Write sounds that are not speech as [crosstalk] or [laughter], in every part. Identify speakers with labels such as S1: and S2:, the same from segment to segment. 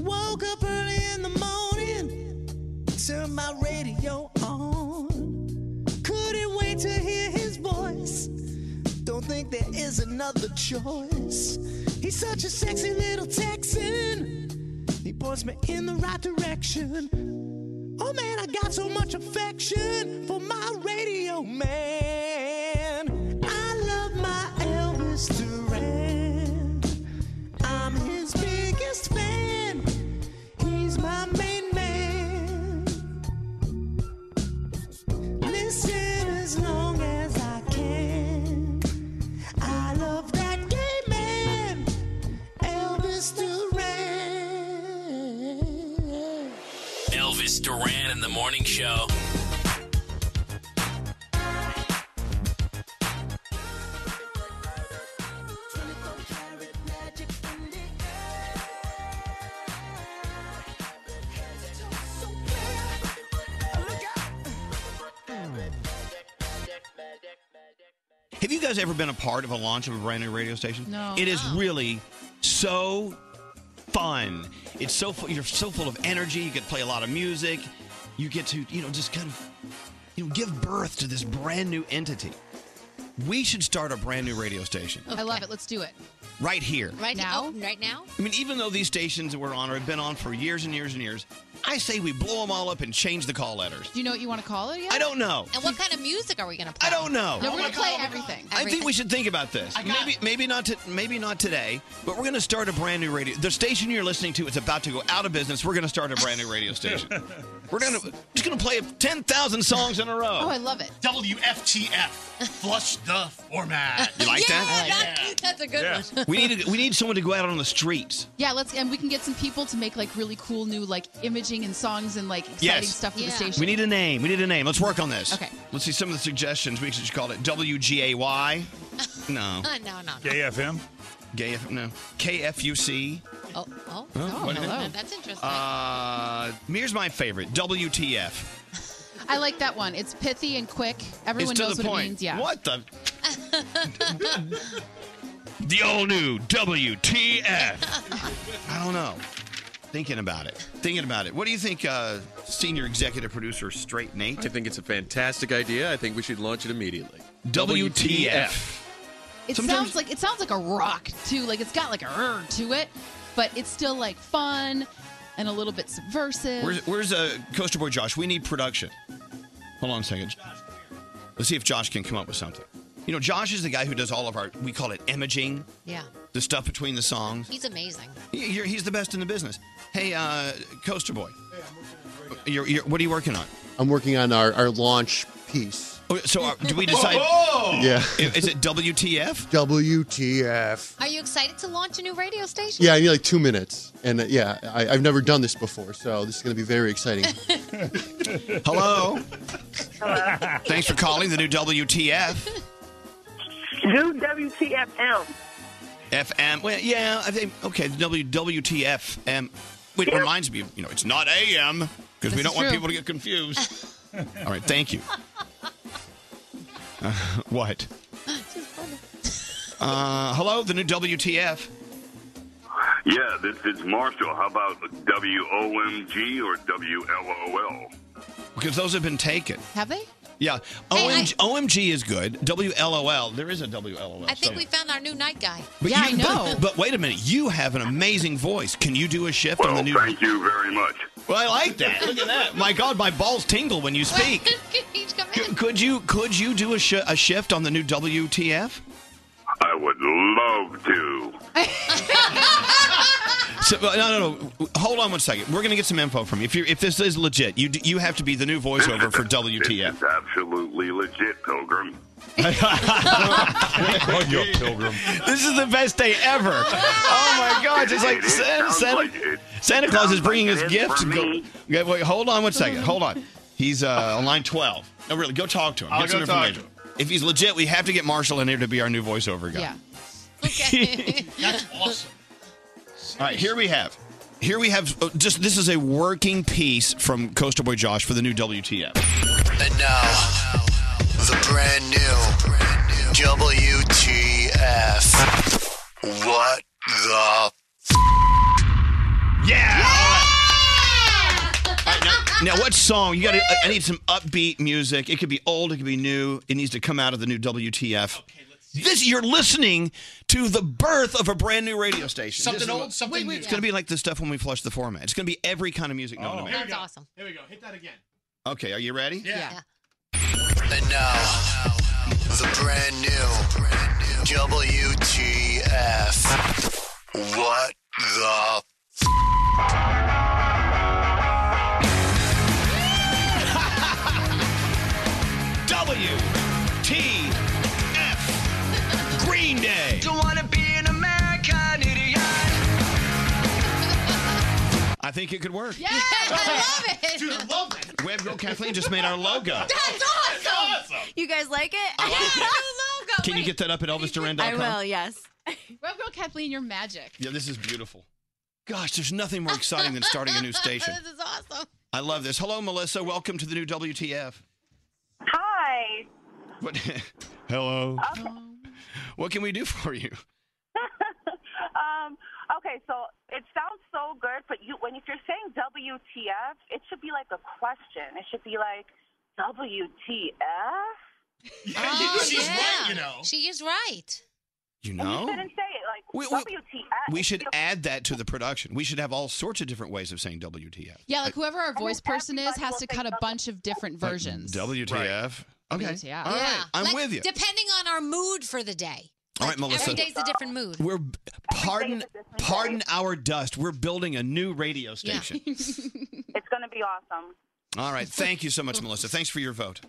S1: Woke up early in the morning, turned my radio on. Couldn't wait to hear his voice. Don't think there is another choice. He's such a sexy little Texan. He points me in the right direction. Oh man, I got so much affection for my radio man. I love my Elvis Duran. I'm his biggest fan. He's my main man. Listen as long as I can. I love that gay man, Elvis Duran.
S2: Elvis Duran in the morning show.
S3: Have you guys ever been a part of a launch of a brand new radio station?
S4: No.
S3: It is really so fun. It's so fu- you're so full of energy. You get to play a lot of music. You get to you know just kind of you know give birth to this brand new entity. We should start a brand new radio station
S4: I love it. Let's do it.
S3: right here.
S4: Right now? right now?
S3: I mean, even though these stations that we're on have been on for years and years and years,
S5: I say we blow them all up and change the call letters.
S4: Do you know what you want to call it yet?
S5: I don't know.
S4: And what kind of music are we going to play?
S5: I don't know.
S4: No, we're going to play everything.
S5: I think we should think about this. Maybe maybe not to, maybe not today, but we're going to start a brand new radio. The station you're listening to is about to go out of business. We're going to start a brand new
S6: [laughs]
S5: radio station. [laughs] we're going to just going to play 10,000 songs in a row.
S4: Oh, I love it.
S6: WFTF, flush the format.
S5: You like that?
S4: [laughs] uh, That's a good
S6: Yeah.
S4: one.
S5: We need to, we need someone to go out on the streets.
S4: Yeah, let's and we can get some people to make like really cool new like imaging and songs and like exciting
S5: Yes.
S4: stuff for the station.
S5: We need a name. We need a name. Let's work on this.
S4: Okay.
S5: Let's see some of the suggestions. We should just call
S4: [laughs]
S5: it WGAY. No.
S7: Uh, no, no. no.
S6: KFM.
S5: Gay F no. KFUC.
S7: Oh, oh.
S5: Oh, what do you
S4: hello.
S5: think?
S7: That's interesting.
S5: Uh, here's my favorite. WTF.
S4: I like that one. It's pithy and quick. Everyone
S5: it's to
S4: knows
S5: the
S4: what
S5: point.
S4: it means. Yeah. [laughs]
S5: What the? the all new
S4: [laughs]
S5: WTF. I don't know. Thinking about it. Thinking about it. What do you think, uh, senior executive producer Straight Nate?
S8: I think it's a fantastic idea. I think we should launch it immediately.
S4: It sounds like it sounds like a rock too. Like it's got like a rrr to it, but it's still like fun and a little bit subversive.
S5: Where's, where's uh, Coaster Boy Josh? We need production. Hold on a second. Let's see if Josh can come up with something. You know, Josh is the guy who does all of our, we call it imaging,
S7: yeah.
S5: the stuff between the songs.
S7: He's amazing.
S5: He- you're- he's the best in the business. Hey, uh, Coaster Boy. You're, you're, what are you working on?
S9: I'm working on our, our launch piece.
S5: Oh, So uh, do we
S10: [laughs]
S5: decide?
S10: Oh,
S9: Yeah.
S5: I- Is it WTF?
S9: WTF.
S7: Are you excited to launch a new radio station?
S9: Yeah, I need like two minutes. And uh, yeah, I, I've never done this before, so this is going to be very exciting.
S4: [laughs]
S5: Hello. Thanks for calling the new WTF
S11: Do WTFM.
S5: FM. Well, yeah, I think okay. The W WTF M. Wait, it reminds me. of, You know, it's not AM because
S4: This
S5: we don't
S4: is
S5: want
S4: true.
S5: people to
S4: [laughs]
S5: get confused. [laughs] All right, thank you. Uh, what? Uh, hello, the new WTF.
S12: Yeah, this is Marshall. How about WOMG or WLOL?
S5: Because those have been taken.
S4: Have they?
S5: Yeah,
S7: I-
S5: OMG, OMG is good. WLOL. There is a WLOL.
S7: I think
S5: somewhere.
S7: we found our new night guy.
S5: But
S4: Yeah,
S5: you,
S4: I know.
S5: But, but wait a minute, you have an amazing voice. Can you do a shift on
S12: Well,
S5: the new?
S12: thank you very much.
S5: Well, I like that. Look at that. My God, my balls tingle when you [laughs]
S4: [laughs]
S5: speak.
S7: He's coming
S5: C- could you could you do a, sh- a shift on the new WTF?
S12: I would love to.
S5: So, uh, no, no, no. Hold on one second. We're gonna get some info from you. If you if this is legit, you d- you have to be the new voiceover for
S12: This
S5: WTF.
S12: is absolutely legit, Pilgrim.
S5: [laughs]
S6: On your pilgrim.
S5: This is the best day ever. Oh
S12: [laughs]
S5: my God! It's like
S12: It is.
S5: Santa,
S12: Sounds like
S5: Santa,
S12: it.
S5: Santa Claus is
S12: Sounds
S5: bringing
S12: like
S5: his
S12: it is
S5: gifts.
S12: for
S5: Go-
S12: me.
S5: Okay, wait, hold on one second. Hold on. He's uh, on line twelve. No, really, go talk to him.
S6: I'll
S5: Get some
S6: go talk to
S5: information. If he's legit, we have to get Marshall in here to be our new voiceover guy. [laughs]
S4: Yeah.
S7: Okay.
S6: That's awesome.
S5: All right, here we have. Here we have uh, just this is a working piece from Coaster Boy Josh for the new WTF.
S13: And now, the brand new WTF. What the?
S5: Yeah. All right, now, now what song? You got to I need some upbeat music. It could be old, it could be new. It needs to come out of the new WTF. This you're listening to the birth of a brand new radio station. This
S6: Something
S5: is
S6: old,
S5: what-
S6: something new.
S5: It's going to be like the stuff when we flush the format. It's going to be every kind of music known to
S6: Oh.
S5: man.
S7: That's awesome.
S6: Here we go. Hit that again.
S5: Okay, are you ready?
S6: Yeah.
S7: Yeah.
S13: And now, the brand new WTF. What the?
S5: WTF Green Day.
S13: Don't wanna be an American idiot.
S5: I think it could work.
S14: [laughs]
S4: Yeah, I love it.
S6: Dude, I love that.
S5: Web Girl Kathleen just made our logo.
S4: That's awesome.
S14: You guys like it? [laughs]
S5: Can you get that up at ElvisDuran.com?
S14: I will, yes.
S4: Well, girl Kathleen, you're magic.
S5: Yeah, this is beautiful. Gosh, there's nothing more exciting than starting a
S4: [laughs]
S5: new station.
S7: This is awesome.
S5: I love this. Hello, Melissa. Welcome to the new WTF.
S11: Hi.
S5: What? [laughs] Hello. What can we do for you?
S11: [laughs] Um, okay, so it sounds so good, but you when if you're saying WTF, it should be like a question. It should be like WTF.
S7: [laughs]
S6: Yeah, you- she's right, you know.
S7: Oh, She is right.
S5: You
S11: And you
S5: know?
S11: shouldn't say
S15: Like
S5: We- we-
S15: WTF?
S5: We should add that to the production. We should have all sorts of different ways of saying WTF.
S4: Yeah, like whoever our voice person is has to cut a bunch of different
S5: Like,
S4: versions.
S5: WTF. Okay.
S4: WTF.
S5: All right.
S4: Yeah.
S5: I'm
S7: Like,
S5: with you.
S7: Depending on our mood for the day.
S5: All right, Melissa.
S7: Every day's a different mood. [laughs]
S5: We're pardon pardon our dust. We're building a new radio station.
S15: it's going to be awesome.
S5: All right. Thank you so much, Melissa. Thanks for your vote.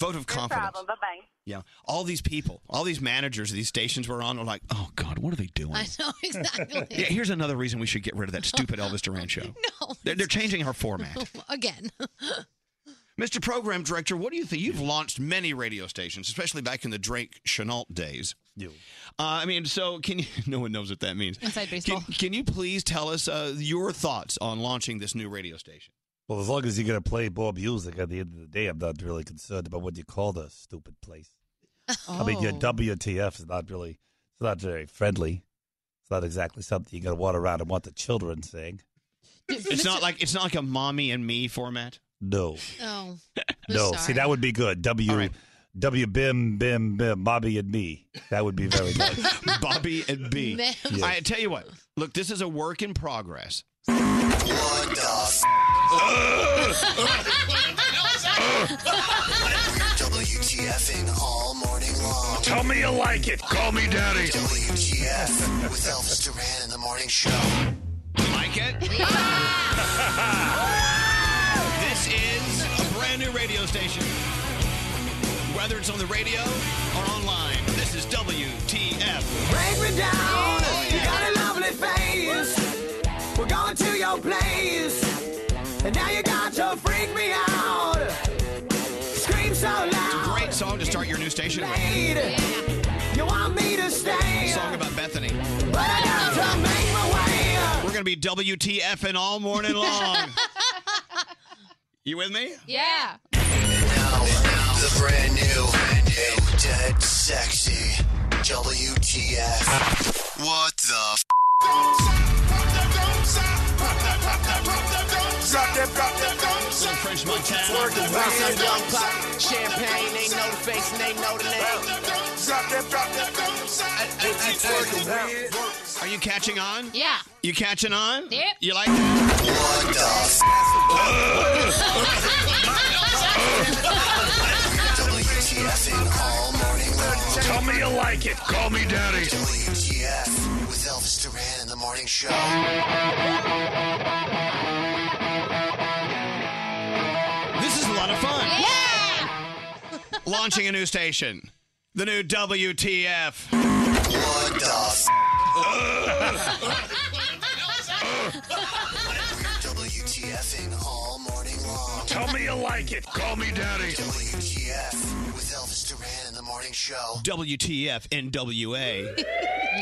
S5: Vote of
S15: No
S5: confidence.
S15: problem. Bye bye.
S5: Yeah. All these people, all these managers of these stations we're on are like, oh God, what are they doing?
S7: I know
S5: [laughs]
S7: exactly.
S5: Yeah,
S7: [laughs]
S5: here's another reason we should get rid of that stupid Elvis Duran show. No. They're, they're changing our format.
S7: Again.
S5: Mr. Program Director, what do you think? You've launched many radio stations, especially back in the Drake Chenault days. Yeah. Uh, I mean, so can you? [laughs] No one knows what that means.
S4: Inside
S5: baseball. Can, can you please tell us uh, your thoughts on launching this new radio station?
S12: Well, as long as you're going to play Bob Music at the end of the day, I'm not really concerned about what you call the stupid place. I mean, your WTF is not really, it's not very friendly. It's not exactly something you're going to want around and want the children saying.
S5: It's not like it's not like a mommy and me format.
S12: No.
S7: Oh.
S12: No. See, that would be good. W, W, Bim, Bim, Bim, Bobby and me. That would be very nice.
S3: [laughs]
S5: Bobby and
S12: [laughs]
S5: B.
S12: Ma'am. Yes.
S5: I tell you what. Look, this is a work in progress.
S3: What the f? WTFing all morning long.
S13: Tell me you like it. Call me daddy.
S3: WTF with Elvis Duran in the morning show.
S5: Like it? This is a brand new radio station. Whether it's on the radio or online, this is WTF.
S3: Break me down.
S5: Oh,
S3: You got a lovely face. We're going to your place. And now you got to freak me out. Scream so
S5: It's a
S3: loud.
S5: great song to start your new station with.
S3: Lady, You want me to stay?
S5: Song about Bethany.
S3: But I got to make my way.
S5: We're going to be WTFing all morning
S3: [laughs]
S5: long. you with me?
S4: Yeah.
S3: The brand new, brand new, dead sexy WTF. What the f?
S5: Little French Montana.
S3: Champagne, they know the face and they know the name.
S5: Are you catching on?
S4: Yeah.
S5: You catching on?
S4: Yep.
S5: You like that?
S3: What the f? WTFing all morning long.
S13: Tell me you like it. Call me daddy.
S3: WTF with Elvis Duran in the morning show.
S5: This is a lot of fun. Yeah! [laughs] Launching a new station. The new WTF. What the f?
S3: WTFing all morning long.
S13: Tell me you like it. Call me daddy.
S3: WTF with Elvis Duran in the morning show.
S5: WTF NWA.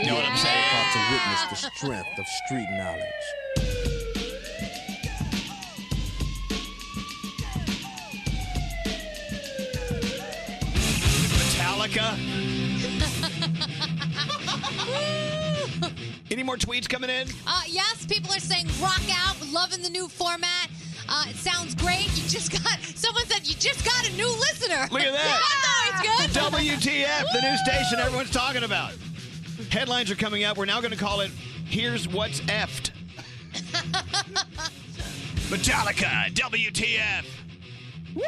S3: Know what I'm saying?
S16: About to witness the strength of street knowledge.
S5: Metallica. Any more tweets coming in?
S7: Uh, yes, people are saying rock out, loving the new format. Uh, it sounds great. You just got someone said you just got a new listener.
S5: Look at
S7: Yeah, [laughs] I
S5: that. The
S7: know, it's good.
S5: WTF, the new
S7: Woo!
S5: station everyone's talking about. Headlines are coming up. We're now going to call it Here's What's Effed. Metallica, WTF. Woo!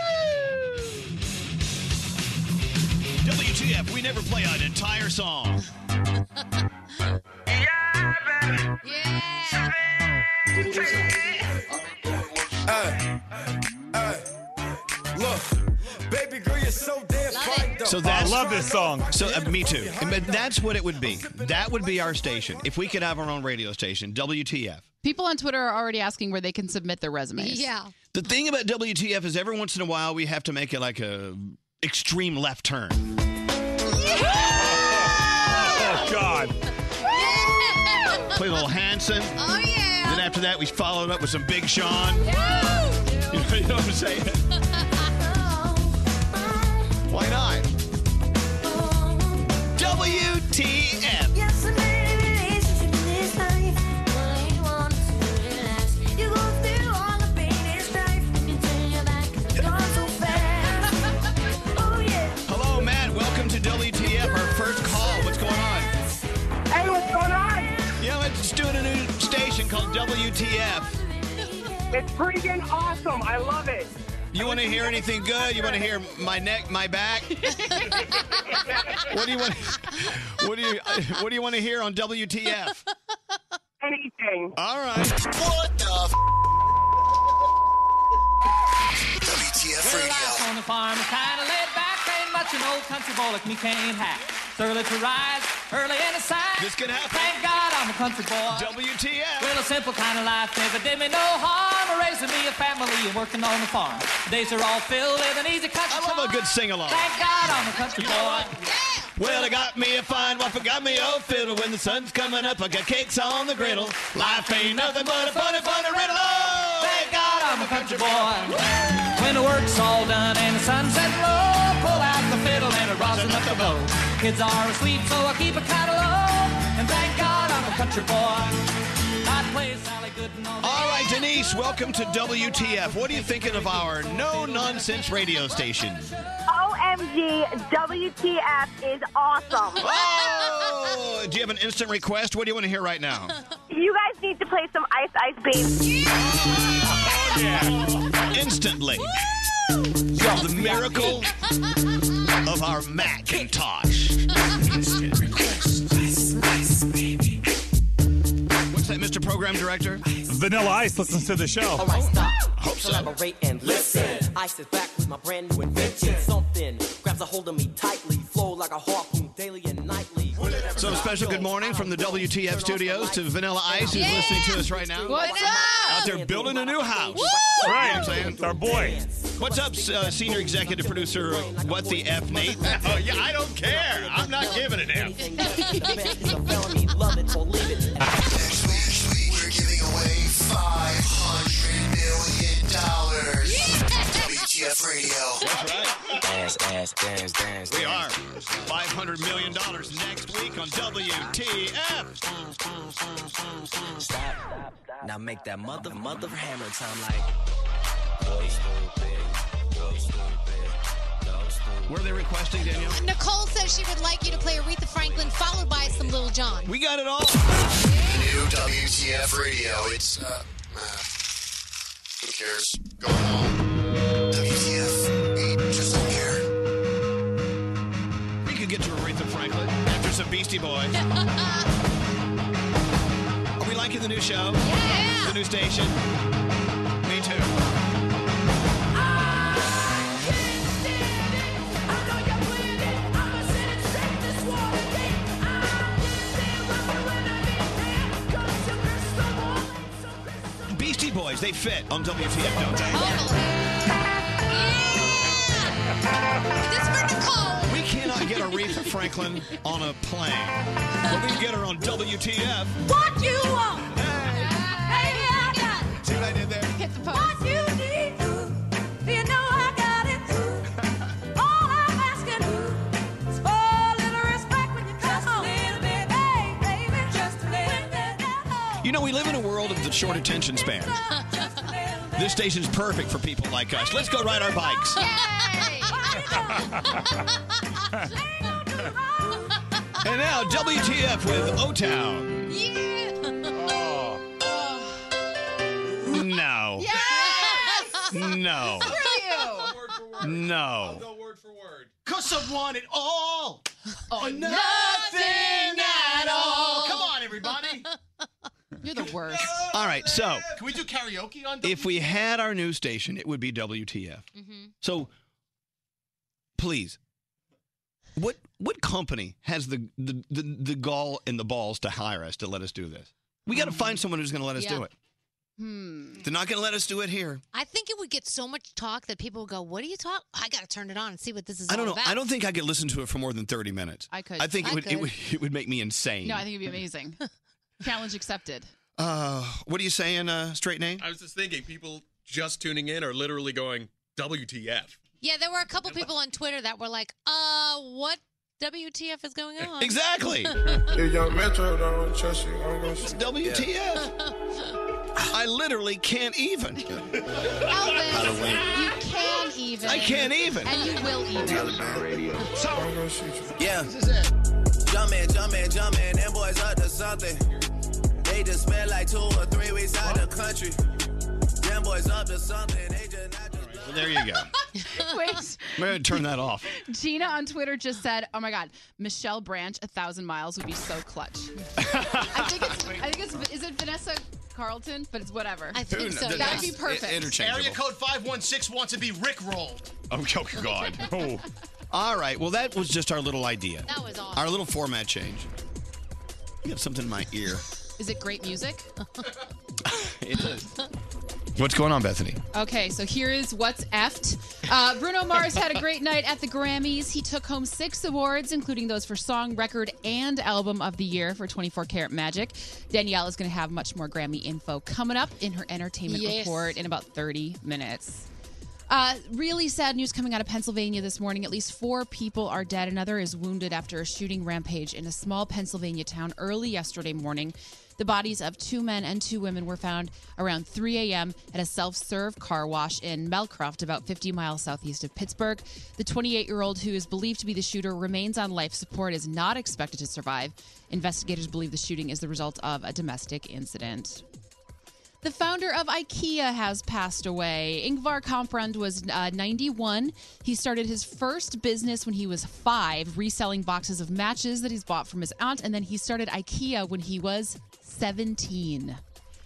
S5: WTF, we never play an entire song.
S13: Hey, hey, look, baby girl, you're so damn fine.
S5: So that's, So uh, me too. And- But that's what it would be. That would be our station if we could have our own radio station. WTF.
S4: People on Twitter are already asking where they can submit their resumes.
S7: Yeah.
S5: The thing about WTF is every once in a while we have to make it like a extreme left turn. Oh God! Play a little Hanson.
S7: Oh yeah.
S5: Then after that we followed up with some Big Sean. [laughs] You know, you know what I'm saying? Why not? WTF. Hello, Matt. Welcome to WTF. Our first call. What's going on?
S3: Hey, what's going
S5: WTF.
S17: It's freaking awesome. I love it.
S5: You want to hear anything good? You want to hear my neck,
S17: [laughs]
S5: my back? What do you want? What do you What do you want to hear on [laughs] WTF?
S17: Anything.
S5: All right.
S17: What the f-
S3: WTF Radio. Life on the farm is kind of laid back, ain't much an old country boy like me can't hack. It's early to rise, early in the side.
S5: This can happen.
S3: Thank God I'm a country boy.
S5: WTF.
S3: Well, a simple kind of life never did me no harm. Raising me a family and working on the farm. Days are all filled with an easy country
S5: I love a good sing along.
S3: Thank God I'm a country boy.
S5: Well, I got me a fine wife, I got me old fiddle. When the sun's coming up, I got cakes on the griddle. Life ain't nothing but a funny, funny riddle. Thank God I'm a country boy.
S3: When the work's all done and the sunset low, pull out the fiddle and it rosin up the bow. Kids are asleep, so I keep a catalog. And thank God I'm a country boy. I play Sally Gooden all day.
S5: All right, Denise, welcome to WTF. What are you thinking of our no nonsense radio station?
S11: OMG, WTF is awesome.
S5: [laughs] Oh, do you have an instant request? What do you want to hear right now?
S11: You guys need to play some Ice Ice Baby.
S5: Instantly. You're the miracle of our Macintosh. Instant request. What's that, Mr. Program Director?
S12: Vanilla Ice listens to the show.
S1: All right, stop. Collaborate and listen. Ice is back with my brand new invention. Something grabs a hold of me tightly. Flow like a harpoon daily and nightly.
S5: So, a special good morning from the WTF studios to Vanilla Ice, who's
S1: Yeah.
S5: listening to us right now.
S1: What's
S5: Out there building a new house.
S1: Woo!
S5: Right, I'm saying. It's our boy. What's up, uh, senior executive producer? of What the F, Nate? [laughs]
S6: Oh, yeah, I don't care. I'm not giving an F.
S1: Love it or leave it.
S13: We're giving away $500 million. WTF Radio.
S5: That's right.
S13: Ass, ass, dance, dance.
S5: We are $500 million next week on WTF.
S1: Now make that mother mother hammer time like. Go stupid, go stupid, go stupid.
S5: What are they requesting, Danielle?
S7: Nicole says she would like you to play Aretha Franklin, followed by some Little John.
S5: We got it all.
S13: New WTF Radio. It's, uh, uh, who cares? Go home. WTF. Hey, Just don't care.
S5: We could get to Aretha Franklin after some Beastie Boys. Are we liking the new show? Yeah. The new station? Me too. Beastie Boys, they fit on WTF, don't they? We cannot get Aretha Franklin on a plane. But we can get her on WTF.
S1: What you want? Hey, I got it.
S5: See what I did there?
S1: Hit the What you need? Ooh, you know I got it. Ooh, all I'm asking ooh, is for a little respect when you come home. Hey, baby, just a little bit.
S5: You know, we live in a world of the short attention span. This station's perfect for people like us. Let's go ride our bikes. [laughs] and now, WTF with O Town. Oh.
S1: [laughs]
S5: No.
S6: Oh.
S5: No. No.
S6: Cause I want it all.
S18: Oh,
S6: Or nothing, at all. Come on, everybody.
S4: [laughs] You're the worst.
S5: All right, so
S6: Can we do karaoke on
S5: if we had our news station, it would be WTF.
S4: Mm-hmm.
S6: Mhm.
S5: So please, what what company has the, the, the, the gall and the balls to hire us to let us do this? We got to find someone who's going to let us
S7: Yeah.
S5: do it.
S7: Hmm.
S5: They're not going to let us do it here.
S7: I think it would get so much talk that people would go, "What do you talk? I got to turn it on and see what this is
S5: I don't
S7: all
S5: know.
S7: about."
S5: I don't think I could listen to it for more than 30 minutes.
S4: I could.
S5: I think it
S4: I
S5: would, It
S4: could.
S5: would it would make me insane.
S4: No, I think it'd be [laughs] amazing. Challenge [laughs] accepted.
S5: uh, what are you saying, uh, straight name?
S19: I was just thinking, people just tuning in are literally going, WTF.
S7: Yeah, there were a couple people on Twitter that were like, "Uh, what WTF is going on?"
S5: Exactly. It's WTF. I literally can't even.
S4: You can even.
S5: I can't even.
S4: And you will even.
S13: Radio.
S1: Yeah. Jumpin', jumpin', jumpin', them boys up to something. They
S20: They just spent like two or three weeks out the country. Them boys up to something. They just not just
S5: Well, there you go.
S4: Wait,
S5: I'm going to turn that off.
S4: Gina on Twitter just said, "Oh my God, Michelle Branch, a thousand miles would be so clutch." I think it's, I think it's, is it Vanessa Carlton? But it's whatever. I
S5: think Who so, knows?
S4: That'd be
S5: That's
S4: perfect.
S5: i- interchangeable.
S6: Area code 516 wants to be rickrolled.
S5: Oh, oh,
S4: [laughs]
S5: God. Oh. All right. Well, that was just our little idea.
S4: That was awesome.
S5: Our little format change. You have something in my ear.
S4: Is it great [laughs] music?
S5: It is. What's going on, Bethany?
S4: Okay, so here is what's effed. Uh, Bruno Mars had a great night at the Grammys. He took home six awards, including those for Song, Record, and Album of the Year for 24 Karat Magic. Danielle is going to have much more Grammy info coming up in her entertainment
S7: Yes.
S4: report in about 30 minutes. Uh, really sad news coming out of Pennsylvania this morning. At least four people are dead. Another is wounded after a shooting rampage in a small Pennsylvania town early yesterday morning. The bodies of two men and two women were found around 3 a.m. at a self serve car wash in Melcroft, about 50 miles southeast of Pittsburgh. The 28 year old, who is believed to be the shooter, remains on life support, is not expected to survive. Investigators believe the shooting is the result of a domestic incident. The founder of IKEA has passed away. Ingvar Kamprad was uh, 91. He started his first business when he was five, reselling boxes of matches that he's bought from his aunt, and then he started IKEA when he was 17.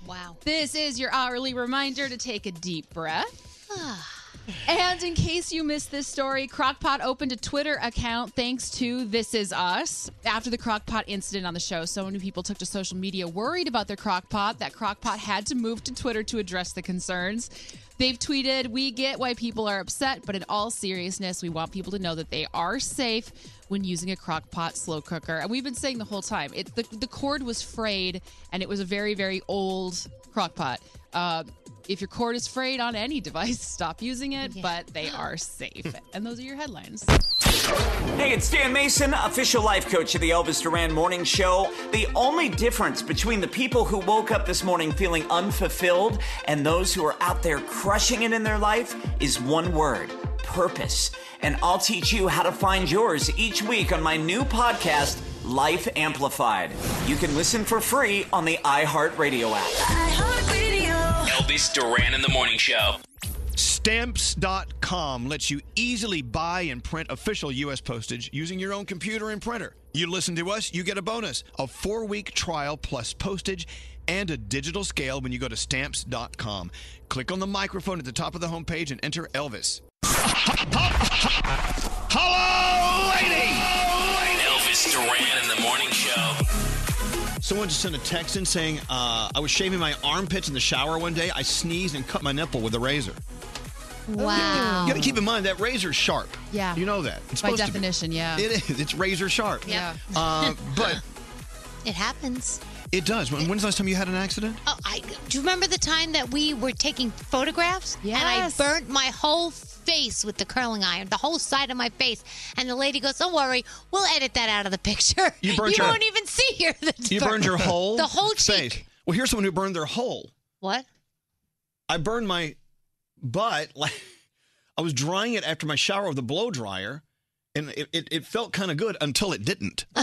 S4: Wow. This is your hourly reminder to take a deep breath. And in case you missed this story, Crockpot opened a Twitter account thanks to This Is Us. After the Crockpot incident on the show, so many people took to social media worried about their Crockpot that Crockpot had to move to Twitter to address the concerns. They've tweeted, We get why people are upset, but in all seriousness, we want people to know that they are safe when using a crock pot slow cooker. And we've been saying the whole time, it, the, the cord was frayed and it was a very, very old crock pot. Uh, if your cord is frayed on any device, [laughs] stop using it, but they are safe. and those are your headlines.
S21: Hey, it's Dan Mason, official life coach of the Elvis Duran Morning Show. The only difference between the people who woke up this morning feeling unfulfilled and those who are out there crushing it in their life is one word purpose. And I'll teach you how to find yours each week on my new podcast, Life Amplified. You can listen for free on the iHeartRadio app.
S2: Elvis Duran in the morning show.
S5: Stamps.com lets you easily buy and print official U.S. postage using your own computer and printer. You listen to us, you get a bonus a four week trial plus postage and a digital scale when you go to stamps.com. Click on the microphone at the top of the homepage and enter Elvis. Hello, lady!
S2: Elvis Duran in the morning show.
S5: Someone just sent a text in saying, uh, I was shaving my armpits in the shower one day. I sneezed and cut my nipple with a razor.
S4: Wow.
S5: You gotta keep in mind that razor's sharp.
S4: Yeah.
S5: You know that. It's
S4: By
S5: supposed to be.
S4: definition, yeah.
S5: It is. It's razor sharp.
S7: [laughs] Yeah.
S4: [laughs]
S5: Uh, but
S7: It happens.
S5: it does. When, when's the last time you had an accident?
S7: Oh, I do you remember the time that we were taking photographs? And I
S4: Yes.
S7: burnt my whole face with the curling iron, the whole side of my face. And the lady goes, "Don't worry, we'll edit that out of the picture.
S5: You burnt
S7: you
S5: your-
S7: won't even see here. The
S5: You
S7: [laughs]
S5: burned [laughs] your whole
S7: the whole
S5: face. Well, here's someone who burned their whole.
S7: what?
S5: I burned my butt. [laughs] Like I was drying it after my shower with a blow dryer, and it, it, it felt kind of good until it didn't.
S7: [laughs]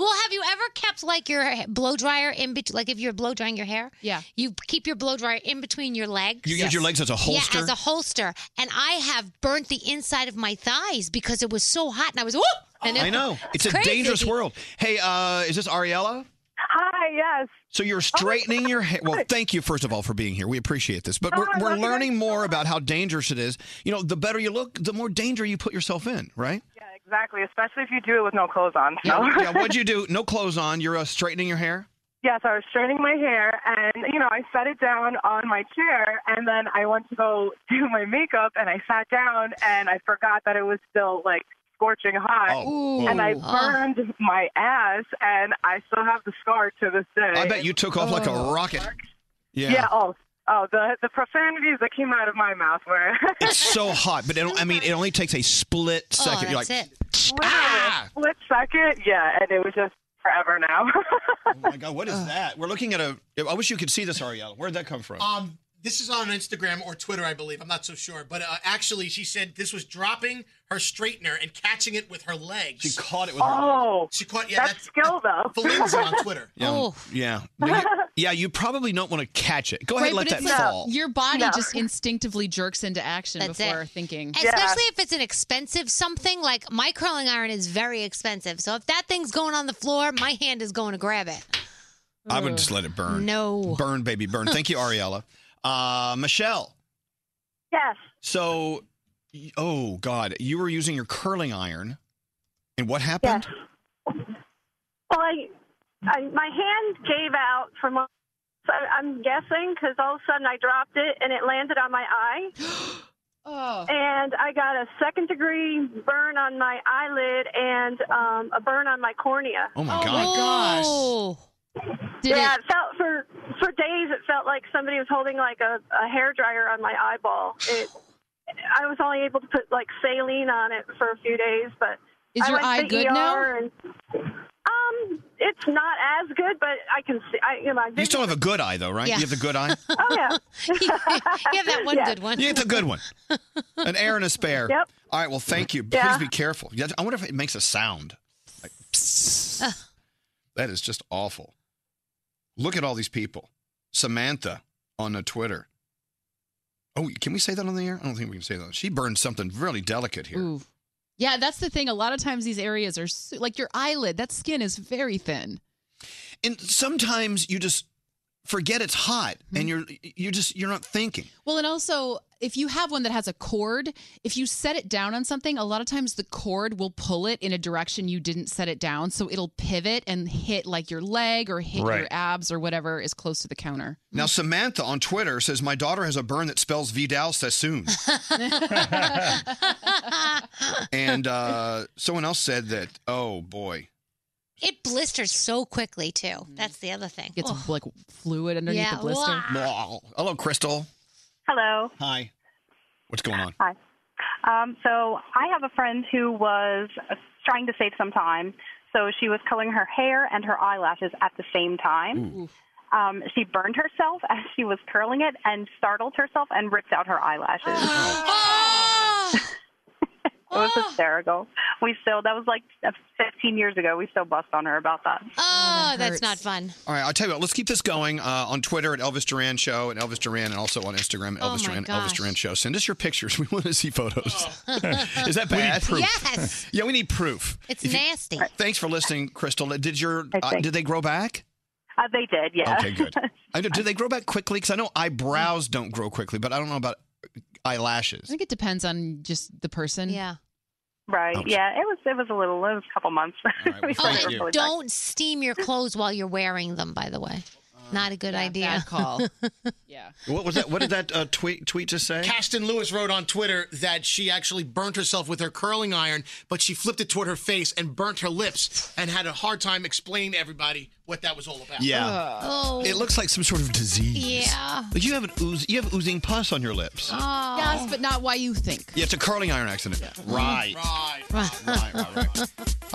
S7: Well, have you ever kept like your blow dryer in between? Like if you're blow drying your hair, yeah, you keep your blow dryer in between your legs.
S5: You use Yes. your legs as a holster?
S7: Yeah, as a holster. And I have burnt the inside of my thighs because it was so hot, and I was whoop. And it-
S5: I know. It's a
S7: crazy.
S5: dangerous world. Hey, uh, is this Ariella?
S22: Hi, yes. Oh,
S5: So you're
S22: [laughs]
S5: straightening your hair. Well, thank you first of all for being here. We appreciate this. But
S22: Oh,
S5: we're,
S22: I
S5: we're
S22: love you guys
S5: learning more about how dangerous it is. You know, the better you look, the more danger you put yourself in, right?
S22: Yeah, exactly. Especially if you do it with no clothes on. So.
S5: Yeah. yeah
S22: [laughs]
S5: what'd you do? No clothes on. You're uh, straightening your hair.
S22: Yes, I was straightening my hair, and you know, I set it down on my chair, and then I went to go [laughs] do my makeup, and I sat down, and I forgot that it was still like scorching hot,
S5: Oh. Ooh.
S22: and I
S5: Oh.
S22: burned my ass, and I still have the scar to this day.
S5: I bet you took off like a
S22: Oh,
S5: rocket.
S22: Yeah. oh, oh, the the profanities that came out of my mouth were. [laughs]
S5: It's so hot, but it, don't- I mean, it only takes a split second. You're like,
S22: Oh,
S5: "Ah!"
S22: it. Split second, yeah, and it was just forever now. [laughs]
S5: oh my god, what is that? We're looking at a. I wish you could see this, Ariella. Where'd that come from?
S6: Um, this is on Instagram or Twitter, I believe. I'm not so sure, but uh, actually, she said this was dropping her straightener and catching it with her legs. She
S5: caught it
S6: with oh, her. she caught. Yeah, that's, skill though. Feline's
S4: [laughs]
S6: on Twitter.
S4: Oh.
S5: Yeah, yeah, But you- yeah. You probably don't want to catch it. Go ahead, and let
S4: but
S5: that
S4: it's like
S5: fall.
S4: your body
S7: No.
S4: just instinctively jerks into action
S7: That's
S4: before
S7: it.
S4: thinking.
S7: Especially if it's an expensive something, like my curling iron is very expensive. So if that thing's going on the floor, my hand is going to grab it.
S5: I would just let it burn.
S7: No.
S5: burn, baby, burn. Thank you, Ariella. Uh, Michelle.
S11: Yes.
S5: So, y- oh God, you were using your curling iron, and what happened?
S11: Well, I, I my hand gave out from. So I'm guessing because all of a sudden I dropped it and it landed on my
S4: [gasps]
S11: eye.
S4: oh.
S11: And I got a second degree burn on my eyelid and um, a burn on my cornea.
S5: Oh
S3: my Oh God. my gosh. Did
S11: yeah,
S3: it-
S11: it felt for for days. It felt like somebody was holding like a, a hair dryer on my eyeball. It, I was only able to put like saline on it for a few days, but
S4: Is
S11: I
S4: your
S11: went
S4: eye
S11: to
S4: good
S11: ER
S4: now?
S11: And, um, it's not as good, but I can see. I, you know, my
S5: You still have a good eye, though, right?
S11: Yeah.
S5: You have the good eye.
S11: Oh yeah,
S7: you have
S11: [laughs]
S7: that [laughs] one good one.
S5: You get the good one. An air and a spare.
S7: Yep.
S5: All right. Well, thank you.
S7: Yeah.
S5: Please be careful. You have to- I wonder if it makes a sound. Like, psst. that is just awful. Look at all these people. Samantha on the Twitter. Oh, can we say that on the air? I don't think we can say that. She burned something really delicate here.
S4: Yeah, that's the thing. A lot of times these areas are su- like your eyelid. That skin is very thin.
S5: And sometimes you just forget it's hot,
S7: Hmm.
S5: and you're you're just you're not thinking.
S4: Well, and also if you have one that has a cord, if you set it down on something, a lot of times the cord will pull it in a direction you didn't set it down, so it'll pivot and hit like your leg or hit
S5: Right.
S4: your abs or whatever is close to the counter.
S5: Now Samantha on Twitter says my daughter has a burn that spells Vidal Sassoon, and uh, someone else said that. Oh boy,
S7: It blisters so quickly too. That's the other thing.
S4: Gets
S7: Ugh.
S4: like fluid underneath
S7: Yeah,
S4: the blister.
S7: wow.
S5: Wow. Hello, Crystal.
S15: Hello.
S5: Hi. What's going on?
S15: Hi. Um, so I have a friend who was uh, trying to save some time. So she was coloring her hair and her eyelashes at the same time. Um, she burned herself [laughs] as she was curling it and startled herself and ripped out her eyelashes. [laughs] it was hysterical. We still, that was like 15 years ago. We still bust on her about that.
S7: Oh, that's not fun.
S5: All right, I'll tell you what. Let's keep this going uh, on Twitter at Elvis Duran Show and Elvis Duran, and also on Instagram at
S7: Oh
S5: Elvis
S7: my
S5: Duran,
S7: gosh.
S5: Elvis Duran Show. Send us your pictures. [laughs] We want to
S7: [laughs]
S5: see photos. Is that bad?
S7: proof. Yes.
S5: yeah, we need proof.
S7: It's
S5: If you-
S7: nasty.
S5: Thanks for listening, Crystal. Did your uh,
S15: think-
S5: did they grow back?
S15: Uh, they did, yeah.
S5: Okay,
S11: [laughs]
S5: good. I know, do they grow back quickly? Because I know eyebrows don't grow quickly, but I don't know about
S4: I
S5: eyelashes.
S4: think it depends on just the person.
S7: Yeah.
S15: Right. Yeah, it was it was a little it was a couple months. [laughs] We
S7: Oh,
S15: started
S7: and
S15: really back-
S7: don't steam your clothes while you're wearing them. By the way,
S4: Uh,
S7: not a good idea.
S6: bad call.
S4: Oh.
S5: What was that? What did that uh, tweet tweet just say?
S6: Caston Lewis wrote on Twitter that she actually burnt herself with her curling iron, but she flipped it toward her face and burnt her lips and had a hard time explaining to everybody what that was all about.
S5: Yeah.
S7: Oh.
S5: It looks like some sort of disease.
S4: Yeah. Oh,
S5: Like you have an ooze, you have oozing pus on your lips.
S4: Yes, but not why you think.
S5: Yeah, it's a curling iron accident. Right.
S6: Right.
S5: [laughs] All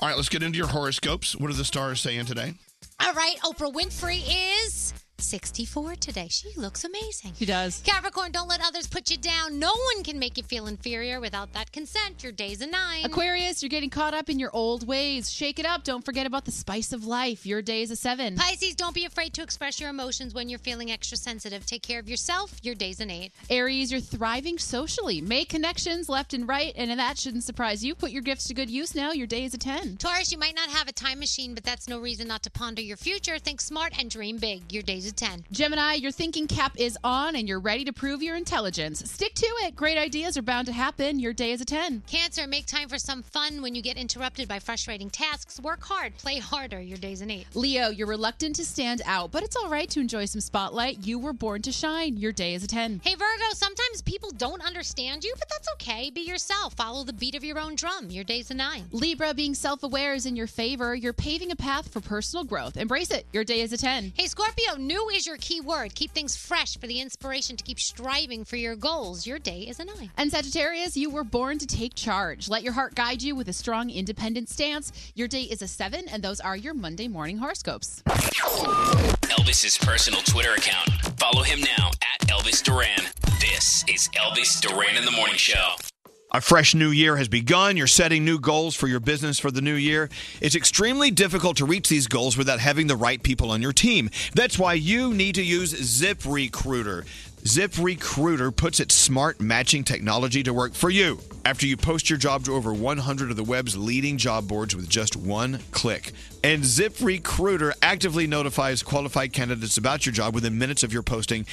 S5: right, let's get into your horoscopes. What are the stars saying today?
S7: [laughs] All right, Oprah Winfrey is 64 today. She looks amazing.
S4: She does.
S7: Capricorn, don't let others put you down. No one can make you feel inferior without that consent. Your day's a nine.
S4: [laughs] Aquarius, you're getting caught up in your old ways. Shake it up. Don't forget about the spice of life. Your day is a seven.
S7: Pisces, don't be afraid to express your emotions when you're feeling extra sensitive. Take care of yourself. Your day's an eight.
S4: Aries, you're thriving socially. Make connections left and right, and that shouldn't surprise you. Put your gifts to good use now. Your day is a 10.
S7: Taurus, you might not have a time machine, but that's no reason not to ponder your future. Think smart and dream big. Your day's a 10.
S4: Gemini, your thinking cap is on and you're ready to prove your intelligence. Stick to it. Great ideas are bound to happen. Your day is a 10.
S7: Cancer, make time for some fun when you get interrupted by frustrating tasks. Work hard, play harder. Your day's an eight.
S4: Leo, you're reluctant to stand out, but it's all right to enjoy some spotlight. You were born to shine. Your day is a 10.
S7: Hey Virgo, sometimes people don't understand you, but that's okay. Be yourself. Follow the beat of your own drum. Your day's a nine.
S4: Libra, being self aware is in your favor. You're paving a path for personal growth. Embrace it. Your day is a 10.
S7: Hey Scorpio, new is your key word. Keep things fresh for the inspiration to keep striving for your goals. Your day is a nine.
S4: And Sagittarius, you were born to take charge. Let your heart guide you with a strong, independent stance. Your day is a seven, and those are your Monday morning horoscopes.
S2: Elvis's personal Twitter account. Follow him now at Elvis Duran. This is Elvis Duran in the Morning Show.
S5: A fresh new year has begun. You're setting new goals for your business for the new year. It's extremely difficult to reach these goals without having the right people on your team. That's why you need to use ZipRecruiter. ZipRecruiter puts its smart matching technology to work for you. After you post your job to over 100 of the web's leading job boards with just one click. And ZipRecruiter actively notifies qualified candidates about your job within minutes of your posting.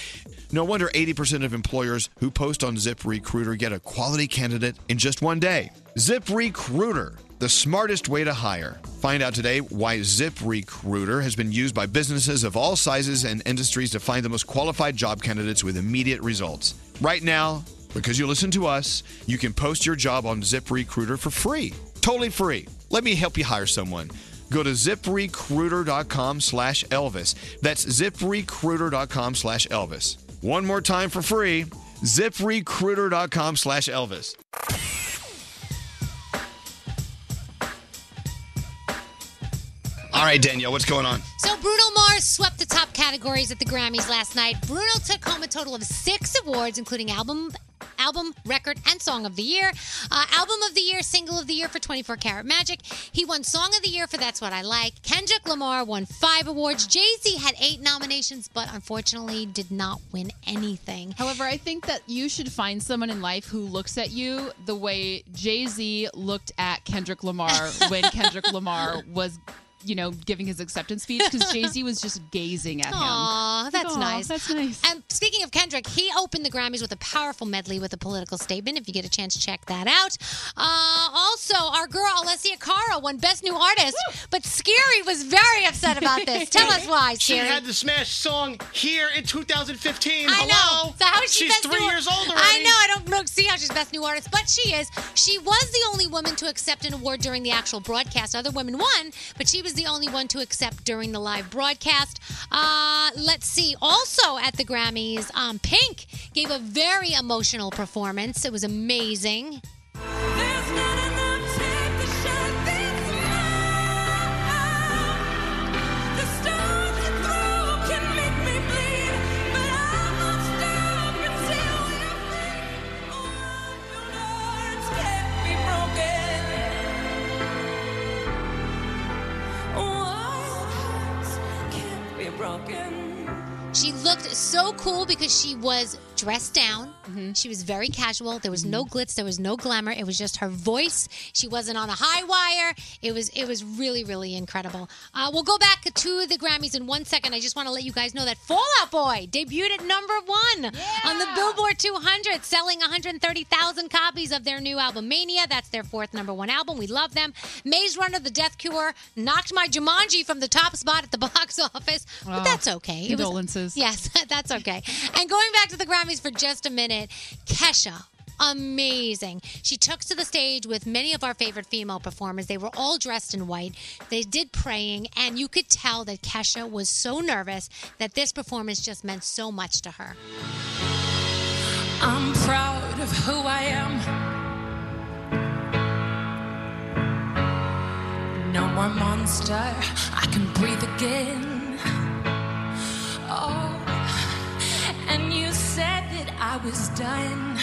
S5: No wonder 80% of employers who post on ZipRecruiter get a quality candidate in just one day. ZipRecruiter, the smartest way to hire. Find out today why ZipRecruiter has been used by businesses of all sizes and industries to find the most qualified job candidates with immediate results. Right now, because you listen to us, you can post your job on ZipRecruiter for free. Totally free. Let me help you hire someone. Go to ziprecruiter.com slash Elvis. That's ziprecruiter.com slash Elvis. One more time for free ziprecruiter.com slash Elvis. All right, Danielle, what's going on?
S7: So Bruno Mars swept the top categories at the Grammys last night. Bruno took home a total of six awards, including album. Album, record, and song of the year. Uh, album of the year, single of the year for 24 Karat Magic. He won song of the year for That's What I Like. Kendrick Lamar won five awards. Jay Z had eight nominations, but unfortunately did not win anything.
S4: However, I think that you should find someone in life who looks at you the way Jay Z looked at
S7: [laughs]
S4: Kendrick Lamar when Kendrick Lamar was, you know, giving his acceptance speech because Jay Z was just gazing at him.
S7: Aw, that's
S4: Aw,
S7: nice.
S4: That's nice.
S7: And speaking of Kendrick, he opened the Grammys with a powerful medley with a political statement. If you get a chance, check that out. Uh, also, our girl Alessia Cara won Best New Artist, but Scary was very upset about this. Tell us why,
S6: [laughs] She
S7: Scary.
S6: had the smash song here in 2015.
S7: I
S6: Hello.
S7: know. So how is she
S6: She's
S7: best
S6: three
S7: new-
S6: years old already.
S7: I know. I don't look, see how she's best new artist, but she is. She was the only woman to accept an award during the actual broadcast. Other women won, but she was the only one to accept during the live broadcast. Uh, let's see. Also at the Grammys, um, Pink gave a very emotional performance. It was amazing. She looked so cool because she was dressed down. She was very casual. There was no glitz. There was no glamour. It was just her voice. She wasn't on a high wire. It was it was really really incredible. Uh, we'll go back to the Grammys in one second. I just want to let you guys know that Fallout Boy debuted at number one on the Billboard 200, selling 130,000 copies of their new album Mania. That's their fourth number one album. We love them. Maze Runner: The Death Cure knocked my Jumanji from the top spot at the [laughs] box office, but
S4: Wow.
S7: that's okay. It was-
S4: Condolences.
S7: yes, [laughs] that's okay. And going back to the Grammys for just a minute, Kesha. Amazing. She took to the stage with many of our favorite female performers. They were all dressed in white. They did praying, and you could tell that Kesha was so nervous that this performance just meant so much to her.
S3: I'm proud of who I am. No more monster, I can breathe again. Oh, and you said that I was done.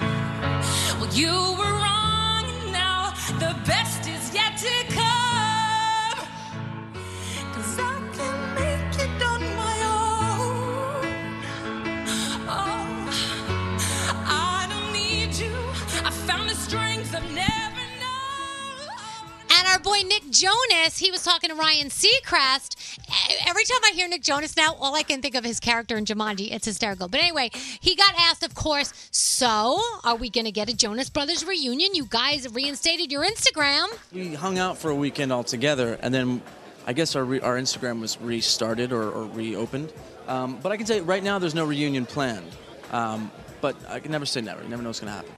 S3: Well, you were wrong, and now the best is yet to come. Cause I can make it on my own. Oh, I don't need you. I found the strength I've never
S7: And our boy Nick Jonas, he was talking to Ryan Seacrest. E- Every time I hear Nick Jonas now, all I can think of his character in Jumanji. It's hysterical. But anyway, he got asked, of course, so are we going to get a Jonas Brothers reunion? You guys reinstated your Instagram.
S23: We hung out for a weekend all together, and then I guess our, re- our Instagram was restarted or, or reopened. Um, but I can tell you right now, there's no reunion planned. Um, but I can never say never. You never know what's going to happen.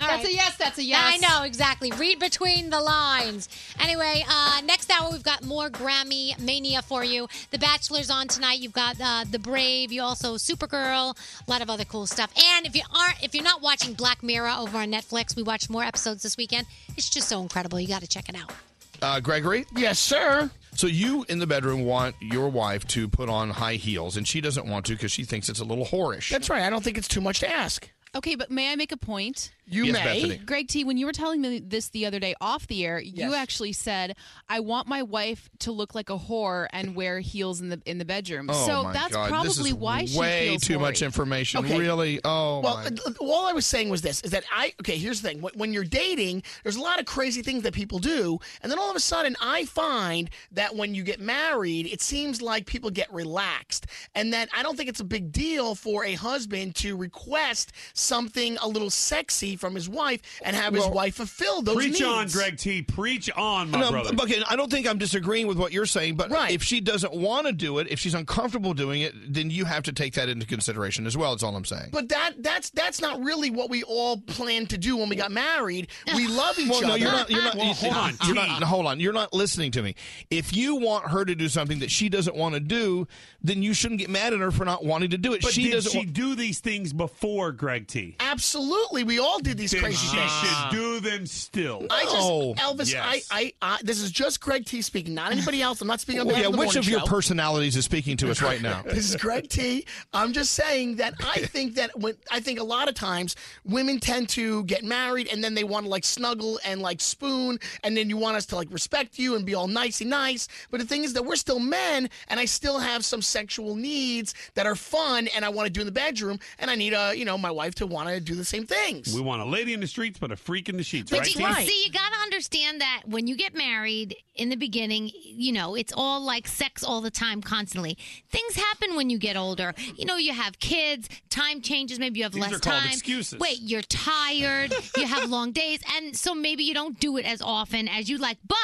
S7: that's
S4: a yes. That's a yes.
S7: I know exactly. Read between the lines. Anyway, uh, next hour we've got more Grammy mania for you. The Bachelor's on tonight. You've got uh, The Brave. You also Supergirl. A lot of other cool stuff. And if you aren't, if you're not watching Black Mirror over on Netflix, we watched more episodes this weekend. It's just so incredible. You got to check it out.
S5: Uh, Gregory?
S6: Yes, sir.
S5: So you in the bedroom want your wife to put on high heels, and she doesn't want to because she thinks it's a little whorish.
S18: That's right. I don't think it's too much to ask.
S4: Okay, but may I make a point?
S5: You Yes, may. Bethany.
S4: Greg T, when you were telling me this the other day off the air, you actually said, "I want my wife to look like a whore and wear heels in the in the bedroom."
S5: Oh
S4: so
S5: my
S4: that's
S5: God, this
S4: probably
S5: is
S4: why she
S5: way
S4: feels
S5: too much
S4: whoried.
S5: information.
S18: Okay.
S5: Really? Oh
S18: well,
S5: my
S18: uh, all I was saying was this: is that I okay? Here's the thing: When- when you're dating, there's a lot of crazy things that people do, and then all of a sudden, I find that when you get married, it seems like people get relaxed, and that I don't think it's a big deal for a husband to request something a little sexy from his wife and have
S24: Well,
S18: his wife fulfill those
S24: Preach
S18: needs.
S24: on, Greg T. Preach on, my
S5: no,
S24: brother.
S5: but again, I don't think I'm disagreeing with what you're saying, but if she doesn't want to do it, if she's uncomfortable doing it, then you have to take that into consideration as well. That's all I'm saying.
S18: But that that's that's not really what we all planned to do when we got married. We love each
S5: Well,
S18: other.
S5: no, you're not. You're not. you see, You're not, no, hold on. You're not listening to me. If you want her to do something that she doesn't want to do, then you shouldn't get mad at her for not wanting to do it.
S24: But
S5: she
S24: did
S5: doesn't.
S24: she
S5: wa-
S24: do these things before, Greg T?
S18: Absolutely, we all did these
S24: Then
S18: crazy
S24: she
S18: things.
S24: should do them still.
S18: I just
S5: Oh.
S18: Elvis.
S24: Yes.
S18: I, I I this is just Greg T speaking, not anybody else. I'm not speaking on
S5: Well,
S18: behalf
S5: Oh, yeah,
S18: of the
S5: which
S18: morning
S5: of your
S18: show.
S5: personalities is speaking to us right now?
S18: [laughs] This is Greg T. I'm just saying that
S5: [laughs]
S18: I think that when I think a lot of times women tend to get married and then they want to like snuggle and like spoon and then you want us to like respect you and be all nicey nice. But the thing is that we're still men and I still have some sexual needs that are fun and I want to do in the bedroom and I need a you know my wife to want to do the same things.
S24: We want a lady in the streets, but a freak in the sheets,
S7: But
S24: right?
S7: you, see, you got to understand that when you get married in the beginning, you know, it's all like sex all the time, constantly. Things happen when you get older. You know, you have kids, time changes, maybe you have
S11: These
S7: less
S11: are called
S7: time.
S11: excuses.
S7: Wait, you're tired, you have long days, and so maybe you don't do it as often as you like. But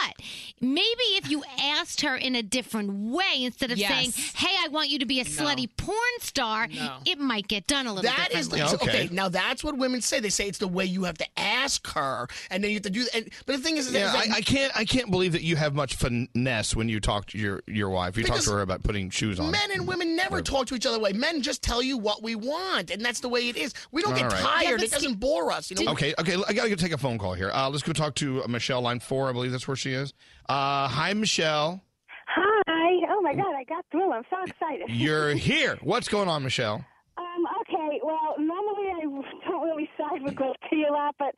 S7: maybe if you asked her in a different way, instead of
S11: Yes.
S7: saying, hey, I want you to be a slutty porn star,
S18: No.
S7: it might get done a little
S18: That is
S7: differently.
S18: the, okay. Now that's what women say. They say it's the way you have to ask her, and then you have to do. And, but the thing is, is
S5: Yeah,
S18: that,
S5: I, I can't. I can't believe that you have much finesse when you talk to your your wife. You talk
S18: Because
S5: to her about putting shoes on.
S18: men and women never talk to each other. Way men just tell you what we want, and that's the way it is. We don't
S5: All
S18: get
S5: right. Yeah,
S18: tired.
S5: but
S18: it doesn't bore us. You know.
S5: Okay, okay. I gotta go take a phone call here. Uh, let's go talk to uh, Michelle, line four. I believe that's where she is. Uh, hi, Michelle.
S10: Hi. Oh my God, I got through. I'm so excited.
S5: You're here. What's going on, Michelle?
S10: Um, okay, well, normally I don't really side with Greg T a lot, but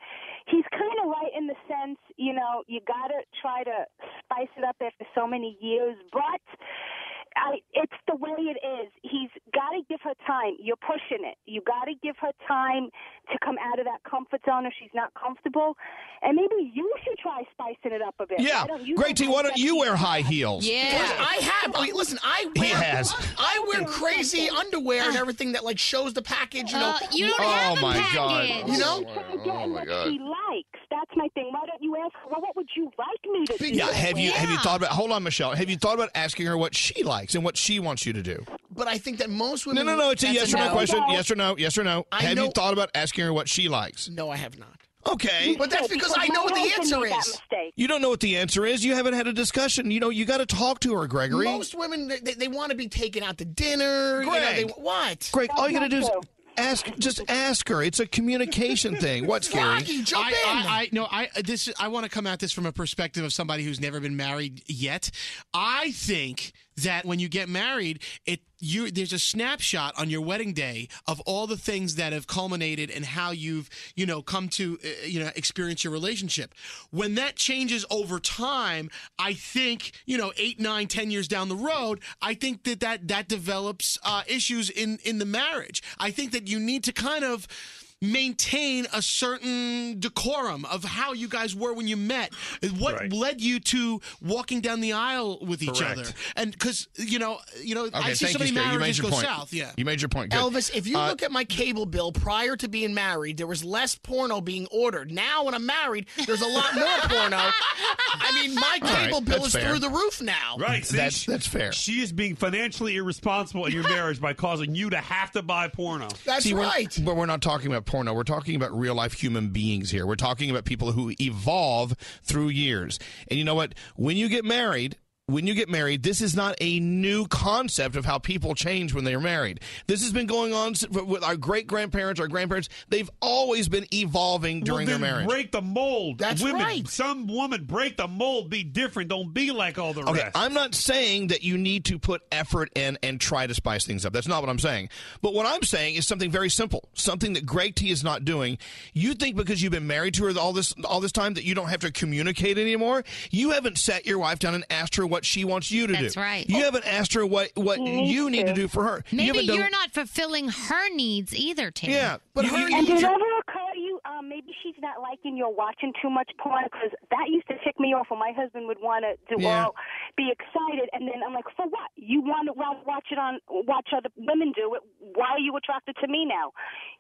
S10: he's kind of right in the sense, you know, you got to try to spice it up after so many years, but I, it's the way it is. He's got to give her time. You're pushing it. You got to give her time to come out of that comfort zone if she's not comfortable. And maybe you should try spicing it up a bit.
S5: Yeah,
S10: Why don't you
S5: Greg T. Why don't you wear high heels?
S18: Listen, I have. I mean, listen, I wear.
S5: He has.
S18: I wear crazy underwear and everything that like shows the package. You know.
S10: Uh, you don't
S5: Oh have a my God. package.
S18: You know.
S10: Yeah,
S5: my
S10: what
S5: God.
S10: she likes. That's my thing. Why don't you ask her? Well, what would you like me to do?
S5: Yeah. Have you have you thought about? Hold on, Michelle. Have you thought about asking her what she likes and what she wants you to do?
S18: But I think that most
S5: No,
S18: women.
S5: no, no. It's a
S18: That's
S5: yes or no,
S18: no.
S5: question. Yes or no. Yes or no.
S18: I
S5: have you
S18: know-
S5: thought about asking her what she likes?
S18: No, I have not.
S5: Okay.
S18: But that's because I know what the answer is.
S5: You don't know what the answer is. You haven't had a discussion. You know, you got to talk to her, Gregory.
S18: Most women they, they want to be taken out to dinner. You know, they,
S5: Greg.
S18: what?
S5: Greg, all you got to do is ask. Just ask her. It's a communication thing. What's scary?
S18: jump
S5: I-
S18: in.
S5: I-
S18: I
S5: I-
S18: no,
S5: I
S18: this I want to come at this from a perspective of somebody who's never been married yet. I think that when you get married, it you there's a snapshot on your wedding day of all the things that have culminated and how you've you know come to uh, you know experience your relationship. When that changes over time, I think you know eight, nine, ten years down the road, I think that that that develops uh, issues in in the marriage. I think that you need to kind of maintain a certain decorum of how you guys were when you met what led you to walking down the aisle with each
S5: Correct.
S18: other and because you know you know
S5: Okay,
S18: i see
S5: thank
S18: so many
S5: you, Scary. You made
S18: marriages
S5: your
S18: go
S5: point.
S18: south yeah
S5: You made your point. Good.
S18: Elvis, if you
S5: Uh,
S18: look at my cable bill prior to being married, there was less porno being ordered. Now, when I'm married, there's a lot more
S5: [laughs]
S18: porno. I mean, my
S24: All right,
S18: cable bill
S24: that's
S18: is
S24: fair.
S18: through the roof now.
S24: Right, see,
S5: That's-
S24: she-
S5: that's fair.
S24: She is being financially
S18: [laughs]
S24: irresponsible in your marriage by causing you to have to buy porno.
S5: See, we're- but we're not talking about porno. We're talking about real life human beings here. We're talking about people who evolve through years. And you know what? When you get married, when you get married, this is not a new concept of how people change when they are married. This has been going on s- with our great grandparents, our grandparents. They've always been evolving during
S12: well, then
S5: their marriage.
S12: break the mold.
S5: That's
S12: women,
S5: right.
S12: Some women break the mold. Be different. Don't be like all the
S5: Okay,
S12: rest.
S5: I'm not saying that you need to put effort in and try to spice things up. That's not what I'm saying. But what I'm saying is something very simple, something that Greg T is not doing. You think because you've been married to her all this all this time that you don't have to communicate anymore? You haven't sat your wife down and asked her what she wants you to do.
S7: That's right.
S5: You haven't asked her what what you need to do for her. you
S7: Maybe
S5: haven't done-
S7: you are not fulfilling her needs either, Tim.
S5: Yeah, but You- her you-
S10: And did it ever occur to you, um, maybe she's not liking you're watching too much porn? Because that used to tick me off when my husband would want to do
S5: Yeah.
S10: all, be excited, and then I'm like, for what? You want to watch it on, watch other women do it. Why are you attracted to me now?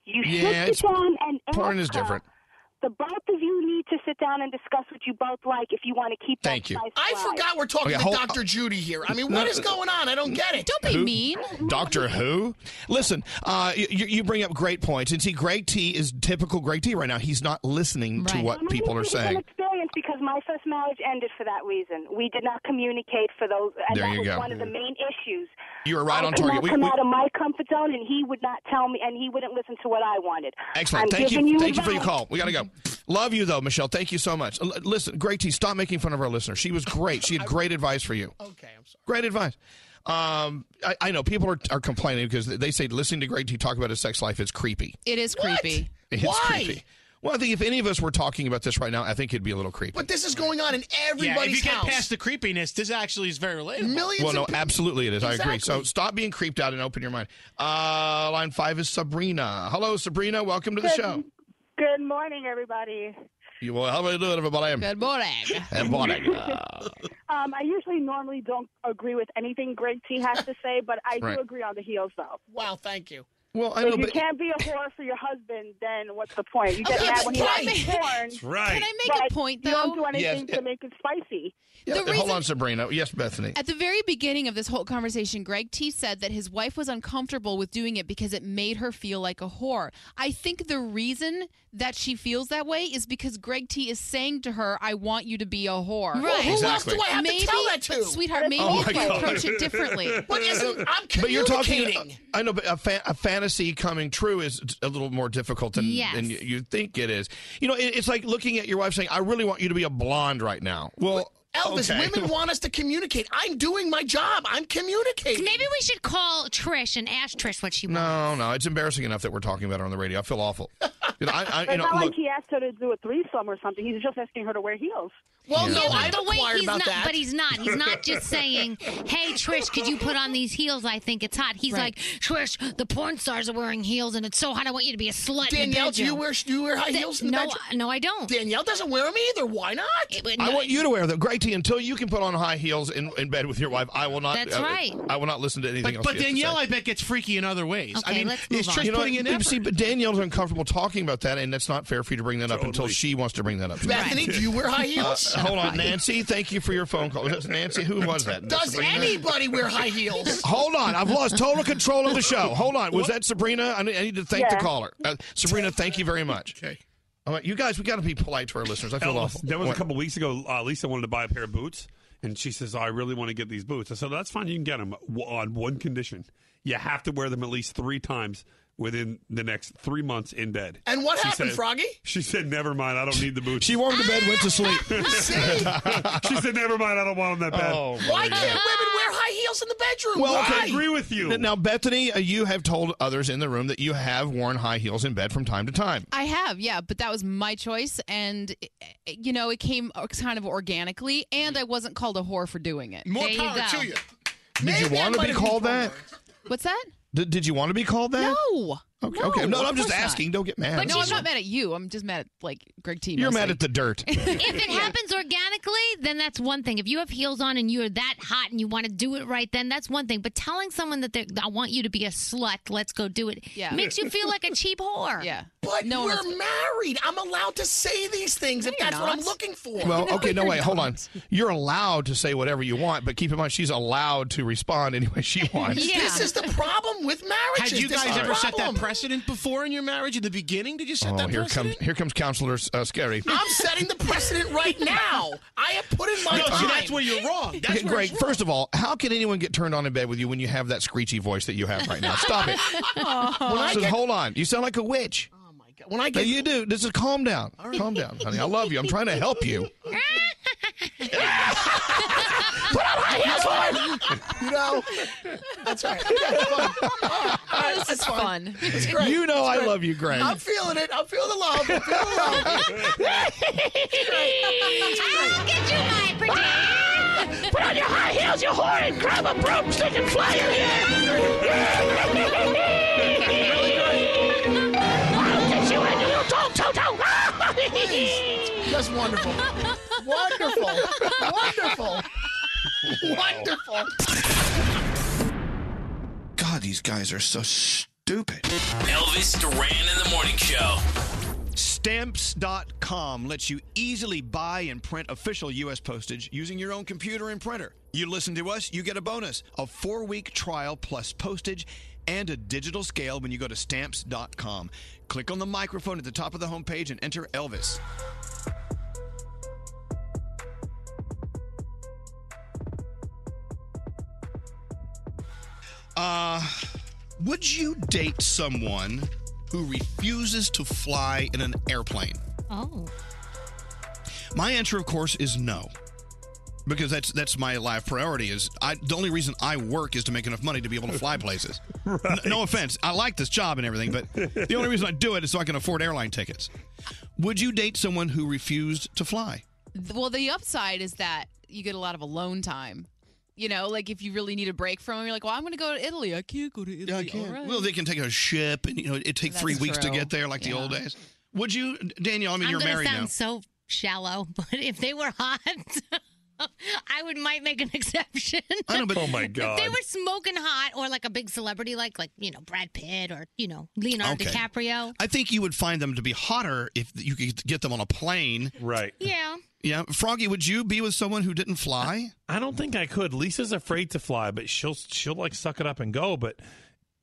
S10: You should
S5: Yeah,
S10: sit
S5: it's-
S10: down and
S5: porn
S10: ask
S5: is
S10: her.
S5: different.
S10: The both of you need to sit down and discuss what you both like if you want to keep
S5: Thank
S10: that
S5: you.
S10: spice
S18: I
S10: alive.
S18: forgot we're talking
S5: Okay,
S18: to
S5: hold-
S18: Dr. Judy here. I mean,
S5: No,
S18: what is going on? I don't get it.
S5: Who? Doctor Who? Listen, uh, you, you bring up great points. And see, Greg T is typical Greg T right now. He's not listening to what
S10: And I
S5: people
S10: mean,
S5: are
S10: it's an
S5: saying.
S10: experience because my first marriage ended for that reason. We did not communicate for those, and
S5: There
S10: that
S5: you
S10: was
S5: go.
S10: one of the main issues.
S5: You are right
S10: I
S5: on
S10: could
S5: target.
S10: Not
S5: We-
S10: come
S5: we-
S10: out of my comfort zone, and he would not tell me, and he wouldn't listen to what I wanted.
S5: Excellent.
S10: I'm
S5: Thank you.
S10: giving you.
S5: Thank you for your
S10: advice.
S5: call. We got to go. Love you though, Michelle. Thank you so much. L- listen, Greg T, stop making fun of our listener. She was great.
S18: [laughs]
S5: She had great advice for you.
S18: Okay, I'm sorry.
S5: Great advice. Um, I, I know people are, are complaining because they say listening to Greg T talk about his sex life is creepy.
S4: It is creepy.
S5: It's creepy. Well, I think if any of us were talking about this right now, I think it'd be a little creepy.
S18: But this is going on in
S5: [laughs]
S6: Yeah, if
S18: everybody's
S6: you get
S18: house.
S6: past the creepiness, this actually is very relatable.
S18: Millions
S5: well, no, absolutely it is. I agree. So
S18: Exactly.
S5: stop being creeped out and open your mind. Uh, line five is Sabrina. Hello, Sabrina. Welcome to the
S15: Good-
S5: show.
S15: Good morning, everybody.
S5: You, well, how are you doing, everybody?
S4: Good morning.
S5: Good morning.
S18: [laughs]
S15: Um, I usually normally don't agree with anything Greg T has to say, but I
S5: Right.
S15: do agree on the heels, though.
S18: Wow, thank you.
S5: Well, I
S15: if
S5: know,
S15: you
S5: but-
S15: can't be a whore for your husband, then what's the point? You get
S4: Okay,
S15: mad when he
S4: can I make-
S15: likes porn.
S5: That's right. Can I
S4: make a
S15: but
S4: point,
S15: You don't
S4: though?
S15: do anything
S5: Yes,
S15: to make it spicy.
S5: Yeah,
S4: the
S5: hold
S4: reason-
S5: on, Sabrina. Yes, Bethany.
S4: At the very beginning of this whole conversation, Greg T said that his wife was uncomfortable with doing it because it made her feel like a whore. I think the reason that she feels that way is because Greg T is saying to her, I want you to be a whore.
S18: Right. Well, who else Exactly. do I have to
S4: maybe,
S18: tell that to?
S4: but Sweetheart, maybe
S5: Oh,
S4: if
S5: my
S4: you
S5: God.
S4: approach it differently.
S18: But isn't- I'm
S5: [laughs] But you're talking.
S18: communicating.
S5: I know, but a, fa- a fantasy coming true is a little more difficult than,
S4: Yes.
S5: than you, you think it is. You know, it, it's like looking at your wife saying, "I really want you to be a blonde right now." Well,
S18: Elvis,
S5: okay. [laughs]
S18: women want us to communicate. I'm doing my job. I'm communicating.
S7: Maybe we should call Trish and ask Trish what she wants.
S5: No, no, it's embarrassing enough that we're talking about it on the radio. I feel [laughs] awful. You know, I, I,
S15: It's
S5: you know,
S15: not
S5: look,
S15: like he asked her to do a threesome or something. He's just asking her to wear heels.
S18: Well,
S5: Yeah. no, I
S7: but wait,
S18: inquired
S7: he's
S18: about
S7: not.
S18: that.
S7: But he's not. He's not just
S18: [laughs]
S5: [laughs]
S7: saying, "Hey, Trish, could you put on these heels? I think it's hot." He's like, "Trish, the porn stars are wearing heels, and it's so hot. I want you to be a slut." in the
S18: Danielle, do you
S7: bedroom."
S18: wear do you wear high
S7: Th-
S18: heels in the
S7: no,
S18: bedroom?
S7: No, I don't.
S18: Danielle doesn't wear them either. Why not?
S5: I want you to wear them, Greg T. Until you can put on high heels in, in bed with your wife, I will not. uh,
S6: That's right.
S5: I will not listen to anything
S6: But,
S5: else.
S6: but
S5: she has to
S6: Danielle,
S5: say.
S6: I bet, gets freaky in other ways. I mean, it's just
S5: You know
S6: putting
S5: what?
S6: in
S5: But
S6: effort.
S5: See, but Danielle's uncomfortable talking about that, and that's not fair for you to bring that up until she wants to bring that up.
S18: Bethany, do you wear high heels?
S5: Uh, hold on, Nancy. Thank you for your phone call. Was that Nancy? Who was that?
S18: Does
S5: Sabrina?
S18: anybody wear
S7: [laughs]
S18: high heels?
S5: Hold on, I've lost total control of the show. Hold on, was that Sabrina? I need, I need to thank the
S18: Yeah.
S5: caller. Uh, Sabrina, thank you very much. Okay. you guys, we got to be polite to our listeners. I feel
S12: Elvis,
S5: awful.
S12: There was
S5: What?
S12: a couple weeks ago. Uh, Lisa wanted to buy a pair of boots, and she says, "I really want to get these boots." I said, "That's fine. You can get them w- on one condition: you have to wear them at least three times within the next three months in bed."
S18: And what happened,
S12: said-
S18: Froggy?
S12: She said, "Never mind. I don't need the boots."
S5: She warmed to bed,
S18: [laughs]
S5: went to sleep.
S12: [laughs] she said, "Never mind. I don't want them that bad."
S5: Oh,
S18: Why can't women wear high heels in the bedroom?
S5: Well, okay.
S18: Why?
S12: with you.
S5: Now, Bethany, uh, you have told others in the room that you have worn high heels in bed from time to time.
S4: I have, yeah, but that was my choice, and eh, eh, you know, it came kind of organically, and I wasn't called a whore for doing it.
S18: More
S4: There you
S18: power
S4: go.
S18: to you.
S5: Did you want to be called that?
S4: What's that?
S5: Did, did you want to be called that?
S4: No.
S5: Okay. okay.
S4: No,
S5: No,
S4: of
S5: I'm just
S4: course not.
S5: asking. Don't get mad.
S4: but no, I'm not mad at you. I'm just mad at like Greg T.
S5: You're mad
S4: mostly.
S5: at the dirt.
S7: if it happens organically, then that's one thing. If you have heels on and you're that hot and you want to do it right, then that's one thing. But telling someone that they're- I want you to be a slut, let's go do it,
S18: Yeah.
S7: makes you feel like a cheap whore.
S4: Yeah.
S18: But
S7: No one
S18: we're
S7: wants-
S18: married. I'm allowed to say these things if that's what I'm looking
S7: [laughs]
S18: for.
S5: Well, okay, no, wait, hold on. You're allowed to say whatever you want, but keep in mind she's allowed to respond any way she wants.
S18: This is the problem with marriages.
S6: Had you
S18: This is
S6: guys
S18: the
S6: ever set that
S18: problem.
S6: precedent before in your marriage? In the beginning, did you set
S5: Oh,
S6: that
S5: here
S6: precedent?
S5: comes here comes counselor uh, Scary.
S18: I'm setting the precedent right [laughs] now.
S5: [laughs]
S3: How? I have put in my
S6: No,
S3: time.
S6: see, that's where you're wrong.
S18: [laughs]
S3: That's where
S5: Greg, first of all, how can anyone get turned on in bed with you when you have that screechy voice that you have right now?
S18: [laughs]
S5: Stop it.
S3: When I
S5: So
S3: get-
S5: hold on. You sound like a witch.
S3: When I get-
S5: you do. This is calm down. Calm down, honey. I love you. I'm trying to help you.
S3: Put on my uniform. You know, that's right.
S4: [laughs] this is fun.
S3: It's great.
S5: You know
S3: It's
S5: I
S3: great.
S5: love you, Greg.
S3: I'm feeling it. I'm feeling the love. I'm feeling the love.
S5: [laughs]
S3: It's great. I'll get you my pretty. Put on your high heels, your horn, and grab a broomstick and fly your hair. I'll get you into your toe, toe, toe. Just wonderful. Wonderful. Wonderful. Wonderful.
S5: God, these guys are so stupid.
S2: Elvis Duran in the morning show.
S25: Stamps.com lets you easily buy and print official U.S. postage using your own computer and printer. You listen to us, you get a bonus a four week trial plus postage and a digital scale when you go to stamps.com. Click on the microphone at the top of the homepage and enter Elvis.
S5: Uh, would you date someone who refuses to fly in an airplane?
S7: Oh.
S5: My answer, of course, is no. Because that's that's my life priority. Is I the only reason I work is to make enough money to be able to fly places. N- no offense, I like this job and everything, but the only reason I do it is so I can afford airline tickets. Would you date someone who refused to fly?
S4: Th- Well, the upside is that you get a lot of alone time. You know, like if you really need a break from, 'em, you're like, well, I'm going to go to Italy. I can't go to Italy.
S5: I
S4: All right.
S5: Well, they can take a ship, and you know it take
S7: That's
S5: three weeks to
S7: true.
S5: get there, like the old days. Would you, Danielle? I mean,
S7: I'm
S5: you're
S7: gonna
S5: married
S7: sound
S5: now.
S7: so shallow, [laughs] but if they were hot, [laughs] I would might make an exception.
S5: I know, but- Oh,
S7: [laughs]
S5: my
S7: If they
S5: God.
S7: were smoking hot or like a big celebrity, like like you know Brad Pitt or you know Leonardo
S5: Okay.
S7: DiCaprio.
S5: I think you would find them to be hotter if you could get them on a plane. Right.
S7: Yeah.
S5: Yeah. Froggy, would you be with someone who didn't fly?
S12: I don't think I could. Lisa's afraid to fly, but she'll she'll like suck it up and go. But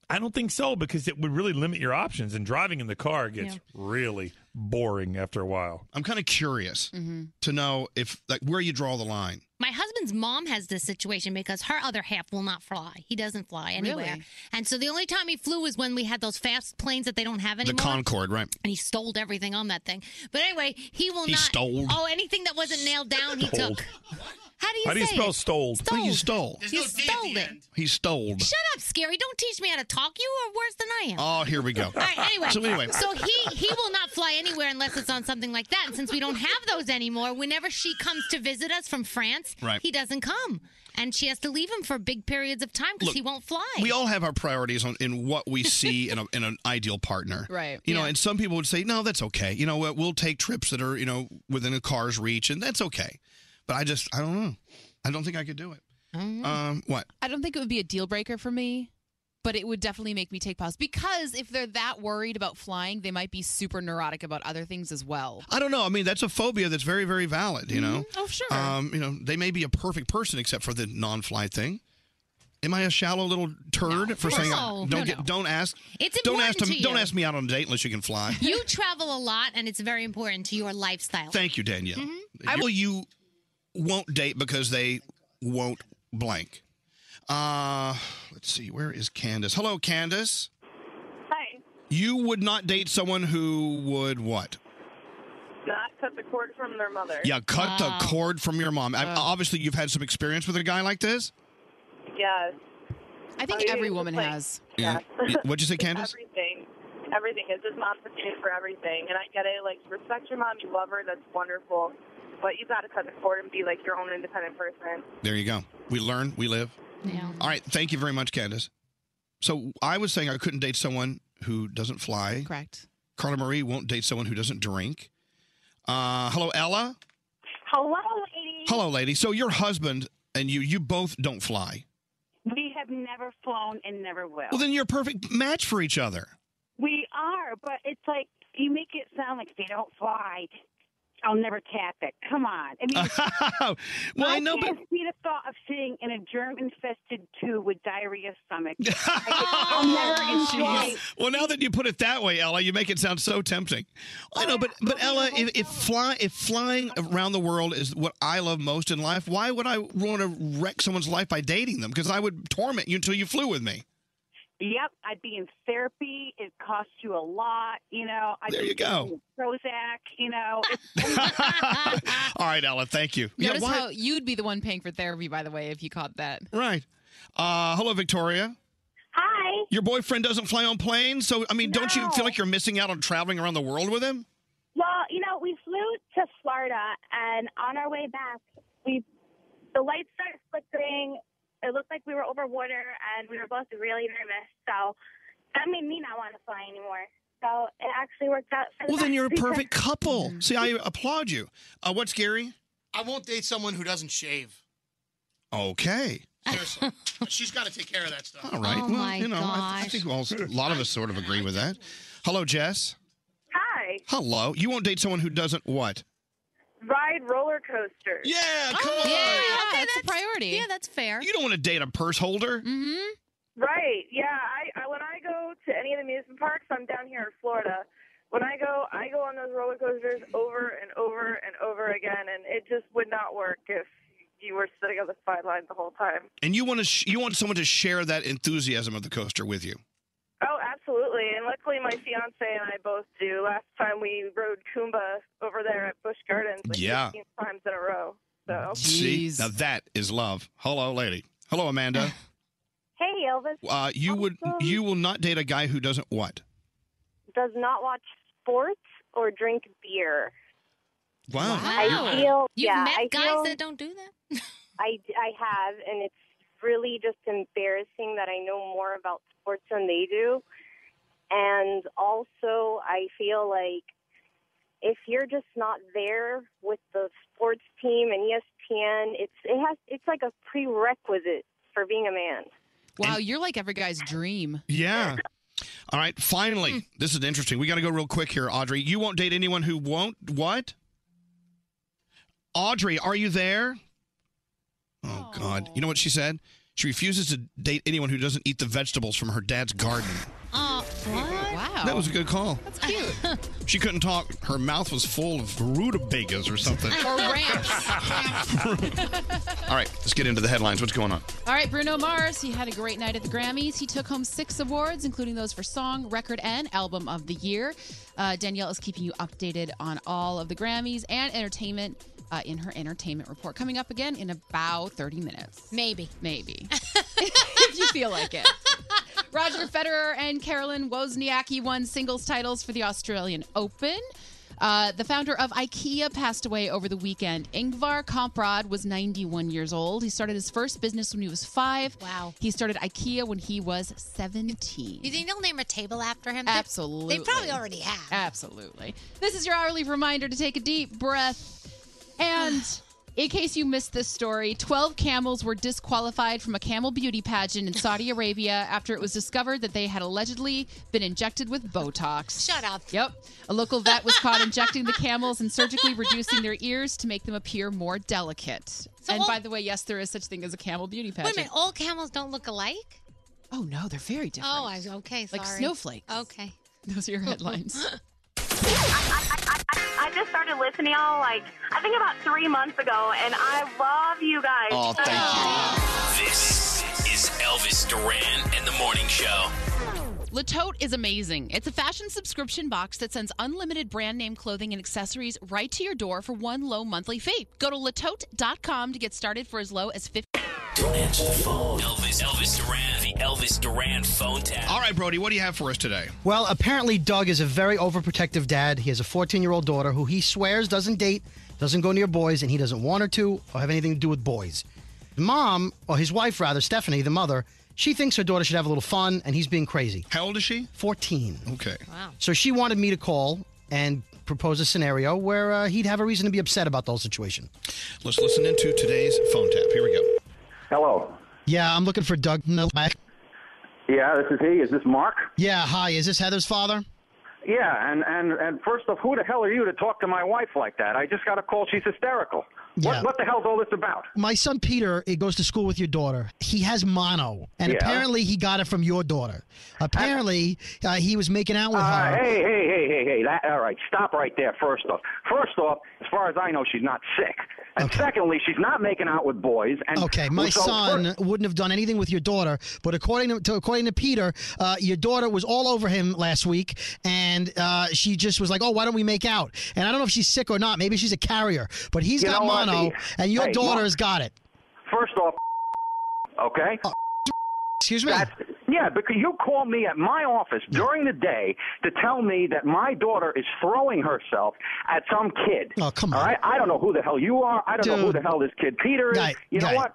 S12: I don't think so because it would really limit your options. And driving in the car gets
S5: Yeah.
S12: really boring after a while.
S5: I'm kind of curious to know if like where you draw the line.
S7: My husband's mom has this situation because her other half will not fly. He doesn't fly anywhere.
S5: Really?
S7: And so the only time he flew was when we had those fast planes that they don't have
S5: The
S7: anymore.
S5: Concorde, right?
S7: and he stole everything on that thing. But anyway, he will
S5: He
S7: not
S5: stole.
S7: Oh, anything that wasn't nailed down, he
S5: Stole.
S7: took. How do you
S5: How do
S7: say
S5: you spell
S7: it?
S5: stole? I think you stole.
S7: You stole it.
S5: He stole.
S7: Shut up, Scary. Don't teach me how to talk. You are worse than I am.
S5: Oh, here we go.
S7: All right, anyway.
S5: So anyway.
S7: so he he will not fly anywhere unless it's on something like that. And since we don't have those anymore, whenever she comes to visit us from France,
S5: Right.
S7: he doesn't come, and she has to leave him for big periods of time because
S5: Look,
S7: he won't fly.
S5: We all have our priorities on in what
S7: [laughs]
S5: we see in, a, in an ideal partner,
S7: Right.
S5: You know,
S7: Yeah.
S5: and some people would say, "No, that's okay." You know, what? we'll take trips that are you know within a car's reach, and that's okay. But I just, I don't know. I don't think I could do it.
S7: Mm.
S5: Um, what?
S4: I don't think it would be a deal breaker for me, but it would definitely make me take pause because if they're that worried about flying, they might be super neurotic about other things as well.
S5: I don't know. I mean, that's a phobia that's very, very valid. You know.
S7: Mm-hmm.
S4: Oh, sure.
S5: Um, you know, they may be a perfect person except for the non-fly thing. Am I a shallow little turd for saying
S7: No.
S5: don't
S7: No,
S5: get,
S7: no.
S5: don't ask?
S7: It's
S5: don't ask
S7: important to
S5: don't
S7: you.
S5: ask me out on a date unless you
S7: [laughs]
S5: can fly.
S7: you travel a lot, and it's very important to your lifestyle.
S5: Thank you, Danielle.
S7: Mm-hmm. I
S5: I
S7: will-
S5: will you won't date because they won't blank. Uh, let's see. Where is Candace? Hello, Candace.
S15: Hi.
S5: You would not date someone who would what?
S15: Not cut the cord from their mother.
S5: Yeah,
S22: Uh,
S5: cut the cord from your mom. I, obviously, you've had some experience with a guy like this.
S15: Yes.
S4: I think
S15: mean,
S4: every
S15: it's
S4: woman
S15: like
S4: has.
S5: Yeah.
S15: [laughs]
S5: What'd you say, Candace?
S15: Everything. Everything. It's just mom's the same for everything. And I get it. Like, you respect your mom. You love her. That's wonderful. But you got to cut the cord and be, like, your own independent person.
S5: There you go. We learn, we live.
S15: Yeah.
S5: All right. Thank you very much, Candace. So I was saying I couldn't date someone who doesn't fly.
S4: Correct.
S5: Carla Marie won't date someone who doesn't drink. Uh, hello, Ella.
S11: Hello, ladies.
S5: Hello, lady. So your husband and you, you both don't fly.
S11: We have never flown and never will.
S5: Well, then you're a perfect match for each other.
S11: we are, but it's like you make it sound like they don't fly.
S15: I'll never tap it. Come on. I mean,
S5: [laughs] well,
S15: I, know, can't see the thought of sitting in a germ-infested tube with diarrhea
S5: [laughs]
S15: stomach. I just- I'll never enjoy.
S5: Well, now that you put it that way, Ella, you make it sound so tempting. I know, but but Ella, if, if fly if flying around the world is what I love most in life, why would I want to wreck someone's life by dating them? Because I would torment you until you flew with me.
S15: Yep, I'd be in therapy. It costs you a lot, you know. I'd
S5: There
S15: be
S5: you go.
S15: taking Prozac, you know.
S4: [laughs]
S15: It's-
S5: All right, Ella, thank you.
S4: Notice
S5: why-
S4: how you'd be the one paying for therapy, by the way, if you caught that.
S5: Right. Uh, hello, Victoria.
S11: Hi.
S5: Your boyfriend doesn't fly on planes, so I mean, don't you feel like you're missing out on traveling around the world with him?
S11: Well, you know, we flew to Florida, and on our way back, we the lights started flickering. It looked like we were over water, and we were both really nervous. So that made me not want to fly anymore. So it actually worked out. For the
S5: Well, then
S11: best
S5: you're a
S11: because-
S5: perfect couple. See, I applaud you. Uh, what's Gary?
S6: I won't date someone who doesn't shave.
S5: Okay.
S18: [laughs]
S6: Seriously, she's got to take care of that stuff.
S5: All right. well, you know, I, I think all, a lot of us sort of agree with that. Hello, Jess.
S11: Hi.
S5: Hello. You won't date someone who doesn't what?
S11: Ride roller coasters.
S5: Yeah, come
S11: on.
S4: okay, Oh, that's, a priority. Yeah,
S11: that's fair.
S5: You don't want to date a purse holder.
S11: Mm-hmm. Right.
S22: Yeah, I, I when I go to any of the amusement parks, I'm down here in Florida. When I go, I go on those roller coasters over and over and over again, and it just would not work if you were sitting on the sideline the whole time.
S5: And you want to sh- you want someone to share that enthusiasm of the coaster with you.
S22: Oh, absolutely. And luckily, my fiance and I both do. Last time we rode Kumba over there at Busch Gardens like
S5: Yeah.
S22: 15 times in a row. So
S5: See, now that is love. Hello, lady. Hello, Amanda.
S22: Hey, Elvis.
S5: Uh, you would you will not date a guy who doesn't what?
S22: Does not watch sports or drink beer.
S5: Wow.
S22: I feel
S7: You've
S22: yeah,
S7: met
S22: I
S7: guys
S22: feel-
S7: that don't do that? [laughs]
S22: I, I have, and it's really just embarrassing that I know more about sports than they do. And also, I feel like if you're just not there with the sports team and E ESPN, it's it has it's like a prerequisite for being a man.
S4: Wow, you're like every guy's
S5: [laughs]
S4: dream.
S5: Yeah. All right. Finally, this is interesting. We got to go real quick here, Audrey. You won't date anyone who won't what? Audrey, are you there? Oh God! You know what she said? She refuses to date anyone who doesn't eat the vegetables from her dad's garden.
S7: Oh, Wow.
S5: That was a good call. That's
S7: cute.
S5: She couldn't talk. Her mouth was full of rutabagas
S4: [laughs]
S5: or something.
S4: Or
S5: [laughs]
S4: ramps.
S5: All right, let's get into the headlines. What's going on?
S4: All right, Bruno Mars, he had a great night at the Grammys. He took home six awards, including those for Song, Record, and Album of the Year. Uh, Danielle is keeping you updated on all of the Grammys and entertainment uh, in her entertainment report. Coming up again in about 30 minutes.
S7: Maybe.
S4: Maybe. [laughs] if you feel like it. Roger Federer and Carolyn Wozniacki won singles titles for the Australian Open. Uh, the founder of IKEA passed away over the weekend. Ingvar Kamprad was 91 years old. He started his first business when he was five. Wow. He started IKEA when he was 17.
S7: You think they'll name a table after him? They-
S4: Absolutely.
S7: They probably already have.
S4: Absolutely. This is your hourly reminder to take a deep breath.
S7: [sighs]
S4: And in case you missed this story, 12 camels were disqualified from a camel beauty pageant
S7: [laughs]
S4: in Saudi Arabia after it was discovered that they had allegedly been injected with Botox. Shut up. Yep. A local vet was
S7: [laughs]
S4: caught injecting the camels and surgically reducing their ears to make them appear more delicate. and by the way, yes, there is such thing as a camel beauty
S7: Wait
S4: pageant.
S7: a minute. All camels don't look alike?
S4: Oh, no, they're very different.
S7: Oh, I was okay. Sorry.
S4: Like snowflakes.
S7: Okay.
S4: [laughs] Those are your headlines. [laughs]
S11: I just started listening all like I think about three months ago, and I love you guys. Uh,
S2: Oh, thank
S11: you.
S2: This is Elvis Duran and the Morning Show.
S4: Latote is amazing. It's a fashion subscription box that sends unlimited brand name clothing and accessories right to your door for one low monthly fee. Go to latote.com to get started for as low as
S5: [laughs]
S4: 50.
S2: Don't answer the phone. Elvis, Elvis Duran, the Elvis Duran phone tap.
S5: All right, Brody, what do you have for us today?
S26: Well, apparently, Doug is a very overprotective dad. He has a 14 year old daughter who he swears doesn't date, doesn't go near boys, and he doesn't want her to or have anything to do with boys. The mom, or his wife rather, Stephanie, the mother, she thinks her daughter should have a little fun, and he's being crazy.
S5: How old is she?
S26: 14.
S5: Okay.
S26: Wow. So she wanted me to call and propose a scenario where uh, he'd have a reason to be upset about the whole situation.
S5: Let's listen into today's phone tap. Here we go.
S27: Hello.
S26: Yeah, I'm looking for Doug.
S27: Yeah, this is he. Is this Mark?
S26: Yeah, hi. Is this Heather's father?
S27: Yeah, and, and, and first off, who the hell are you to talk to my wife like that? I just got a call. She's hysterical.
S26: Yeah.
S27: What, what the hell's all this about?
S26: My son Peter, it goes to school with your daughter. He has mono, and
S27: Yeah.
S26: apparently he got it from your daughter. Apparently, uh, he was making out with
S27: Uh,
S26: her.
S27: hey, hey, hey, hey, hey. That, all right, stop right there, first off. First off, as far as I know, she's not sick. And secondly, she's not making out with boys. And
S26: Okay, my
S27: so-
S26: son wouldn't have done anything with your daughter, but according to, to according to Peter, uh, your daughter was all over him last week, and uh, she just was like, "Oh, why don't we make out?" And I don't know if she's sick or not. Maybe she's a carrier, but he's
S27: You
S26: got
S27: know what?
S26: mono, and your
S27: Hey,
S26: daughter
S27: look.
S26: has got it. Oh,
S27: First off, okay?
S26: Excuse me?
S27: yeah, because you call me at my office during the day to tell me that my daughter is throwing herself at some kid.
S26: Oh, come
S27: on. All right? I don't know who the hell you are. I don't know who the hell this kid Peter is.
S26: Guy-
S27: you know
S26: guy.
S27: what?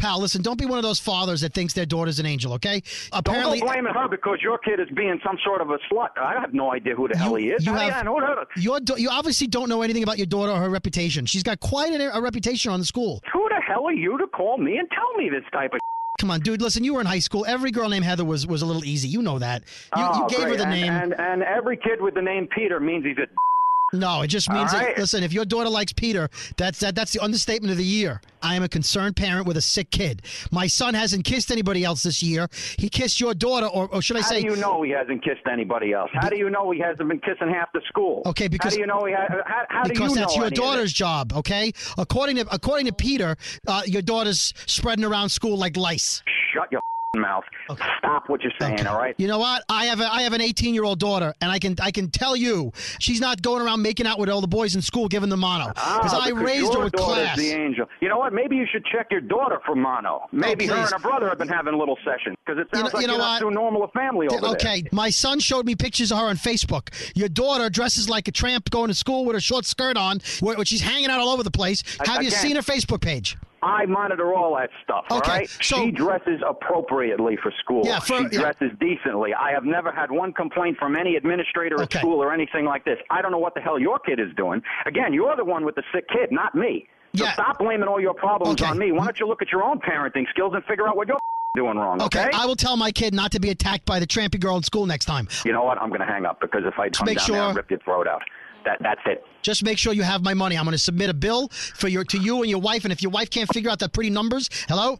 S26: Pal, listen, don't be one of those fathers that thinks their daughter's an angel, okay? Apparently,
S27: don't go blaming her because your kid is being some sort of a slut. I have no idea who the hell he is.
S26: you
S27: I,
S26: have
S27: I know that.
S26: your da- you obviously don't know anything about your daughter or her reputation. She's got quite an, a reputation on the school.
S27: Who the hell are you to call me and tell me this type of?
S26: Come on, dude. Listen, you were in high school. Every girl named Heather was, was a little easy. You know that. You, you
S27: Oh,
S26: gave her
S27: great.
S26: the
S27: and,
S26: name.
S27: And, and every kid with the name Peter means he's a.
S26: no, it just means
S27: All
S26: that,
S27: right.
S26: listen, if your daughter likes Peter, that's that, that's the understatement of the year. I am a concerned parent with a sick kid. My son hasn't kissed anybody else this year. He kissed your daughter, or, or should I
S27: How
S26: say,
S27: do you know he hasn't kissed anybody else? How do you know he hasn't been kissing half the school?
S26: Okay, because
S27: how do you know he? Ha- uh, how, how do you
S26: because that's
S27: know
S26: your
S27: any of
S26: daughter's
S27: this?
S26: job. Okay, according to according to Peter, uh, your daughter's spreading around school like lice.
S27: Shut your mouth. Stop what you're saying. All right.
S26: You know what? I have a, I have an 18 year old daughter, and I can I can tell you she's not going around making out with all the boys in school, giving them mono. Because
S27: Ah,
S26: I
S27: because
S26: raised
S27: your
S26: her with
S27: daughter's
S26: class.
S27: the angel. You know what? Maybe you should check your daughter for mono. Maybe her
S26: please.
S27: and her brother have been having little sessions because it sounds
S26: know-
S27: like
S26: you know
S27: you're not
S26: what?
S27: too normal a family over there.
S26: Okay, my son showed me pictures of her on Facebook. Your daughter dresses like a tramp, going to school with her short skirt on, where, where she's hanging out all over the place.
S27: I-
S26: Have you
S27: again-
S26: seen her Facebook page?
S27: I monitor all that stuff. all right? she dresses appropriately for school.
S26: Yeah, for-
S27: she dresses decently. I have never had one complaint from any administrator at school or anything like this. I don't know what the hell your kid is doing. Again, you're the one with the sick kid, not me. So stop blaming all your problems on me. Why don't you look at your own parenting skills and figure out what you're [laughs] doing wrong? Okay.
S26: I will tell my kid not to be attacked by the trampy girl in school next time.
S27: You know what? I'm going to hang up because if I come down
S26: make
S27: there
S26: sure-
S27: and rip your throat out, that that's it.
S26: Just make sure you have my money. I'm going to submit a bill for your to you and your wife. And if your wife can't figure out the pretty numbers, hello,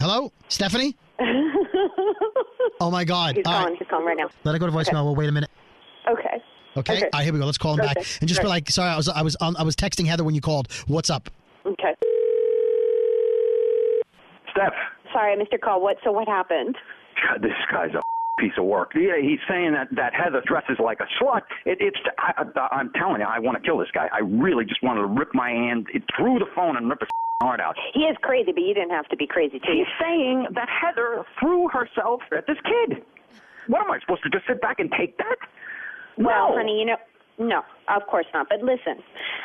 S26: hello, Stephanie. oh my God!
S11: He's
S26: All right.
S11: calling. He's calling right now.
S26: Let it go to voicemail.
S11: Okay.
S26: Well, wait a minute.
S11: Okay.
S26: Okay. All right, here we go. Let's call him
S11: Okay.
S26: back and just be
S11: Right.
S26: like, sorry, I was I was on, I was texting Heather when you called. What's up?
S11: Okay.
S27: Steph.
S11: Sorry, I missed your call. What? So what happened?
S27: God, this guy's a piece of work. Yeah, he's saying that, that Heather dresses like a slut. It, it's I, I, I'm telling you, I want to kill this guy. I really just wanted to rip my hand through the phone and rip his heart out.
S11: He is crazy, but you didn't have to be crazy too.
S27: He's saying that Heather threw herself at this kid. What am I supposed to just sit back and take that?
S11: Well,
S27: No.
S11: honey, you know, no, of course not. But listen,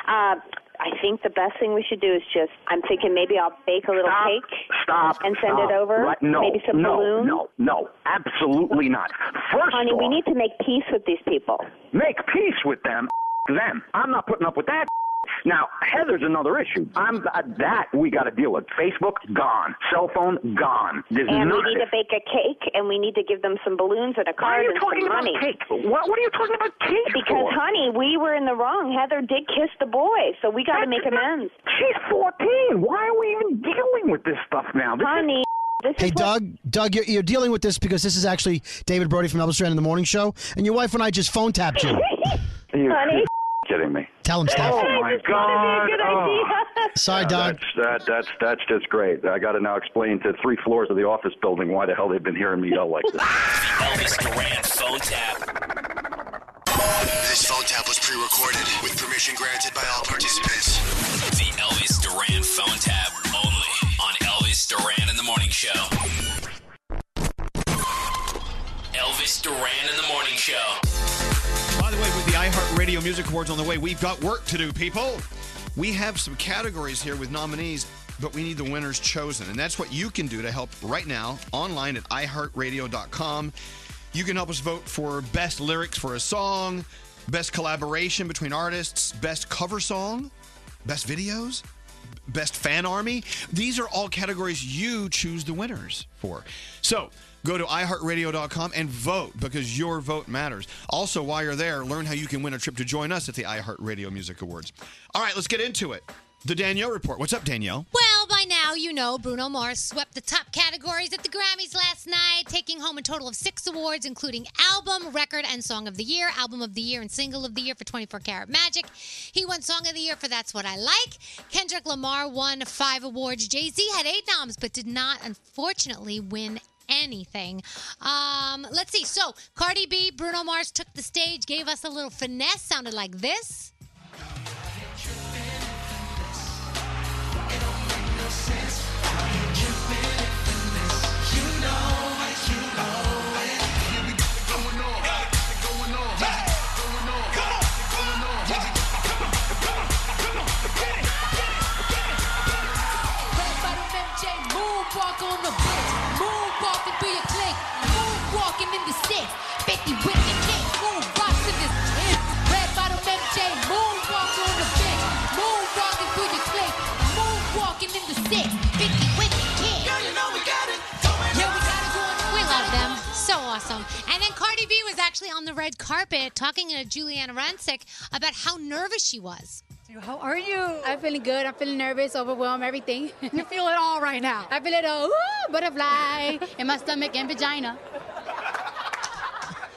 S11: uh, I think the best thing we should do is just. I'm thinking maybe I'll bake a little cake
S27: stop,
S11: and send
S27: Stop.
S11: it over.
S27: Right? No,
S11: maybe some
S27: no,
S11: balloons.
S27: no, no, absolutely not. First
S11: honey, we
S27: off-
S11: need to make peace with these people.
S27: make peace with them. Them. I'm not putting up with that. Now, Heather's another issue. I'm uh, that we got to deal with. Facebook gone, cell phone gone. There's
S11: and
S27: none
S11: we need
S27: of
S11: to bake a cake, and we need to give them some balloons and a
S27: Why are
S11: card
S27: you
S11: and
S27: talking
S11: some
S27: about
S11: money.
S27: cake? What, what are you talking about cake
S11: Because,
S27: for?
S11: honey, we were in the wrong. Heather did kiss the boy, so we got to make amends.
S27: She's 14. Why are we even dealing with this stuff now? This
S11: honey, this
S26: Hey, Doug, Doug, you're, you're dealing with this because this is actually David Brody from Elvis Duran in the Morning Show, and your wife and I just phone tapped you.
S27: Are you honey. [laughs] kidding me?
S26: Tell him, Steph.
S27: Oh my God! Oh.
S26: Sorry, Doug.
S27: That's, that, that's that's just great. I got to now explain to three floors of the office building why the hell they've been hearing me yell like this.
S2: Elvis Duran phone tap. This phone tap was pre-recorded with permission granted by all participants. The Elvis Duran phone tap only on Elvis Duran in the Morning Show. Elvis Duran in the Morning Show.
S5: By the way, with the iHeartRadio Music Awards on the way, we've got work to do, people. We have some categories here with nominees, but we need the winners chosen. And that's what you can do to help right now online at iHeartRadio.com. You can help us vote for best lyrics for a song, best collaboration between artists, best cover song, best videos, best fan army. These are all categories you choose the winners for. So
S3: Go to iHeartRadio.com and vote because your vote matters. Also, while you're there, learn how you can win a trip to join us at the iHeartRadio Music Awards. All right, let's get into it. The Danielle Report. What's up, Danielle?
S7: [laughs] Well, by now, you know Bruno Mars swept the top categories at the Grammys last night, taking home a total of six awards, including Album, Record, and Song of the Year, Album of the Year, and Single of the Year for 24 Karat Magic. He won Song of the Year for That's What I Like. Kendrick Lamar won five awards. Jay Z had eight noms, but did not, unfortunately, win anything. Um, let's see. So, Cardi B, Bruno Mars took the stage, gave us a little finesse, sounded like this.
S11: MJ, moonwalk on the bitch, moonwalking through your clique, moonwalking in the six, 50 with the kick, moon rocks in this gym. Red bottom MJ, moonwalk on the bitch, moonwalking through your clique, moonwalking in the six, 50 with the kick. Girl, you know we got it going Yeah, we got it going on.
S7: We love them. So awesome. And then Cardi B was actually on the red carpet talking to Juliana Rancic about how nervous she was.
S27: How are you? I'm feeling good. I'm feeling nervous, overwhelmed, everything. [laughs] you feel it all right now. I feel it all. Ooh, butterfly in my stomach and vagina.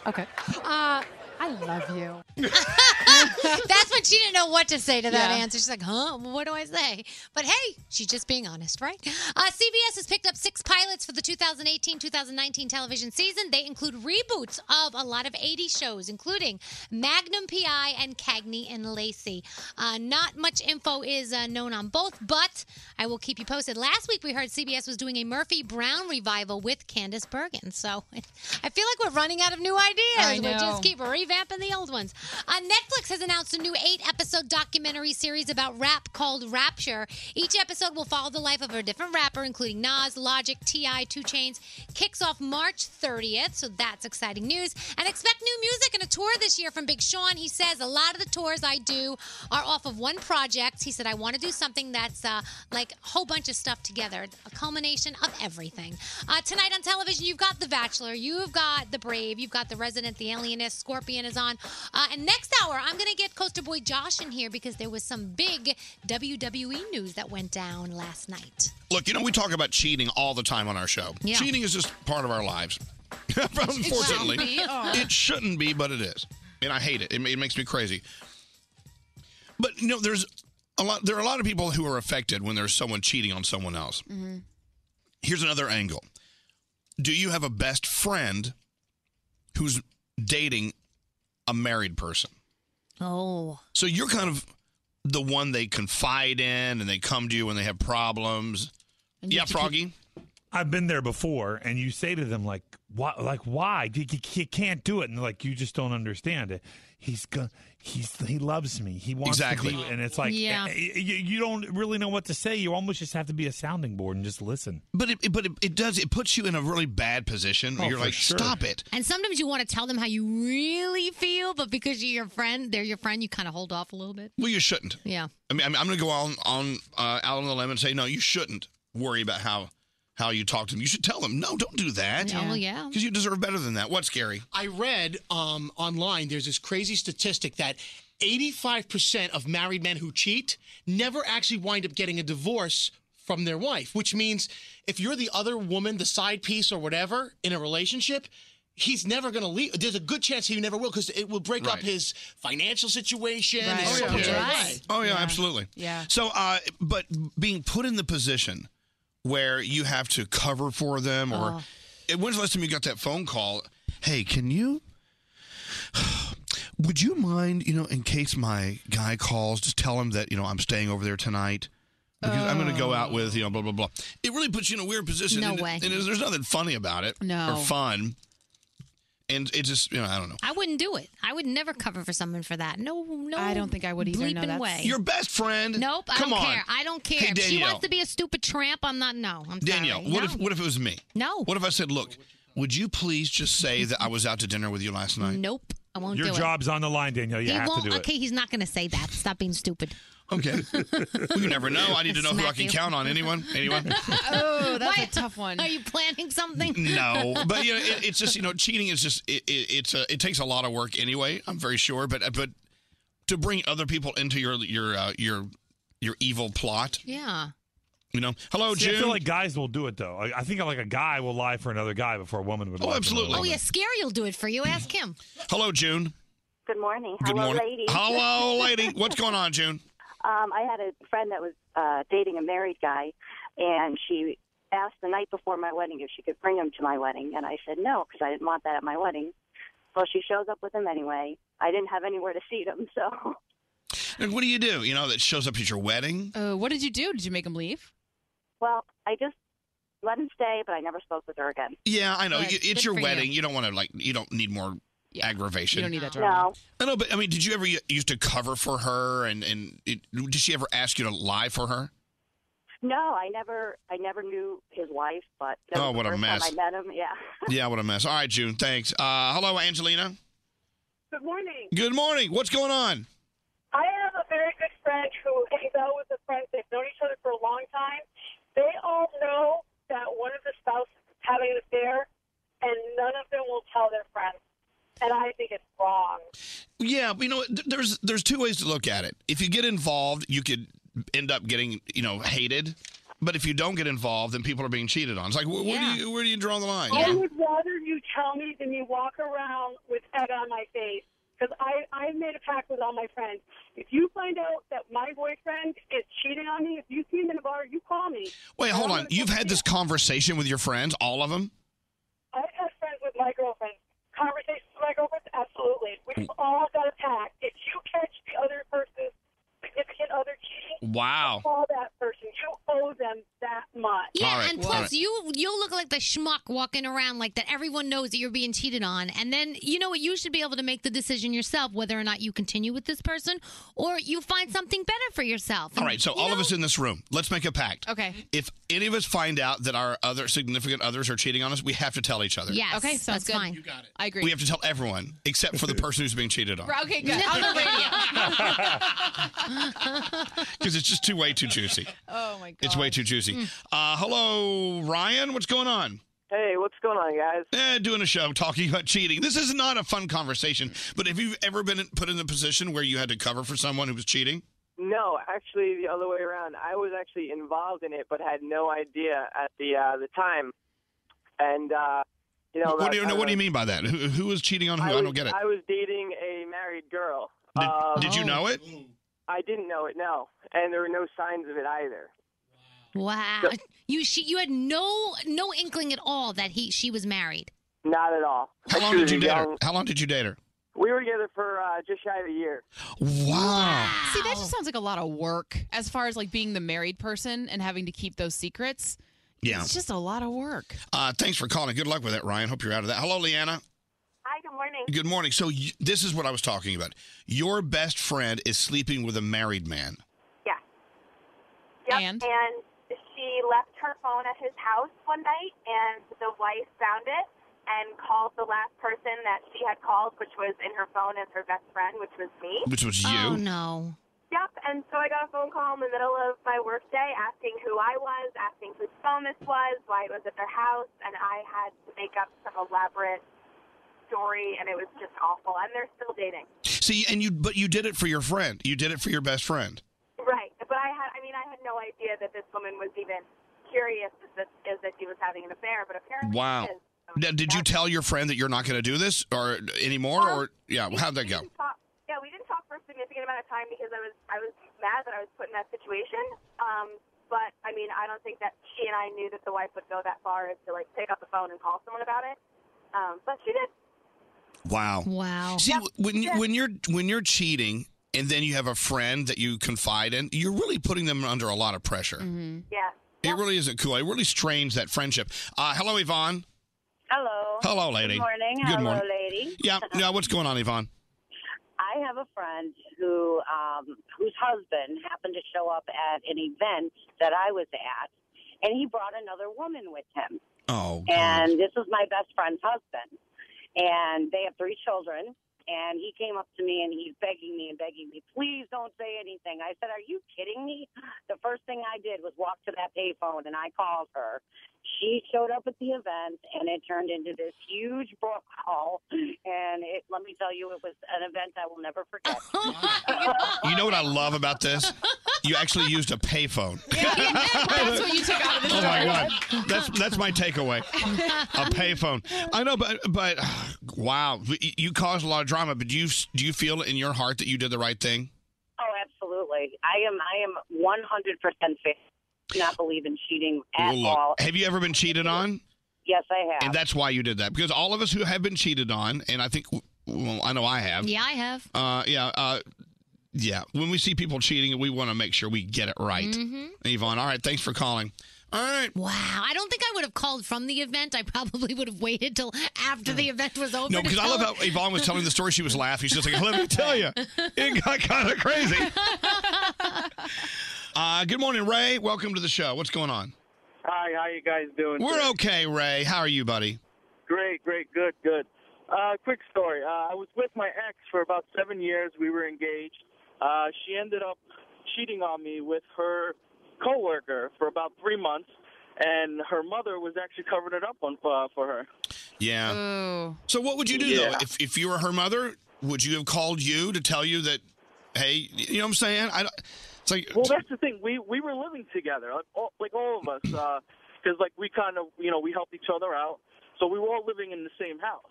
S27: Okay. Uh, I love you.
S7: That's when she didn't know what to say to that
S27: Yeah.
S7: answer. She's like, huh, what do I say? But hey, she's just being honest, right? Uh, CBS has picked up six pilots for the 2018 2019 television season. They include reboots of a lot of 80s shows, including Magnum PI and Cagney and Lacey. Uh, not much info is uh, known on both, but I will keep you posted. Last week we heard CBS was doing a Murphy Brown revival with Candace Bergen. So [laughs] I feel like we're running out of new ideas.
S27: I
S7: We
S27: know.
S7: just keep revamping the old ones. Uh, Netflix has announced a new eight episode documentary series about rap called Rapture. Each episode will follow the life of a different rapper, including Nas, Logic, T.I., Two Chains. Kicks off March 30th, so that's exciting news. And expect new music and a tour this year from Big Sean. He says a lot of the tours I do are off of one project. He said, I want to do something that's uh, like a whole bunch of stuff together, a culmination of everything. Uh, tonight on television, you've got The Bachelor, you've got The Brave, you've got The Resident, The Alienist, Scorpion is on. Uh, and next hour, I'm going to get Coaster Boy Josh in here because there was some big WWE news that went down last night.
S5: Look, you know, we talk about cheating all the time on our show.
S7: Yeah.
S5: Cheating is just part of our lives. [laughs] Unfortunately,
S7: shouldn't be. Aw.
S5: it shouldn't be, but it is. And I hate it. It, ma- it makes me crazy. But, you know, there's a lot, there are a lot of people who are affected when there's someone cheating on someone else.
S1: Mm-hmm.
S5: Here's another angle Do you have a best friend who's dating a married person?
S7: Oh.
S5: So you're kind of the one they confide in and they come to you when they have problems. yeah, Froggy?
S12: I've been there before, and you say to them like, "Why? Like why? You, you- you can't do it." And they're like, "You just don't understand it. He's go- he's he loves me. He wants
S5: Exactly.
S12: to be." And it's like,
S5: Yeah.
S12: eh, eh, you, you don't really know what to say. You almost just have to be a sounding board and just listen.
S5: But it, but it, it does it puts you in a really bad position. where
S12: Oh,
S5: you're
S12: for
S5: like,
S12: sure.
S5: stop it.
S7: And sometimes you want to tell them how you really feel, but because you're your friend, they're your friend, you kind of hold off a little bit.
S5: Well, you shouldn't.
S7: Yeah.
S5: I mean, I mean I'm going to go on on uh, out on the limb and say, no, you shouldn't worry about how how you talk to them. You should tell them, no, don't do that.
S18: Yeah. Oh, well, yeah.
S5: because you deserve better than that. What's scary?
S18: I read um, online there's this crazy statistic that 85% of married men who cheat never actually wind up getting a divorce from their wife, which means if you're the other woman, the side piece or whatever in a relationship, he's never going to leave. There's a good chance he never will because it will break up
S5: Right.
S18: his financial situation.
S5: Right.
S18: his
S5: Oh, yeah.
S18: social
S5: Yeah.
S18: life.
S5: Oh yeah, absolutely.
S18: Yeah.
S5: So, uh, but being put in the position where you have to cover for them, or
S7: Uh-huh.
S1: Oh.
S5: Eh, when's the last time you got that phone call? Hey, can you? [sighs] Would you mind, you know, in case my guy calls, just tell him that you know I'm staying over there tonight because I'm going to go out with you know blah blah blah. It really puts you in a weird position.
S7: Oh. No
S5: and,
S7: way.
S5: And there's nothing funny about it.
S7: No.
S5: Or fun. And it just you know I don't know.
S7: I wouldn't do it. I would never cover for someone for that. No, no.
S4: I don't think I would either. No,
S7: Bleeping
S4: that's-
S7: way.
S5: Your best friend.
S7: Nope. I
S5: Come
S7: don't
S5: on.
S7: care. I don't care.
S5: Hey,
S7: if she
S5: Danielle.
S7: wants to be a stupid tramp, I'm not. No, I'm
S5: Danielle,
S7: sorry.
S5: what
S7: No.
S5: if what if it was me?
S7: No.
S5: What if I said, look, would you please just say that I was out to dinner with you last night?
S7: Nope. I won't
S12: Your
S7: do
S12: job's on the line, Danielle.
S7: it.
S12: You
S7: he
S12: have
S7: won't.
S12: to do it.
S7: okay, he's not going to say that. Stop being stupid. [laughs]
S5: Okay. [laughs] well, you never know. I need to know who I
S7: Smack
S5: can
S7: you.
S5: count
S7: [laughs]
S5: on. Anyone? Anyone?
S4: Oh, that's a tough one.
S7: Are you planning something?
S5: No, but you know, it, it's just you know, cheating is just it, it, it's a, it takes a lot of work anyway. I'm very sure, but but to bring other people into your your uh, your your evil plot,
S7: [laughs] yeah.
S5: you know. Hello,
S12: See, I
S5: June.
S12: feel like guys will do it though. I, I think like a guy will lie for another guy before a woman would. lie
S7: Oh, yeah, Scary will do it for you. Ask him.
S5: Hello, June.
S23: Good morning.
S5: Good
S23: Hello,
S5: morning.
S23: ladies. [laughs]
S5: Hello, lady. What's going on, June?
S23: Um, I had a friend that was uh, dating a married guy, and she asked the night before my wedding if she could bring him to my wedding, and I said no because I didn't want that at my wedding. Well, she shows up with him anyway. I didn't have anywhere to seat him, [laughs] so
S5: Like, what do you do? You know that shows up at your wedding.
S4: Uh, what did you do? Did you make him leave?
S23: well, I just let him stay, but I never spoke with her again.
S5: Yeah, I know.
S23: Good.
S5: You-
S23: Good
S5: It's your
S23: for you.
S5: wedding. You, don't want to like. You don't need more aggravation.
S23: You don't need that drama.
S5: No. I know, but I mean, did you ever u- used to cover for her? And and it, did she ever ask you to lie for her?
S23: No, I never, I never knew his wife, but that
S5: Oh,
S23: was the
S5: what a
S23: first time
S5: mess.
S23: I met him. Yeah.
S5: Yeah, what a mess. All right, June. Thanks. Uh, hello, Angelina.
S15: Good morning.
S5: Good morning. What's going on?
S15: I have a very good friend who hangs out with a friend. They've known each other for a long time. They all know that one of the spouses is having an affair, and none of them will tell their friends. And I think it's wrong.
S5: Yeah, you know, th- there's there's two ways to look at it. If you get involved, you could end up getting you know hated. But if you don't get involved, then people are being cheated on. It's like, wh- where do you where do you draw the line?
S15: I would rather you tell me than you walk around with egg on my face. Because I, I made a pact with all my friends. If you find out that my boyfriend is cheating on me, if you see him in a bar, you call me.
S5: Wait, hold on. You've had this conversation with your friends, all of them.
S15: I've had friends with my girlfriends, conversations with my girlfriends, absolutely. We've all got a pact. If you catch the other person's significant other cheating,
S5: Wow.
S15: call that person. You owe them that much.
S7: Yeah,
S15: All right,
S7: and
S15: well-
S7: plus
S15: all right.
S7: you you look like the schmuck walking around like that. Everyone knows that you're being cheated on, and then you know what? You should be able to make the decision yourself whether or not you continue with this person or you find something better for yourself.
S5: All right, so all of us in this room, let's make a pact.
S4: Okay.
S5: If any of us find out that our other significant others are cheating on us, we have to tell each other.
S4: Yes. Okay, sounds good. Fine. You
S23: got it.
S4: I agree.
S5: We have to tell everyone except for the person who's being cheated on.
S4: Okay, good. On the radio.
S5: Because it's just too
S4: [laughs]
S5: way too juicy.
S4: oh my Mm. god.
S5: It's way too juicy. Uh, hello, Ryan. What's going on?
S21: Hey, what's going on, guys?
S5: Eh, doing a show talking about cheating. This is not a fun conversation. But have you ever been put in the position where you had to cover for someone who was cheating?
S21: No, actually, the other way around. I was actually involved in it, but had no idea at the uh, the time. And uh, you know,
S5: what do you
S21: I
S5: know? What do you
S21: was-
S5: mean by that? Who, who was cheating on who? I,
S21: I, was,
S5: don't get it.
S21: I was dating a married girl. Um,
S5: Did- did you know it?
S21: I didn't know it. No, and there were no signs of it
S7: [laughs]
S21: either.
S7: Wow, you she you had no no inkling at all that he she was married.
S21: Not at all.
S5: How long did you date her? How long did you date her?
S21: We were together for uh, just shy of a year.
S5: Wow.
S4: See, that just sounds like a lot of work as far as like being the married person and having to keep those secrets.
S5: Yeah.
S4: It's just a lot of work.
S5: Uh, thanks for calling. Good luck with that, Ryan. Hope you're out of that. Hello, Leanna.
S15: Hi, good morning.
S5: Good morning. So y this is what I was talking about. Your best friend is sleeping with a married man.
S15: Yeah.
S4: Yep. And?
S15: she left her phone at his house one night, and the wife found it and called the last person that she had called, which was in her phone as her best friend, which was me.
S5: Which was
S7: Oh
S5: you.
S7: no.
S15: Yep. And so I got a phone call in the middle of my work day asking who I was, asking whose phone this was, why it was at their house, and I had to make up some elaborate story, and it was just awful. And they're still dating.
S5: See, and you, but you did it for your friend. You did it for your best friend.
S15: Right, but I had—I mean, I had no idea that this woman was even curious as that, as that she was having an affair. But apparently,
S5: Wow.
S15: she is.
S5: Now, did you tell your friend that you're not going to do this or anymore? Or yeah, how'd that go?
S15: We didn't talk- yeah, we didn't talk for a significant amount of time because I was—I was mad that I was put in that situation. Um, but I mean, I don't think that she and I knew that the wife would go that far as to like pick up the phone and call someone about it. Um, but she did.
S5: Wow.
S7: Wow.
S5: See, when you, when you're when you're cheating and then you have a friend that you confide in, you're really putting them under a lot of pressure.
S15: Yeah.
S5: It really isn't cool. It really strains that friendship. Uh, hello, Yvonne.
S28: Hello.
S5: Hello, lady.
S28: Good morning.
S5: Good
S28: Hello,
S5: morning.
S28: lady.
S5: Yeah, yeah. What's going on, Yvonne?
S28: [laughs] I have a friend who um, whose husband happened to show up at an event that I was at, and he brought another woman with him.
S5: Oh.
S4: [laughs]
S28: And this is my best friend's husband, and they have three children.
S11: and he came up to me and he's begging me and begging me, please don't say anything. I said, Are you kidding me? The first thing I did was walk to that payphone and I called her. She showed up at the event and it turned into this huge brawl. And it, let me tell you, it was an event I will never forget.
S5: You know what I love about this? You actually used a payphone.
S3: That's
S11: what you took out of
S5: Oh my god, that's that's my takeaway. A payphone. I know, but but [sighs] wow, you- you caused a lot of drama. But do you do you feel in your heart that you did the right thing?
S11: Oh, absolutely. I am. I am one hundred percent fit. Do Not believe in cheating at
S5: Well,
S11: all.
S5: Have you ever been cheated on?
S11: Yes, I have.
S5: And that's why you did that because all of us who have been cheated on, and I think, well, I know I have.
S7: Yeah, I have.
S5: Uh, yeah. Uh, yeah. When we see people cheating, we want to make sure we get it right.
S7: Mhm.
S5: Yvonne, all right. Thanks for calling. All right.
S7: Wow. I don't think I would have called from the event. I probably would have waited till after the event was over.
S5: Hmm. No,
S7: to
S5: because I
S7: tell-
S5: love how
S7: [laughs]
S5: Yvonne was telling the story. She was laughing. She was like, "Let me tell you, it got kind
S7: [laughs]
S5: of crazy." Uh, good morning, Ray. Welcome to the show. What's going on?
S29: Hi, how you guys doing?
S5: We're
S29: today?
S5: okay, Ray. How are you, buddy?
S29: Great, great, good, good. Uh, quick story. Uh, I was with my ex for about seven years. We were engaged. Uh, she ended up cheating on me with her coworker for about three months, and her mother was actually covering it up on uh, for her.
S5: Yeah. So, what would you do though
S29: Yeah.
S5: if, if you were her mother? Would you have called you to tell you that? Hey, you know what I'm saying? I don't, it's like
S29: Well, that's the thing. We we were living together, like all, like all of us, because like we kind of you know we helped each other out, so we were all living in the same house.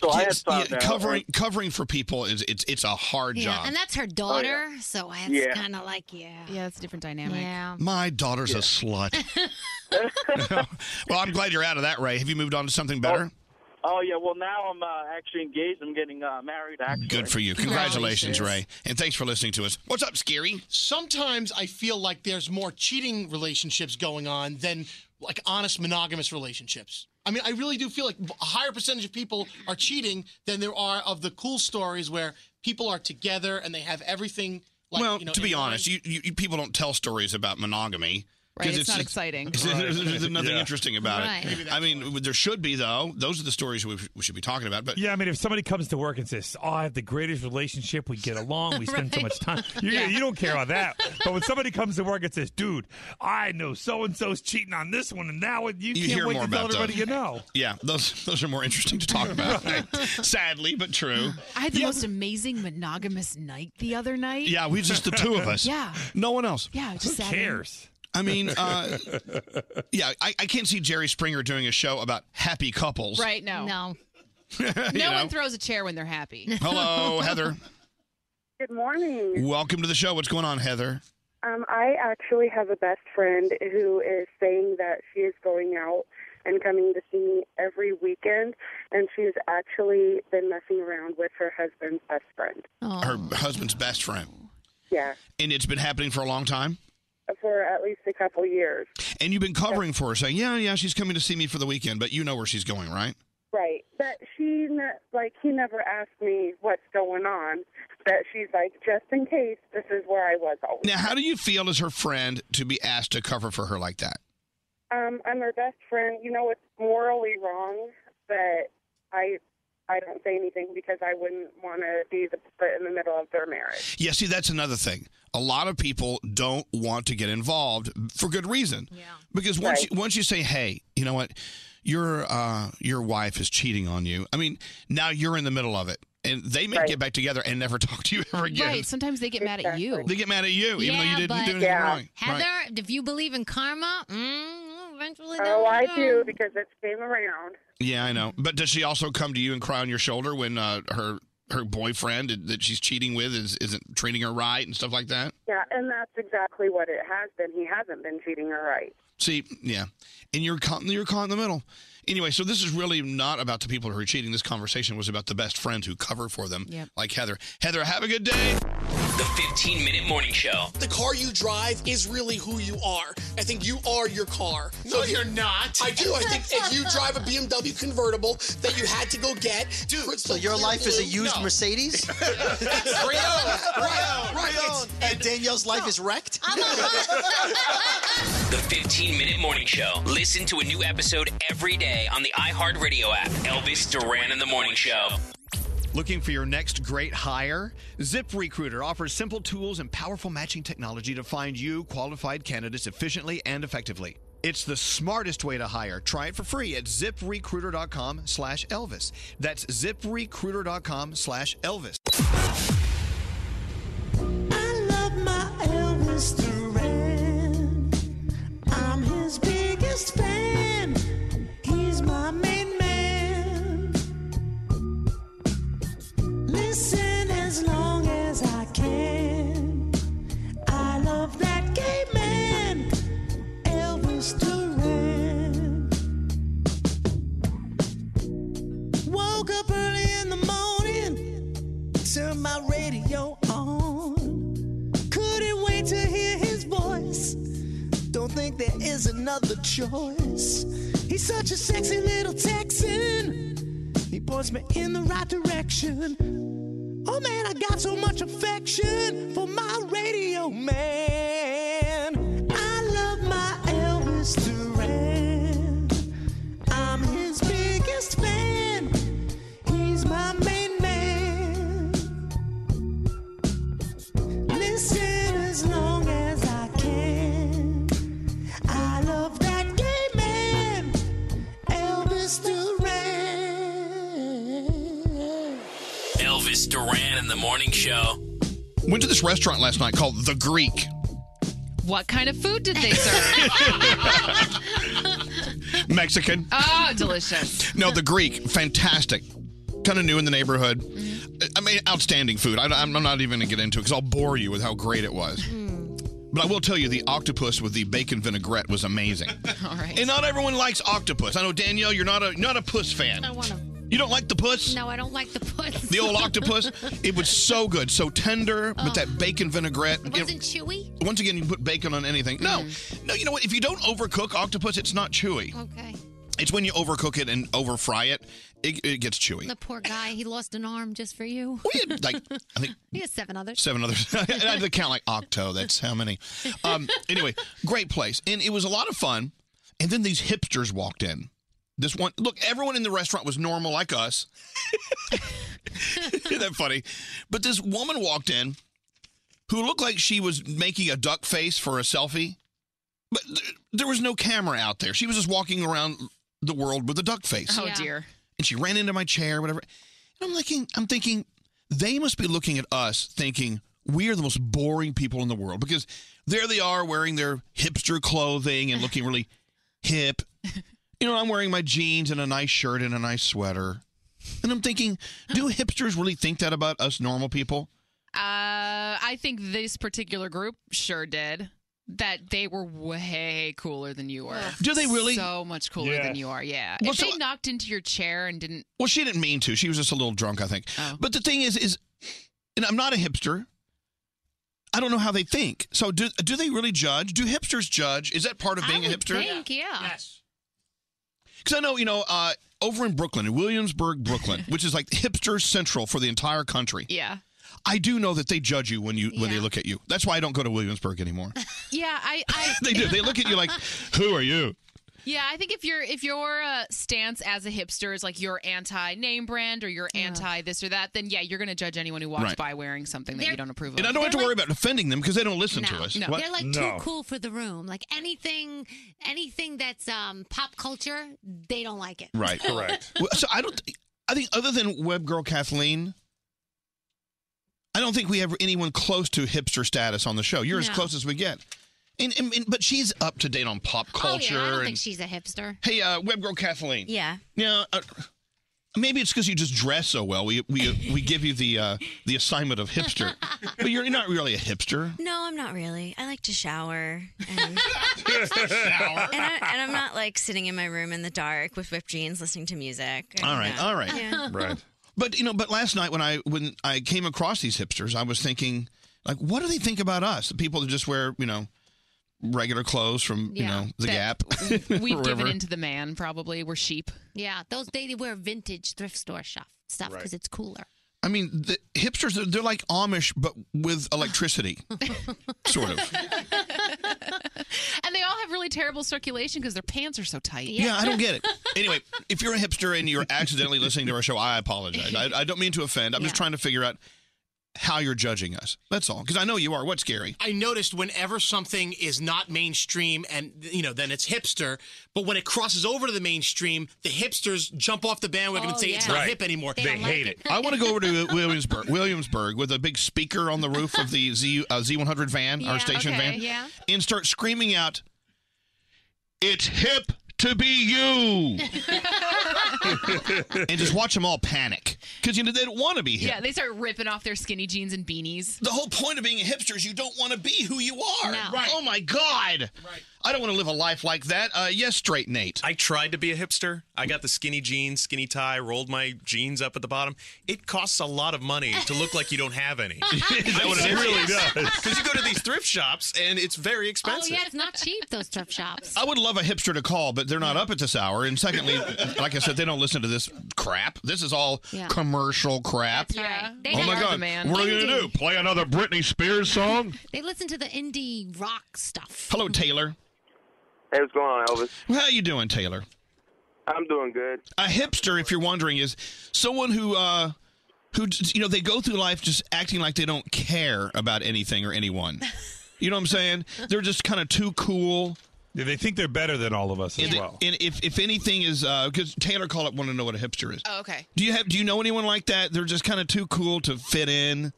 S29: So I had
S5: Yes,
S29: found
S5: yeah,
S29: out,
S5: covering covering for people is it's it's a hard
S7: Yeah,
S5: job.
S7: and
S21: Oh,
S7: that's her daughter, so it's
S5: Yeah.
S7: kind of like yeah.
S4: Yeah, that's a different dynamic.
S7: Yeah.
S5: My daughter's a slut.
S7: [laughs]
S5: [laughs] well, I'm glad you're out of that, Ray. Have you moved on to something better?
S29: Oh yeah, well now I'm uh, actually engaged. I'm getting uh, married. Actually,
S5: Good for you. Congratulations, Ray. And thanks for listening to us. What's up, Scary?
S6: Sometimes I feel like there's more cheating relationships going on than like honest monogamous relationships. I mean, I really do feel like a higher percentage of people are cheating than there are of the cool stories where people are together and they have everything. Like,
S5: well,
S6: you know,
S5: to be
S6: in line.
S5: honest, you, you, you people don't tell stories about monogamy. 'cause
S4: Right, it's not exciting.
S5: it's- There's, there's nothing
S12: Yeah.
S5: interesting about
S4: Right. Maybe
S5: it. I mean, there should be though. Those are the stories we, we should be talking about. But
S12: Yeah, I mean, if somebody comes to work and says, "Oh, I have the greatest relationship. We get along. We spend so
S7: [laughs]
S12: much time," you, you don't care about that. But when somebody comes to work and says, "Dude, I know so and so's cheating on this one, and now you,
S5: You
S12: can't
S5: hear
S12: wait
S5: more
S12: to tell
S5: about those.
S12: everybody you
S5: [laughs]
S12: know."
S5: yeah, those those are more interesting to
S12: [laughs]
S5: talk about. Sadly,
S4: [laughs]
S5: but true.
S4: I had the most amazing monogamous night the other night.
S5: Yeah, we just the two of us.
S4: Yeah.
S5: no one else.
S4: Yeah, just sat in.
S5: I mean,
S12: [laughs]
S5: uh, yeah, I, I can't see Jerry Springer doing a show about happy couples.
S4: [laughs] Right, no. No.
S5: [laughs] You
S4: No
S5: know?
S4: one throws a chair when they're
S24: [laughs]
S4: happy.
S5: [laughs] Hello, Heather.
S24: Good morning.
S5: Welcome to the show. What's going on, Heather?
S24: Mm. Um, I actually have a best friend who is saying that she is going out and coming to see me every weekend, and she's actually been messing around with her husband's best friend.
S5: Her husband's best friend.
S24: Oh. Yeah,
S5: And it's been happening for a long time.
S24: for at least a couple years.
S5: And you've been covering for her, saying, "Yeah, yeah, she's coming to see me for the weekend," but you know where she's going, right?
S24: Right. But she, ne- like, he never asked me what's going on, but she's like, just in case, this is where I was always.
S5: Now, how do you feel as her friend to be asked to cover for her like that?
S24: Um, I'm her best friend. You know, it's morally wrong, but I I don't say anything because I wouldn't want to be the put in the middle of their marriage.
S5: Yeah, see, that's another thing. A lot of people don't want to get involved for good reason. Yeah. Because once you, once you say, "Hey, you know what? Your uh, your wife is cheating on you," I mean, now you're in the middle of it, and they may get back together and never [laughs] talk to you ever again.
S4: Right. Sometimes they get mad at you.
S5: They get mad at you, even though you didn't do
S7: but
S5: anything wrong.
S7: Heather,
S5: Right.
S7: if you believe in karma, mm, eventually.
S24: Oh,
S7: they'll-
S24: I do because it came around.
S5: Yeah, I know. But does she also come to you and cry on your shoulder when uh, her her boyfriend that she's cheating with is, isn't treating her right and stuff like that?
S24: Yeah, and that's exactly what it has been. He hasn't been treating her right.
S5: See, yeah, and you're caught, you're caught in the middle. Anyway, so this is really not about the people who are cheating. This conversation was about the best friends who cover for them,
S2: Yep.
S5: like Heather. Heather, have a good day.
S2: The 15 Minute Morning Show.
S18: [laughs] The car you drive is really who you are. I think you are your car. No, you're not. I do. I think if you drive a BMW convertible that you had to go get, dude. So
S26: your life is a used
S18: Mercedes.
S26: And Danielle's life is wrecked. [laughs]
S2: The 15 Minute Morning Show. Listen to a new episode every day on the iHeartRadio app. Elvis Duran in the Morning Show.
S3: Looking for your next great hire? ZipRecruiter offers simple tools and powerful matching technology to find you qualified candidates efficiently and effectively. It's the smartest way to hire. Try it for free at ziprecruiter.com slash Elvis. That's ziprecruiter.com slash Elvis.
S1: love my Elvis Duran. I'm his biggest fan. He's my main man. Listen as long as I can. I love that gay man, Elvis Duran. Woke up early in the morning, turned my radio on. Couldn't wait to hear his voice. Don't think there is another choice. He's such a sexy little Texan. He points me in the right direction. Oh man, I got so much affection for my radio man. I love my Elvis Duran. I'm his biggest fan. He's my main man. Listen as long as I can. I love that gay man, Elvis Duran.
S2: Elvis Duran in the morning show.
S5: Went to this restaurant last night called The Greek.
S4: What kind of food did they serve? [laughs]
S5: Mexican.
S4: oh, delicious.
S5: No, the Greek, fantastic. Kind of new in the neighborhood.
S7: Mm-hmm.
S5: I mean, outstanding food. I, am not even going to get into it because I'll bore you with how great it was.
S7: Mm.
S5: But I will tell you, the octopus with the bacon vinaigrette
S7: [laughs]
S5: was amazing.
S4: [laughs] All right.
S5: and not everyone likes octopus. I know Danielle, you're not a you're not a puss fan.
S7: I want to.
S5: You don't like the puss?
S7: No, I don't like the puss.
S5: The old
S7: [laughs]
S5: octopus. It was so good, so tender, but that bacon vinaigrette.
S7: It Oh. wasn't Mm-hmm. chewy.
S5: Once again, you can put bacon on anything. No, no. You know what? If you don't overcook octopus, it's not chewy.
S7: Okay.
S5: It's when you overcook it and overfry it, it, it gets chewy.
S7: The poor guy, he lost an arm just for you.
S5: Oh, like I think
S7: [laughs] he has seven others.
S5: seven others. [laughs] I had to count like octo. That's how many. Um, anyway, great place, and it was a lot of fun. And then these hipsters walked in. This one, look, everyone in the restaurant was normal like us. [laughs] Isn't that funny? But this woman walked in who looked like she was making a duck face for a selfie, but th- there was no camera out there. She was just walking around the world with a duck face.
S4: Oh, Yeah. dear.
S5: And she ran into my chair, whatever. And I'm thinking, I'm thinking, they must be looking at us thinking we are the most boring people in the world because there they are wearing their hipster clothing and looking
S4: [laughs]
S5: really hip. You know, I'm wearing my jeans and a nice shirt and a nice sweater. And I'm thinking, do hipsters really think that about us normal people?
S4: Uh, I think this particular group sure did. That they were way cooler than you were.
S5: Do they really?
S4: So much cooler
S5: Yes.
S4: than you are. Yeah.
S5: Well,
S4: if
S5: so-
S4: they knocked into your chair and didn't,
S5: Well, she didn't mean to. She was just a little drunk, I think.
S7: Oh.
S5: But the thing is, is, and I'm not a hipster. I don't know how they think. So do do they really judge? Do hipsters judge? Is that part of being
S7: I
S5: a
S7: would
S5: hipster?
S7: think, yeah. Yes.
S5: Because I know, you know, uh, over in Brooklyn, in
S7: [laughs]
S5: Williamsburg, Brooklyn, which is like hipster central for the entire country.
S4: yeah.
S5: I do know that they judge you when you when they
S4: Yeah.
S5: look at you. That's why I don't go to
S7: [laughs]
S5: Williamsburg anymore.
S4: Yeah, I, I
S5: [laughs] they do. They look at you like,
S4: [laughs]
S5: "Who are you?"
S4: Yeah, I think if your if your uh, stance as a hipster is like you're anti name brand or you're anti this or that, then yeah, you're gonna judge anyone who walks
S5: Right.
S4: by wearing something that you don't approve of.
S5: And I don't have to worry about offending them because they don't listen to us. What?
S7: They're like too cool for the room. Like anything, anything that's um, pop culture, they don't like it. [laughs] Oh,
S5: Right. [laughs] Well, so I don't. thi- I think other than Web Girl Kathleen, I don't think we have anyone close to hipster status on the show. You're as
S7: No.
S5: close as we get. And, and, and- but she's up to date on pop culture.
S7: Oh, yeah, I don't
S5: and
S7: think she's a hipster.
S5: hey, uh, Web Girl Kathleen.
S7: Yeah.
S5: Yeah. Uh, maybe it's because you just dress so well. We we we give you the uh, the assignment of
S7: [laughs]
S5: hipster, but you're not really a hipster.
S14: No, I'm not really. I like to shower. And, and, I, and I'm not like sitting in my room in the dark with ripped jeans listening to music. or
S5: All right,
S14: not.
S5: all [laughs] right,
S14: Yeah.
S5: But you know, but last night when I when I came across these hipsters, I was thinking, like, what do they think about us? The people that just wear, you know, regular clothes from
S4: Yeah,
S5: you know the
S4: that-
S5: Gap. [laughs]
S4: We've given
S5: wherever.
S4: in to the man probably. We're sheep.
S7: Yeah, those they wear vintage thrift store shop stuff because it's cooler.
S5: I mean, the hipsters they're, they're like Amish, but
S4: [laughs]
S5: with electricity, [laughs] sort of.
S4: And they all have really really terrible circulation because their pants are so tight.
S5: Yeah, I don't get
S4: [laughs]
S5: it. [laughs] Anyway, if you're a hipster and you're accidentally listening to our show, I apologize. I, I don't mean to offend. I'm just trying to figure out how you're judging us. That's all. Because I know you are. What's scary?
S18: I noticed whenever something is not mainstream and you know then it's hipster, but when it crosses over to the mainstream, the hipsters jump off the
S5: Oh,
S18: bandwagon and say it's not hip anymore.
S5: [laughs] I want to go
S18: [laughs]
S5: over to Williamsburg, Williamsburg with a big speaker on the roof of the Z uh, Z100 van,
S22: Yeah,
S5: our station
S22: okay,
S5: van,
S22: yeah.
S5: and start screaming out, "It's hip
S18: [laughs]
S5: to be you!" and just watch them all panic because you know they don't want to be hip.
S4: Yeah, they start ripping off their skinny jeans and beanies.
S5: The whole point of being a hipster is you don't want to be who you are.
S4: No.
S5: Right. Oh my God. Right. I don't want to live a life like that. Uh, yes, straight Nate.
S9: I tried to be a hipster. I got the skinny jeans, skinny tie, rolled my jeans up at the bottom. It costs a lot of money to look like you don't have any.
S5: that what it [laughs] is?
S6: [laughs]
S9: really does. Because you go to these thrift shops and it's very
S7: Oh
S9: expensive.
S7: yeah, it's not cheap those thrift
S5: [laughs]
S7: shops.
S5: I would love a hipster to call, but they're not up at this hour. And
S7: [laughs]
S5: secondly, like I said, they don't listen to this crap. This is all
S7: Yeah.
S5: commercial crap.
S7: Yeah. They
S5: oh
S7: don't
S5: my
S7: love
S5: God.
S7: the man.
S5: What are you going to do?
S7: Indeed.
S5: Play another Britney Spears song?
S7: They listen to the indie rock stuff.
S5: Hello, Taylor.
S29: Hey, what's going on, Elvis?
S5: Well, How you doing, Taylor?
S29: I'm doing good.
S5: A hipster, if you're wondering, is someone who uh, who j- you know they go through life just acting like they don't care about anything or
S29: [laughs]
S5: anyone. You know what I'm saying? They're just kind of too cool.
S12: They think they're better than all of us as
S5: And,
S12: well.
S5: and if if anything is because Taylor called up, want to know what a hipster is.
S4: Oh, okay.
S5: Do you have do you know anyone like that? They're just kind of too cool to fit in.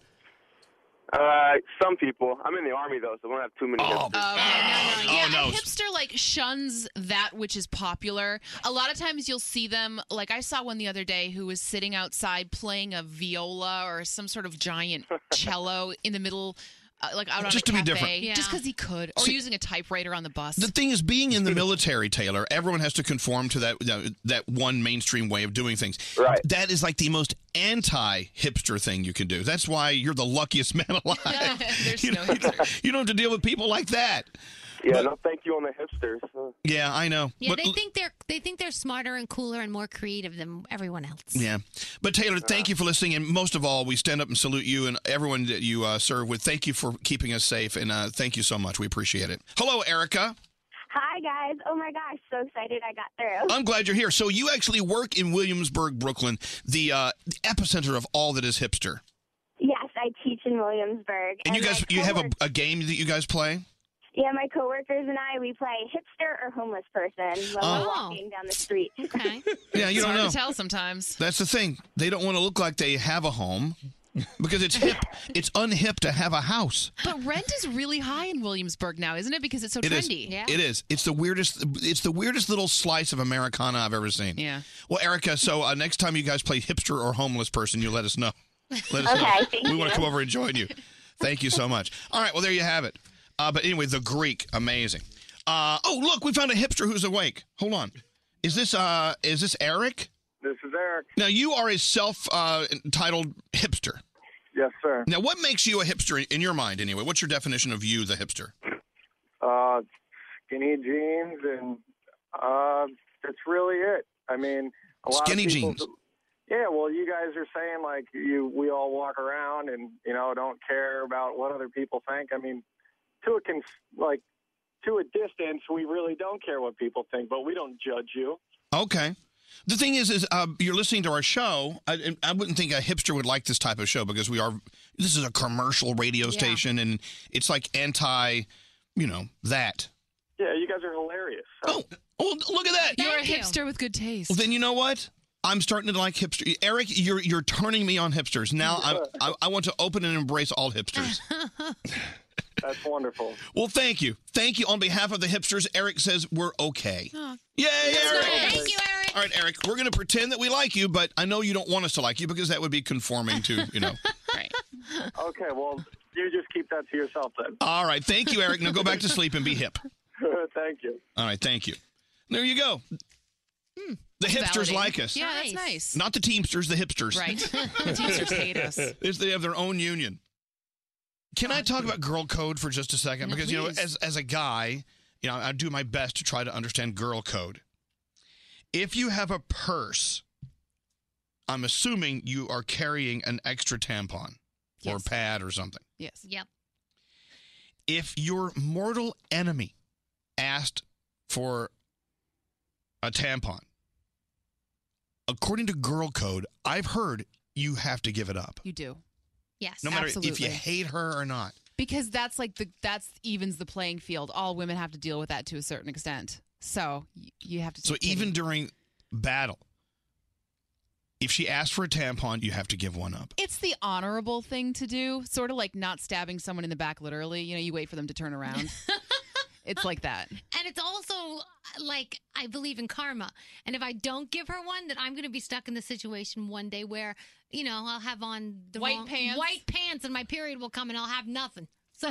S29: Uh, some people. I'm in the army though, so we don't have too many. Oh,
S4: yeah,
S29: no.
S4: a hipster like shuns that which is popular. A lot of times you'll see them like I saw one the other day who was sitting outside playing a viola or some sort of giant cello in the middle uh, like out on
S5: Just
S4: a
S5: to be
S4: cafe,
S5: different. Yeah.
S4: just because he could, or using a typewriter on the bus.
S5: The thing is, being in the military, Taylor, everyone has to conform to that that one mainstream way of doing things. Right. That is like the most anti-hipster thing you can do. That's why you're the luckiest man alive.
S7: [laughs]
S5: [laughs] you, know, you don't have to deal with people like that.
S29: Yeah, no, thank you on the hipsters.
S5: Yeah, I know.
S7: Yeah,
S5: But-
S7: they think they're they think they're smarter and cooler and more creative than everyone else.
S5: Yeah. But
S29: Uh-huh.
S5: Taylor, thank you for listening. And most of all, we stand up and salute you and everyone that you uh, serve with. Thank you for keeping us safe. And uh, thank you so much. We appreciate it. [laughs] Hello, Erica.
S26: Hi guys! Oh my gosh, so excited I got through.
S5: I'm glad you're here. So you actually work in Williamsburg, Brooklyn, the, uh, the epicenter of all that is hipster.
S26: yes, I teach in Williamsburg,
S5: And you guys,
S26: my
S5: you have a,
S26: cowork-
S5: a game that you guys play.
S26: yeah, my coworkers and I we play hipster or homeless person when
S5: Oh.
S26: we're walking down the street.
S4: Okay.
S5: Yeah, you
S4: it's
S5: don't
S4: hard
S5: know.
S4: to tell sometimes.
S5: That's the thing. They don't want to look like they have a home because it's hip. it's unhip to have a house.
S4: But rent is really high in Williamsburg now, isn't it? Because it's so
S5: It is.
S4: trendy.
S5: It is. It's the weirdest. It's the weirdest little slice of Americana I've ever seen. Yeah. Well, Erica. So uh, next time you guys play hipster or homeless person, you let us know. [laughs] Let us
S26: Okay,
S5: know.
S26: thank
S5: we want
S26: you.
S5: to come over and join you. Thank you so much. All right. Well, there you have it. Uh, but anyway, the Greek, amazing. Uh, oh, look, we found a hipster who's awake. Hold on. Is this uh, is this Eric?
S29: This is Eric.
S5: Now you are a self-entitled hipster.
S29: Yes, sir.
S5: Now, what makes you a hipster in- in your mind, anyway? What's your definition of you, the hipster?
S29: Uh, skinny jeans, and uh, that's really it. I mean, a lot
S5: Skinny
S29: of people,
S5: jeans.
S29: Yeah, well, you guys are saying like you, we all walk around and you know don't care about what other people think. I mean, to a cons- like to a distance, we really don't care what people think, but we don't judge you.
S5: Okay. The thing is, is uh, you're listening to our show. I, and I wouldn't think a hipster would like this type of show because we are. This is a commercial radio
S29: Yeah.
S5: station, and it's like anti, you know, that.
S29: Yeah, you guys are hilarious.
S5: Oh, oh look at that!
S4: You're a hipster with good
S5: [laughs]
S4: taste.
S5: Well, then you know what? I'm starting to like hipster. Eric, you're you're turning me on hipsters. Now I I, I want to open and embrace all hipsters.
S29: [laughs] That's wonderful.
S5: Well, thank you, thank you on behalf of the hipsters. Eric says we're okay. Yay, Eric!
S7: Thank you, Eric.
S5: All right, Eric, we're going to pretend that we like you, but I know you don't want us to like you because that would be conforming to, you [laughs] know.
S29: Okay, well, you just keep that to yourself then. [laughs]
S5: All right, thank you, Eric. Now go back to sleep and be hip.
S29: Thank you.
S5: All right, thank you. There you go. Hmm. The hipsters
S4: Validating.
S5: like us.
S4: Yeah, that's nice.
S5: Not the Teamsters, the hipsters.
S4: Right. [laughs] The Teamsters hate us.
S5: [laughs] It's- They have their own union. Can I talk about girl code for just a second?
S9: No,
S5: because, you know,
S9: please.
S5: as, as a guy, you know, I do my best to try to understand girl code. If you have a purse, I'm assuming you are carrying an extra tampon or pad or something.
S4: Yes.
S7: Yep.
S5: If your mortal enemy asked for a tampon. According to Girl Code, I've heard you have to give it up.
S4: You do. Yes.
S5: no matter
S4: absolutely.
S5: if you hate her or not.
S4: because that's like the that's evens the playing field. All women have to deal with that to a certain extent. So y- you have to.
S5: So
S4: take pity.
S5: even during battle, if she asks for a tampon, you have to give one up.
S4: It's the honorable thing to do, sort of like not stabbing someone in the back literally. You know, you wait for them to turn
S5: [laughs]
S4: around. it's like that.
S7: And it's also like I believe in karma. And if I don't give her one, then I'm going to be stuck in the situation one day where, you know, I'll have on the
S4: White
S7: wrong-
S4: pants?
S7: white pants and my period will come and I'll have nothing. [laughs] So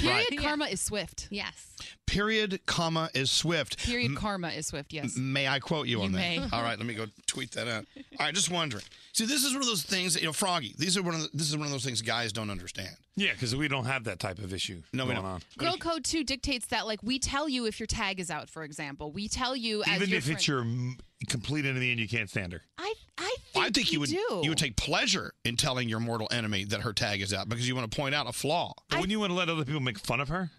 S5: Period
S4: karma is swift.
S7: Yes.
S5: Period, comma is swift.
S4: Period karma is swift, yes.
S5: May I quote you,
S4: You
S5: on that?
S4: may.
S5: [laughs] All right, let me go tweet that out. All right, just wondering. See, this is one of those things. That, you know, Froggy. These are one of the, this is one of those things guys don't understand.
S12: Yeah, because we don't have that type of issue
S5: No, we
S12: going
S5: don't.
S12: on.
S4: Girl code two dictates that like we tell you if your tag is out, for example. We tell you as
S12: Even
S4: your
S12: if
S4: friend-
S12: it's your m- complete enemy and you can't stand her.
S4: I I
S5: I think you, would
S4: do.
S5: you would take pleasure in telling your mortal enemy that her tag is out because you want to point out a flaw.
S12: But wouldn't you want to let other people make fun of her?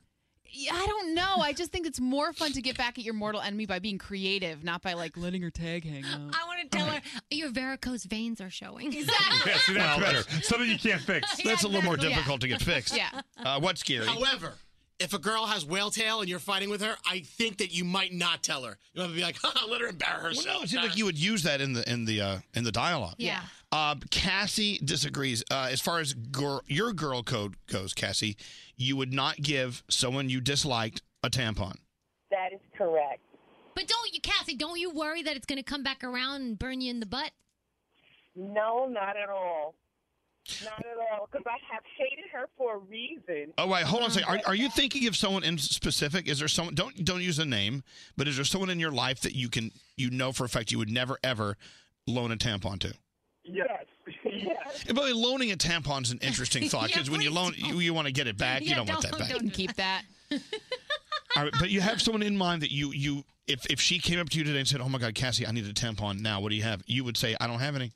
S4: Yeah, I don't know. I just think it's more fun to get back at your mortal enemy by being creative, not by like letting her tag
S5: [laughs]
S4: hang out.
S7: I want to tell her your varicose veins are showing. [laughs]
S4: [laughs]
S12: Yeah, see, that's better. Something you can't fix.
S7: Yeah,
S5: That's a little more
S7: exactly.
S5: difficult
S7: Yeah.
S5: to get fixed.
S7: Yeah.
S5: Uh, what's scary?
S18: However, if a girl has whale tail and you're fighting with her, I think that you might not tell her. You might be
S6: [laughs]
S18: like, "Haha, let her embarrass herself.
S5: Well, no, it seems like you would use that in the in the uh, in the dialogue.
S18: Yeah.
S5: Uh, Cassie disagrees. Uh, as far as girl, your girl code goes, Cassie, you would not give someone you disliked a tampon.
S7: That is correct. But don't you, Cassie? Don't you worry that it's going to come back around and burn you in the butt?
S15: No, not at all. Not at all. Because I have hated her for a reason.
S5: Oh wait, hold on a second. Are, are you thinking of someone in specific? Is there someone? Don't don't use a name, but is there someone in your life that you can you know for a fact you would never ever loan a tampon to?
S15: Yes. [laughs] yes.
S5: And by the way, loaning a tampon's an
S4: [laughs]
S5: interesting thought
S4: Yeah,
S5: because when you
S4: please
S5: loan, you, you want to get it back. you
S4: Yeah,
S5: don't, want that back.
S4: Don't keep that.
S5: All right, but you have someone in mind that you you if if she came up to you today and said, "Oh my God, Cassie, I need a tampon now. What do you have?" You would say, "I don't have any."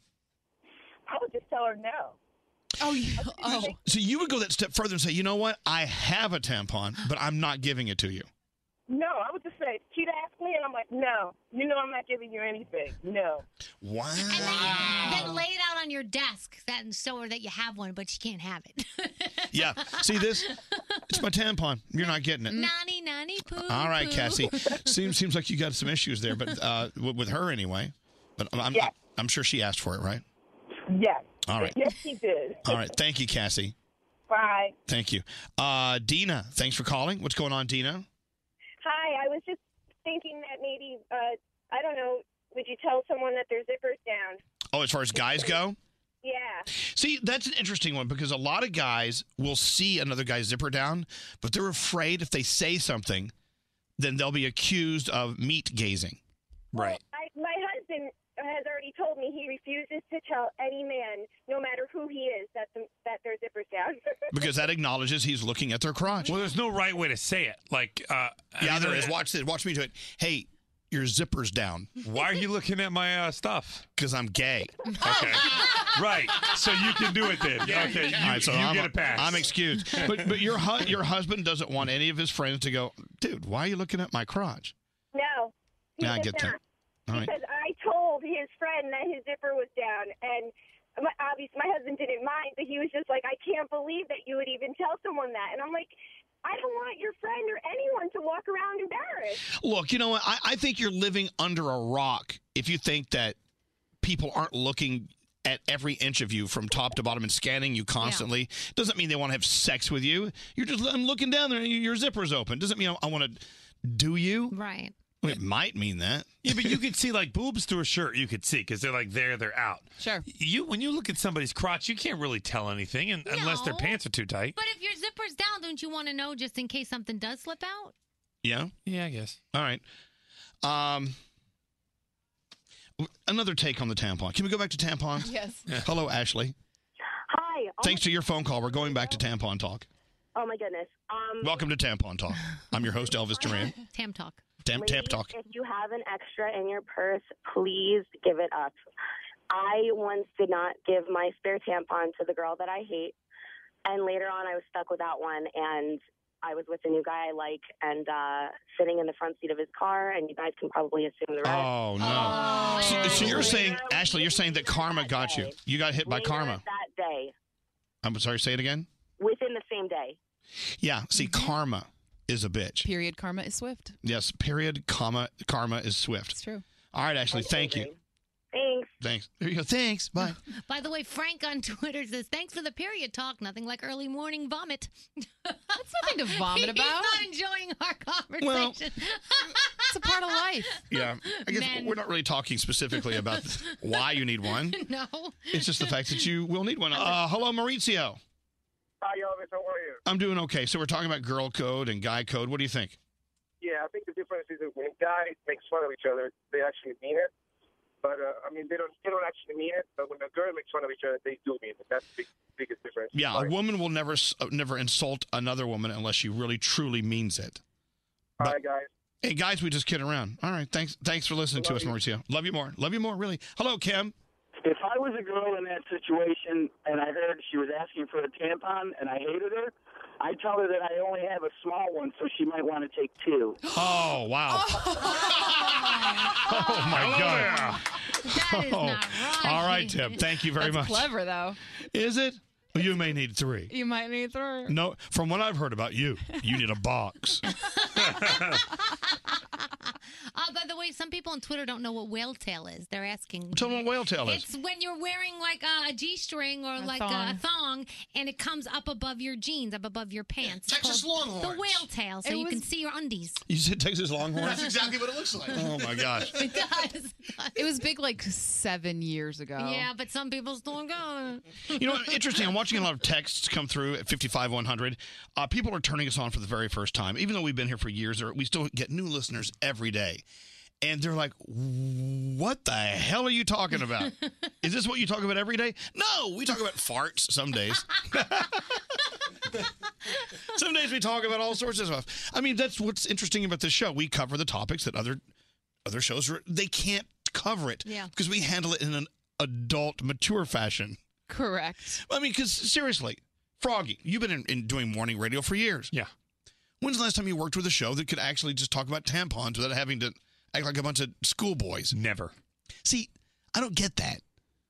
S15: I would just tell her no.
S4: Oh, yeah.
S15: oh.
S5: So you would go that step further and say, "You know what? I have a tampon, but I'm not giving it to you."
S15: No, I would just say, she'd ask me, and I'm like, no. You know I'm not giving you anything. No.
S5: Wow.
S7: Then lay it out on your desk, that and show her that you have one, but she can't have it.
S5: Yeah. See this? It's my tampon. You're not getting it.
S7: Nanny, nanny, poo.
S5: All right,
S7: poo. [laughs]
S5: Cassie. Seems seems like you got some issues there, but uh, w- with her anyway. But I'm I'm, I'm sure she asked for it, right?
S15: Yes.
S5: All right.
S15: Yes, she did.
S5: All right. Thank you, Cassie.
S15: Bye.
S5: Thank you, uh, Dina. Thanks for calling. What's going on, Dina?
S11: Hi, I was just thinking that maybe, uh, I don't know, would you tell someone that their zipper's down?
S5: Oh, as far as guys go.
S11: Yeah.
S5: See, that's an interesting one because a lot of guys will see another guy's zipper down, but they're afraid if they say something, then they'll be accused of meat gazing. Right.
S11: I, my husband has already told me he refuses to tell any man, no matter who he is, that, the, that their zipper's down. [laughs]
S5: Because that acknowledges he's looking at their crotch. Well,
S12: there's no right
S5: [laughs]
S12: way to say it. Like, uh,
S5: yeah, there is. Watch this. Watch me do it. Hey, your zipper's down.
S12: Why are you looking at my uh, stuff?
S5: Because I'm gay.
S12: Okay. right. So you can do it
S5: [laughs]
S12: then. okay. You,
S5: All right, so
S12: you
S5: I'm,
S12: get a pass.
S5: I'm excused. But but your hu- your husband doesn't want any of his friends to go, dude. Why are you looking at my crotch?
S11: no. he
S5: Yeah, I
S11: does
S5: get that.
S11: not.
S5: All right.
S11: Because I told his friend that his zipper was down, and my, obviously my husband didn't mind, but he was just like, I can't believe that you would even tell someone that. And I'm like, I don't want your friend or anyone to walk around embarrassed.
S5: Look, you know what? I, I think you're living under a rock if you think that people aren't looking at every inch of you from top to bottom and scanning you constantly. Doesn't mean they want to have sex with you. You're just I'm looking down there and your zipper's open. Doesn't mean I, I want to do you.
S7: Right.
S5: It might mean that.
S12: Yeah, but you could see like boobs through a shirt. You could see because they're like there, they're out.
S4: Sure.
S12: You when you look at somebody's crotch, you can't really tell anything, and, unless their
S7: No.
S12: pants are too tight.
S7: But if your zipper's down, don't you want to know just in case something does slip out?
S5: Yeah.
S12: Yeah, I guess.
S5: All right. Um w- another take on the tampon. Can we go back to tampons?
S11: Yes.
S5: Hello, Ashley.
S11: Hi. Oh
S5: Thanks to your phone call, we're going back to tampon talk.
S11: Oh my goodness. Um,
S5: Welcome to Tampon Talk. I'm your host, Elvis Duran.
S7: Tam talk.
S5: Tam,
S11: ladies,
S5: tamp Talk.
S11: If you have an extra in your purse, please give it up. I once did not give my spare tampon to the girl that I hate, and later on I was stuck without one, and
S27: I was with a new guy I like and uh, sitting in the front seat of his car, and you guys can probably assume the rest.
S5: Oh no! so, so you're saying, Ashley, you're saying that karma got you. You got hit Oh, by karma.
S27: That day,
S5: I'm sorry. Say it again.
S27: within the same day.
S5: Yeah. See, karma is a bitch.
S4: Period. Karma is swift.
S5: Yes. Period. Comma. Karma is swift. It's
S4: true.
S5: All right, Ashley. Thank you.
S27: Thanks.
S5: Thanks. There you go. Thanks. Bye.
S7: By the way, Frank on [laughs] Twitter says, "Thanks for the period talk. Nothing like early morning
S4: [laughs]
S7: vomit." That's
S4: nothing to
S7: [laughs]
S4: vomit
S7: He's
S4: about.
S7: not enjoying our conversation.
S4: it's a part of life.
S5: Yeah. I guess
S7: Men.
S5: we're not really talking specifically about why you need one.
S7: [laughs] no.
S5: It's just the fact that you will need one. Uh, hello, Maurizio.
S22: Hi, Elvis. How are you?
S5: I'm doing okay. So we're talking about girl code and guy code. What do you think?
S22: Yeah, I think the difference is that when guys make fun of each other, they actually mean it. But uh, I mean, they don't they don't actually mean it. But when a girl makes fun of each other, they do mean it. That's the big, biggest difference.
S5: Yeah, a woman will never s- uh, never insult another woman unless she really truly means it.
S22: All right, guys.
S5: Hey guys, we just kid around. All right, thanks thanks for listening to us, Maurizio. Love you more. Love you more, really. Hello, Kim.
S6: If I was a girl in that situation and I heard she was asking for a tampon and I hated her, I'd tell her that I only have a small one, so she might want to take two.
S5: [gasps] Oh wow. [laughs]
S6: Ah,
S5: Oh my god. [laughs] Oh. All right, Tim. Thank you very
S4: That's
S5: much.
S4: Clever though.
S5: Is it? Well, you may need three.
S4: You might need through.
S5: No, from what I've heard about you, you need a [laughs] box.
S7: Uh, by the way, some people on Twitter don't know what whale tail is. They're asking.
S5: Tell them what whale tail is.
S7: It's when you're wearing like a, a g-string or like A,
S4: thong.
S7: thong, and it comes up above your jeans, up above your pants.
S6: Texas
S7: Longhorn. The
S6: Longhorns.
S7: whale tail, so
S6: It
S7: you can
S6: was-
S7: see your
S4: [laughs]
S7: undies.
S5: You said Texas Longhorn?
S6: That's exactly what it looks like.
S5: Oh my gosh.
S7: It does.
S4: It was big like seven years ago.
S7: Yeah, but some people still go.
S5: You know, interesting. I'm watching a lot of texts come through at 55100. Uh, people are turning us on for the very first time, even though we've been here for years. Or we still get new listeners every day, and they're like, "What the hell are you talking about? Is this what you talk about every day? No, we talk about farts some days. some days we talk about all sorts of stuff. I mean, that's what's interesting about this show. We cover the topics that other other shows are- they can't cover it
S4: Yeah.
S5: because we handle it in an adult, mature fashion.
S4: Correct.
S5: I mean, because seriously, Froggy, you've been in, in doing morning radio for years.
S12: Yeah.
S5: When's the last time you worked with a show that could actually just talk about tampons without having to act like a bunch of schoolboys?
S12: Never.
S5: See, I don't get that.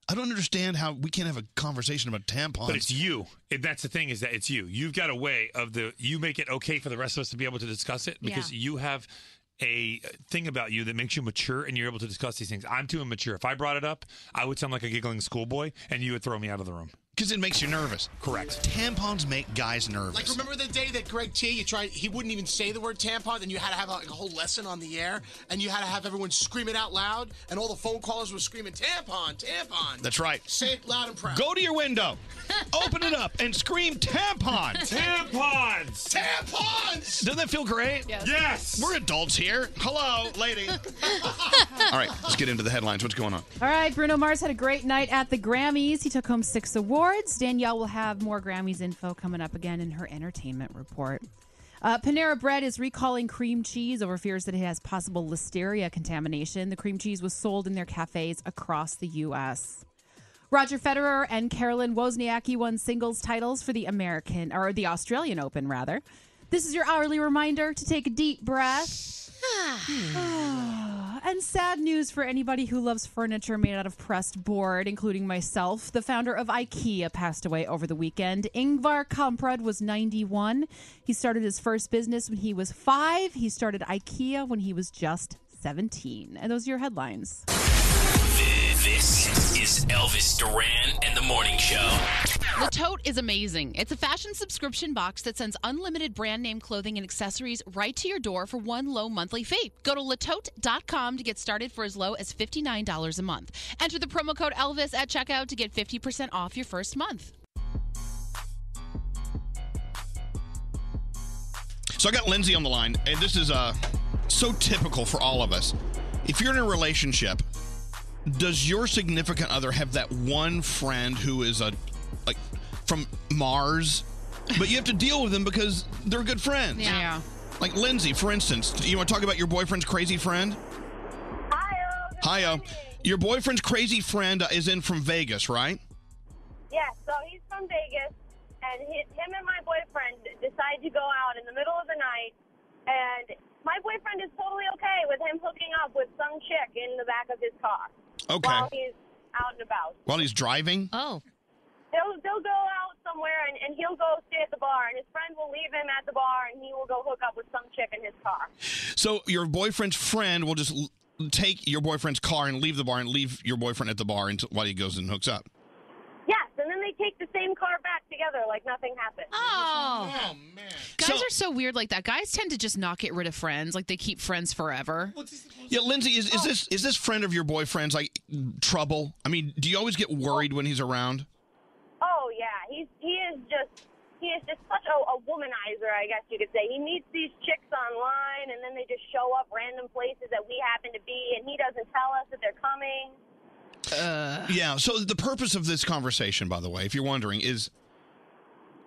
S5: I don't understand how we can't have a conversation about tampons.
S12: But it's you. And that's the thing is that it's you. You've got a way of the you make it okay for the rest of us to be able to discuss it because
S5: Yeah.
S12: you have a thing about you that makes you mature and you're able to discuss these things. I'm too immature. If I brought it up, I would sound like a giggling schoolboy and you would throw me out of the room.
S5: Because it makes you nervous.
S12: Correct.
S5: Tampons make guys nervous.
S6: Like remember the day that Greg T, you tried, he wouldn't even say the word tampon, and you had to have like, a whole lesson on the air, and you had to have everyone scream it out loud, and all the phone callers were screaming tampon, tampon.
S5: That's right.
S6: Say it loud and proud.
S5: Go to your window, open it up, and scream tampon.
S12: Tampons.
S4: Oh,
S6: Tampons.
S5: Doesn't that feel great? Yes. We're adults here. Hello, lady. [laughs] All right, let's get into the headlines. What's going on?
S30: All right, Bruno Mars had a great night at the Grammys. He took home six awards. Danielle will have more Grammys info coming up again in her entertainment report. Uh, Panera Bread is recalling cream cheese over fears that it has possible listeria contamination. The cream cheese was sold in their cafes across the U.S. Roger Federer and Carolyn Wozniacki won singles titles for the American or the Australian Open, rather. This is your hourly reminder to take a deep breath. [sighs] and sad news for anybody who loves furniture made out of pressed board, including myself. The founder of IKEA passed away over the weekend. Ingvar Kamprad was 91. He started his first business when he was five. He started IKEA when he was just 17. And those are your headlines.
S2: Th- This is Elvis Duran and the Morning Show.
S4: The tote is amazing. It's a fashion subscription box that sends unlimited brand name clothing and accessories right to your door for one low monthly fee. Go to latote.com to get started for as low as $59 a month. Enter the promo code Elvis at checkout to get 50% off your first month.
S5: So I got Lindsay on the line, and this is uh, so typical for all of us. If you're in a relationship, does your significant other have that one friend who is a like from Mars, but you have to deal with them because they're good friends?
S4: Yeah. Yeah.
S5: Like Lindsay, for instance, you want to talk about your boyfriend's crazy friend? Hiyo. Hiyo. Your boyfriend's crazy friend uh, is in from Vegas, right?
S11: Yeah, so he's from Vegas, and he, him and my boyfriend decide to go out in the middle of the night, and my boyfriend is totally okay with him hooking up with some chick in the back of his car
S5: Okay.
S11: while he's out and about.
S5: While he's driving?
S7: Oh.
S11: They'll they'll go out somewhere and, and he'll go stay at the bar, and his friend will leave him at the bar, and he will go hook up with some chick in his car.
S5: So your boyfriend's friend will just l- take your boyfriend's car and leave the bar and leave your boyfriend at the bar until, while he goes and hooks up.
S11: Yes, and then they take the same car back together like nothing happened.
S4: Oh. Guys are so weird like that. Guys tend to just not get rid of friends. Like they keep friends forever.
S5: Yeah, Lindsay, is, is this is this friend of your boyfriend's like trouble? I mean, do you always get worried when he's around?
S11: Oh yeah, he's he is just he is just such a, a womanizer, I guess you could say. He meets these chicks online, and then they just show up random places that we happen to be, and he doesn't tell us that they're coming.
S5: yeah. So the purpose of this conversation, by the way, if you're wondering, is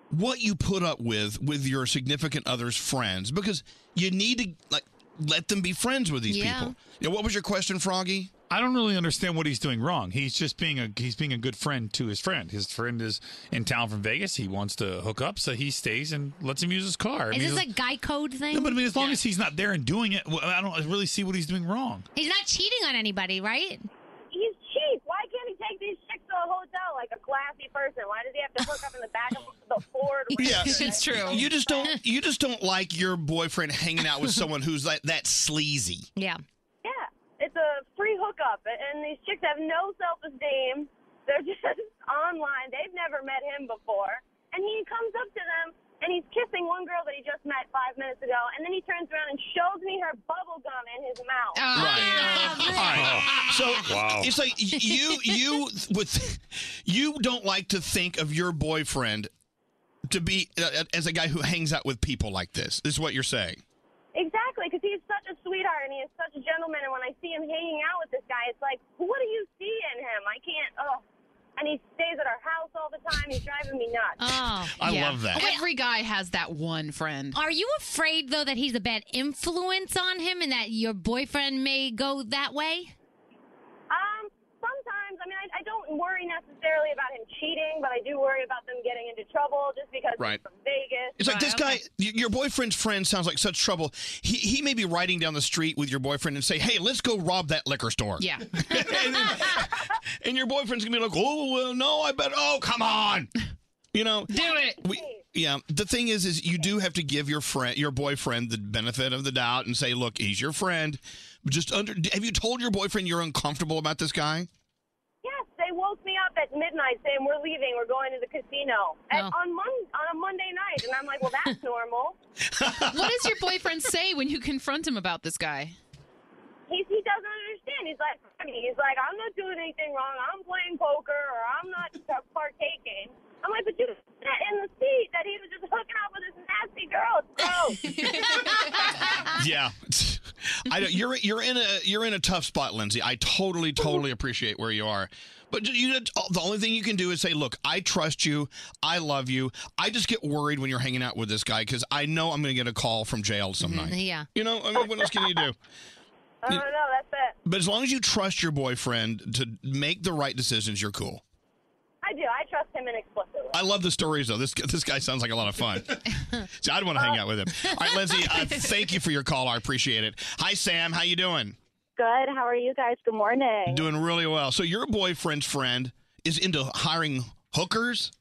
S5: what you put up with with your significant other's friends because you need to like let them be friends with these
S23: Yeah.
S5: people. Yeah. What was your question, Froggy?
S23: I don't really understand what he's doing wrong. He's just being a he's being a good friend to his friend. His friend is in town from Vegas. He wants to hook up, so he stays and lets him use his car. I mean,
S7: Is this
S23: he's-
S7: a guy code thing?
S23: No, but I mean, as long as he's not there and doing it, well, I don't really see what he's doing wrong.
S7: He's not cheating on anybody, right?
S11: He's cheap. Why can't he take these chicks to a hotel like a classy person? Why does he have to hook up in the back of the Ford? or whatever?
S5: You just don't you just don't like your boyfriend hanging out with someone who's like that sleazy.
S7: Yeah.
S11: Yeah, it's a free hookup, and these chicks have no self-esteem. They're [laughs] just online. They've never met him before, and he comes up to them and he's kissing one girl that he just met five minutes ago, and then he turns around and shows me her bubble gum in his mouth.
S7: Oh,
S5: All right. So
S23: Wow.
S5: it's like y- you you with you don't like to think of your boyfriend to be uh, as a guy who hangs out with people like this. Is what you're saying.
S11: [laughs] Exactly, because he's such a sweetheart and he is such a gentleman. And when I see him hanging out with this guy, it's like, what do you see in him? I can't. Oh, and he stays at our house all the time. He's driving me nuts.
S7: Oh.
S5: I love that.
S4: Every guy has that one friend.
S7: Are you afraid though that he's a bad influence on him and that your boyfriend may go that way?
S11: Um, sometimes, I mean, I, I don't worry necessarily about him cheating, but I do worry about them getting into trouble just because
S5: Right.
S11: he's from Vegas.
S5: It's like this guy, y- your boyfriend's friend sounds like such trouble. He he may be riding down the street with your boyfriend and say, "Hey, let's go rob that liquor store."
S4: Yeah.
S5: And your boyfriend's gonna be like, "Oh well, no, I bet. Oh, come on." You know,
S4: do it.
S5: We, yeah. The thing is, is you do have to give your friend, your boyfriend, the benefit of the doubt and say, "Look, he's your friend." Just under. Have you told your boyfriend you're uncomfortable about this guy?
S11: Yes, they woke me up at midnight saying we're leaving, we're going to the casino, and
S4: Oh.
S11: on mon- on a Monday night, and I'm like, well, that's normal.
S4: what does your boyfriend say when you confront him about this guy?
S11: He he doesn't understand. He's like, I mean, he's like, I'm not doing anything wrong. I'm playing poker, or I'm not partaking. I'm like, but you sat in the seat that he was just hooking up with this nasty girl. It's gross.
S5: Yeah. [laughs] I don't, you're you're in a you're in a tough spot, Lindsay. I totally totally appreciate where you are, but you the only thing you can do is say, "Look, I trust you. I love you. I just get worried when you're hanging out with this guy because I know I'm going to get a call from jail
S4: Mm-hmm.
S5: some night."
S7: Yeah.
S5: You know, I mean, what else can you do?
S11: [laughs] I don't know. That's it.
S5: But as long as you trust your boyfriend to make the right decisions, you're cool.
S11: I do. I trust him inexplicitly.
S5: I love the stories though. This this guy sounds like a lot of
S24: [laughs]
S5: fun. See, I'd want to hang out with him. All right, Lindsay, uh, thank you for your call. I appreciate it. Hi, Sam. How you doing?
S24: Good. How are you guys? Good morning.
S5: Doing really well. So your boyfriend's friend is into hiring hookers,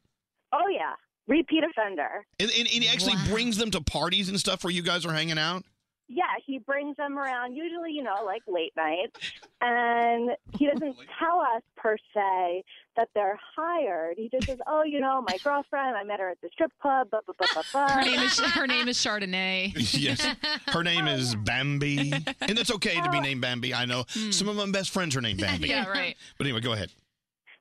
S24: Oh yeah, repeat offender.
S5: and, and, and he actually brings them to parties and stuff where you guys are hanging
S24: [laughs]
S5: out.
S24: Yeah, he brings them around usually, you know, like late [laughs] night, and he doesn't tell us per se that they're hired. He just says, "Oh, you know, my girlfriend. I met her at the strip club." Blah blah blah blah. blah.
S4: Her name is her name is Chardonnay.
S5: yes, her name is
S24: [laughs]
S5: Bambi, and it's okay to be named Bambi. I know some of my best friends are named Bambi.
S24: Hmm. [laughs] Yeah, right.
S5: But anyway, go ahead.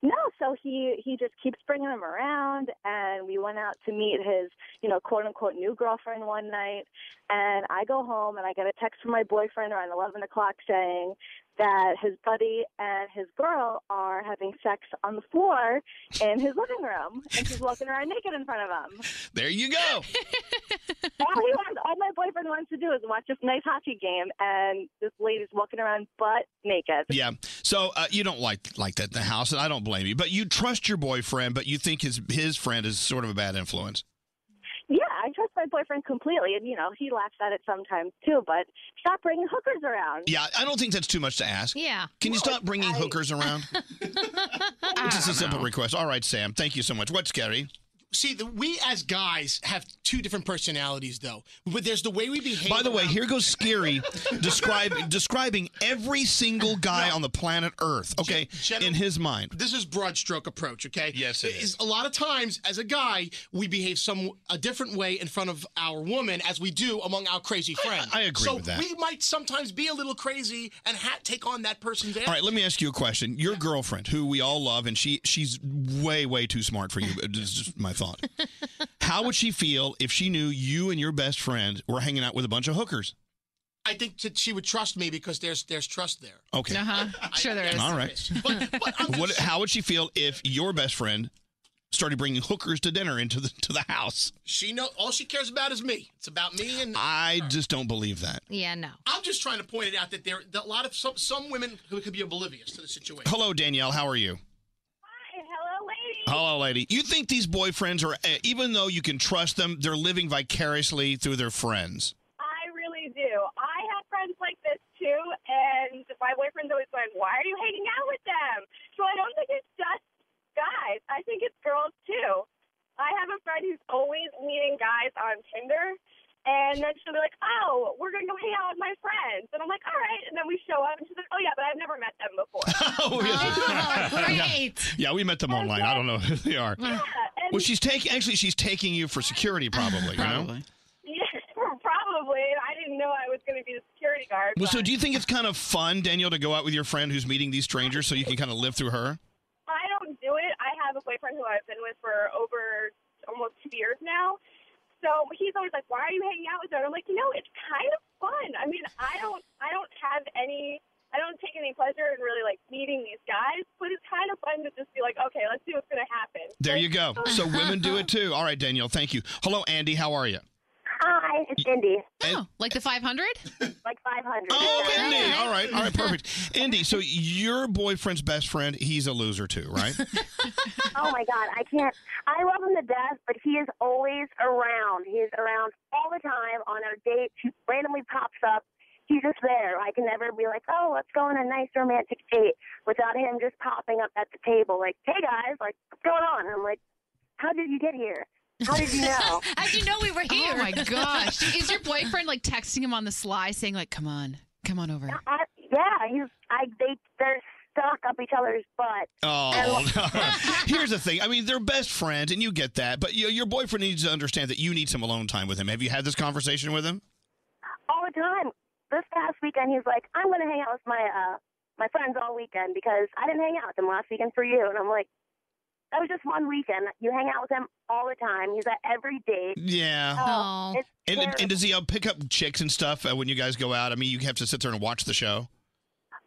S24: No, so he he just keeps bringing him around, and we went out to meet his you know quote unquote new girlfriend one night, and I go home and I get a text from my boyfriend around eleven o'clock saying that his buddy and his girl are having sex on the floor
S21: [laughs]
S24: in his living room, and she's walking around naked in front of him.
S5: There you go.
S31: all he wants, all my boyfriend wants to do is watch this nice hockey game, and this lady's walking around butt naked.
S5: Yeah. So uh, you don't like like that in the house, and I don't blame you. But you trust your boyfriend, but you think his his friend is sort of a bad influence.
S31: Yeah, I trust my boyfriend completely, and you know he laughs at it sometimes too. But stop bringing hookers around.
S5: Yeah, I don't think that's too much to ask.
S31: Yeah.
S5: Can you stop bringing hookers around? it's just a simple request. All right, Sam. Thank you so much. What's scary?
S6: See, the, we as guys have two different personalities, though. But there's the way we behave.
S5: By the way, here goes Scary describe, describing every single guy on the planet Earth, okay, in his mind.
S6: This is broad stroke approach, okay?
S5: Yes, it is.
S6: A lot of times, as a guy, we behave some a different way in front of our woman as we do among our crazy friends.
S5: I agree
S6: so
S5: with that.
S6: we might sometimes be a little crazy and ha- take on that person's.
S5: All right, let me ask you a question. Your girlfriend, who we all love, and she she's way way too smart for you. but This is just my
S6: [laughs]
S5: thought. How would she feel if she knew you and your best friend were hanging out with a bunch of hookers?
S6: I think that she would trust me because there's there's trust there.
S5: Okay.
S6: Uh-huh. Sure there
S5: All right.
S6: [laughs]
S5: What, how would she feel if your best friend started bringing hookers to dinner into the to the house?
S6: She know all she cares about is me. It's about me and
S5: I just don't believe that.
S6: Yeah, no. I'm just trying to point it out that there that a lot of some some women who could be oblivious to the situation.
S5: Hello, Danielle. How are you?
S11: Hello, lady.
S5: Hello, lady. You think these boyfriends are, eh, even though you can trust them, they're living vicariously through their friends.
S11: I really do. I have friends like this too, and my boyfriend's always going, "Why are you hanging out with them?" So I don't think it's just guys. I think it's girls too. I have a friend who's always meeting guys on Tinder, and then she'll be like, "Oh, we're gonna go hang out with my friends," and I'm like, "All right," and then we show up, and she's like, "Oh yeah, but I've never met them before."
S5: [laughs] oh, [laughs] yes.
S11: great.
S5: Yeah, we met them online. I don't know who they
S15: [laughs]
S5: are.
S11: Yeah, and-
S5: Well, she's taking actually she's taking you for security, probably. You know.
S11: Yeah, [laughs] probably. I didn't know I was going to be the security guard.
S5: Well, so
S11: but
S5: do you think it's kind of fun, Daniel, to go out with your friend who's meeting these strangers, so you can kind of live through her?
S11: I don't do it. I have a boyfriend who I've been with for over almost two years now. So he's always like, "Why are you hanging out with her?" And I'm like, "You know, it's kind of fun. I mean, I don't, I don't have any." I don't take any pleasure in really like meeting these guys, but it's kind of fun to just be like, okay, let's see what's going to happen.
S5: There you go. So women do it too. All right, Daniel. Thank you. Hello, Andy. How are you?
S11: Hi, it's Indy.
S5: Oh,
S4: like the 500?
S11: like 500.
S5: Oh, Andy. All right. All right. Perfect. Andy. So your boyfriend's best friend, he's a loser too, right?
S32: oh my god, I can't. I love him to death, but he is always around. He is around all the time on our dates. He randomly pops up. He's just there. I can never be like, oh, let's go on a nice romantic date without him just popping up at the table, like, hey guys, like, what's going on? I'm like, how did you get here? How did you know?
S4: How'd you know we were [laughs] here?
S7: [laughs]
S4: Oh my gosh. [laughs] Is your boyfriend like texting him on the sly saying like, come on, come on over?
S32: I, Uh, yeah, he's. I they they're stuck up each other's butt.
S5: Oh, [laughs] no. here's the thing. I mean, they're best friends, and you get that. But you, your boyfriend needs to understand that you need some alone time with him. Have you had this conversation with him?
S32: all the time. This past weekend, he's like, "I'm going to hang out with my uh, my friends all weekend because I didn't hang out with them last weekend for you." And I'm like, "That was just one weekend. You hang out with them all the time. He's at every date."
S5: Yeah.
S32: Oh, it's
S5: And, and,
S32: terrible.
S5: and does he uh, pick up chicks and stuff uh, when you guys go out? I mean, you have to sit there and watch the show.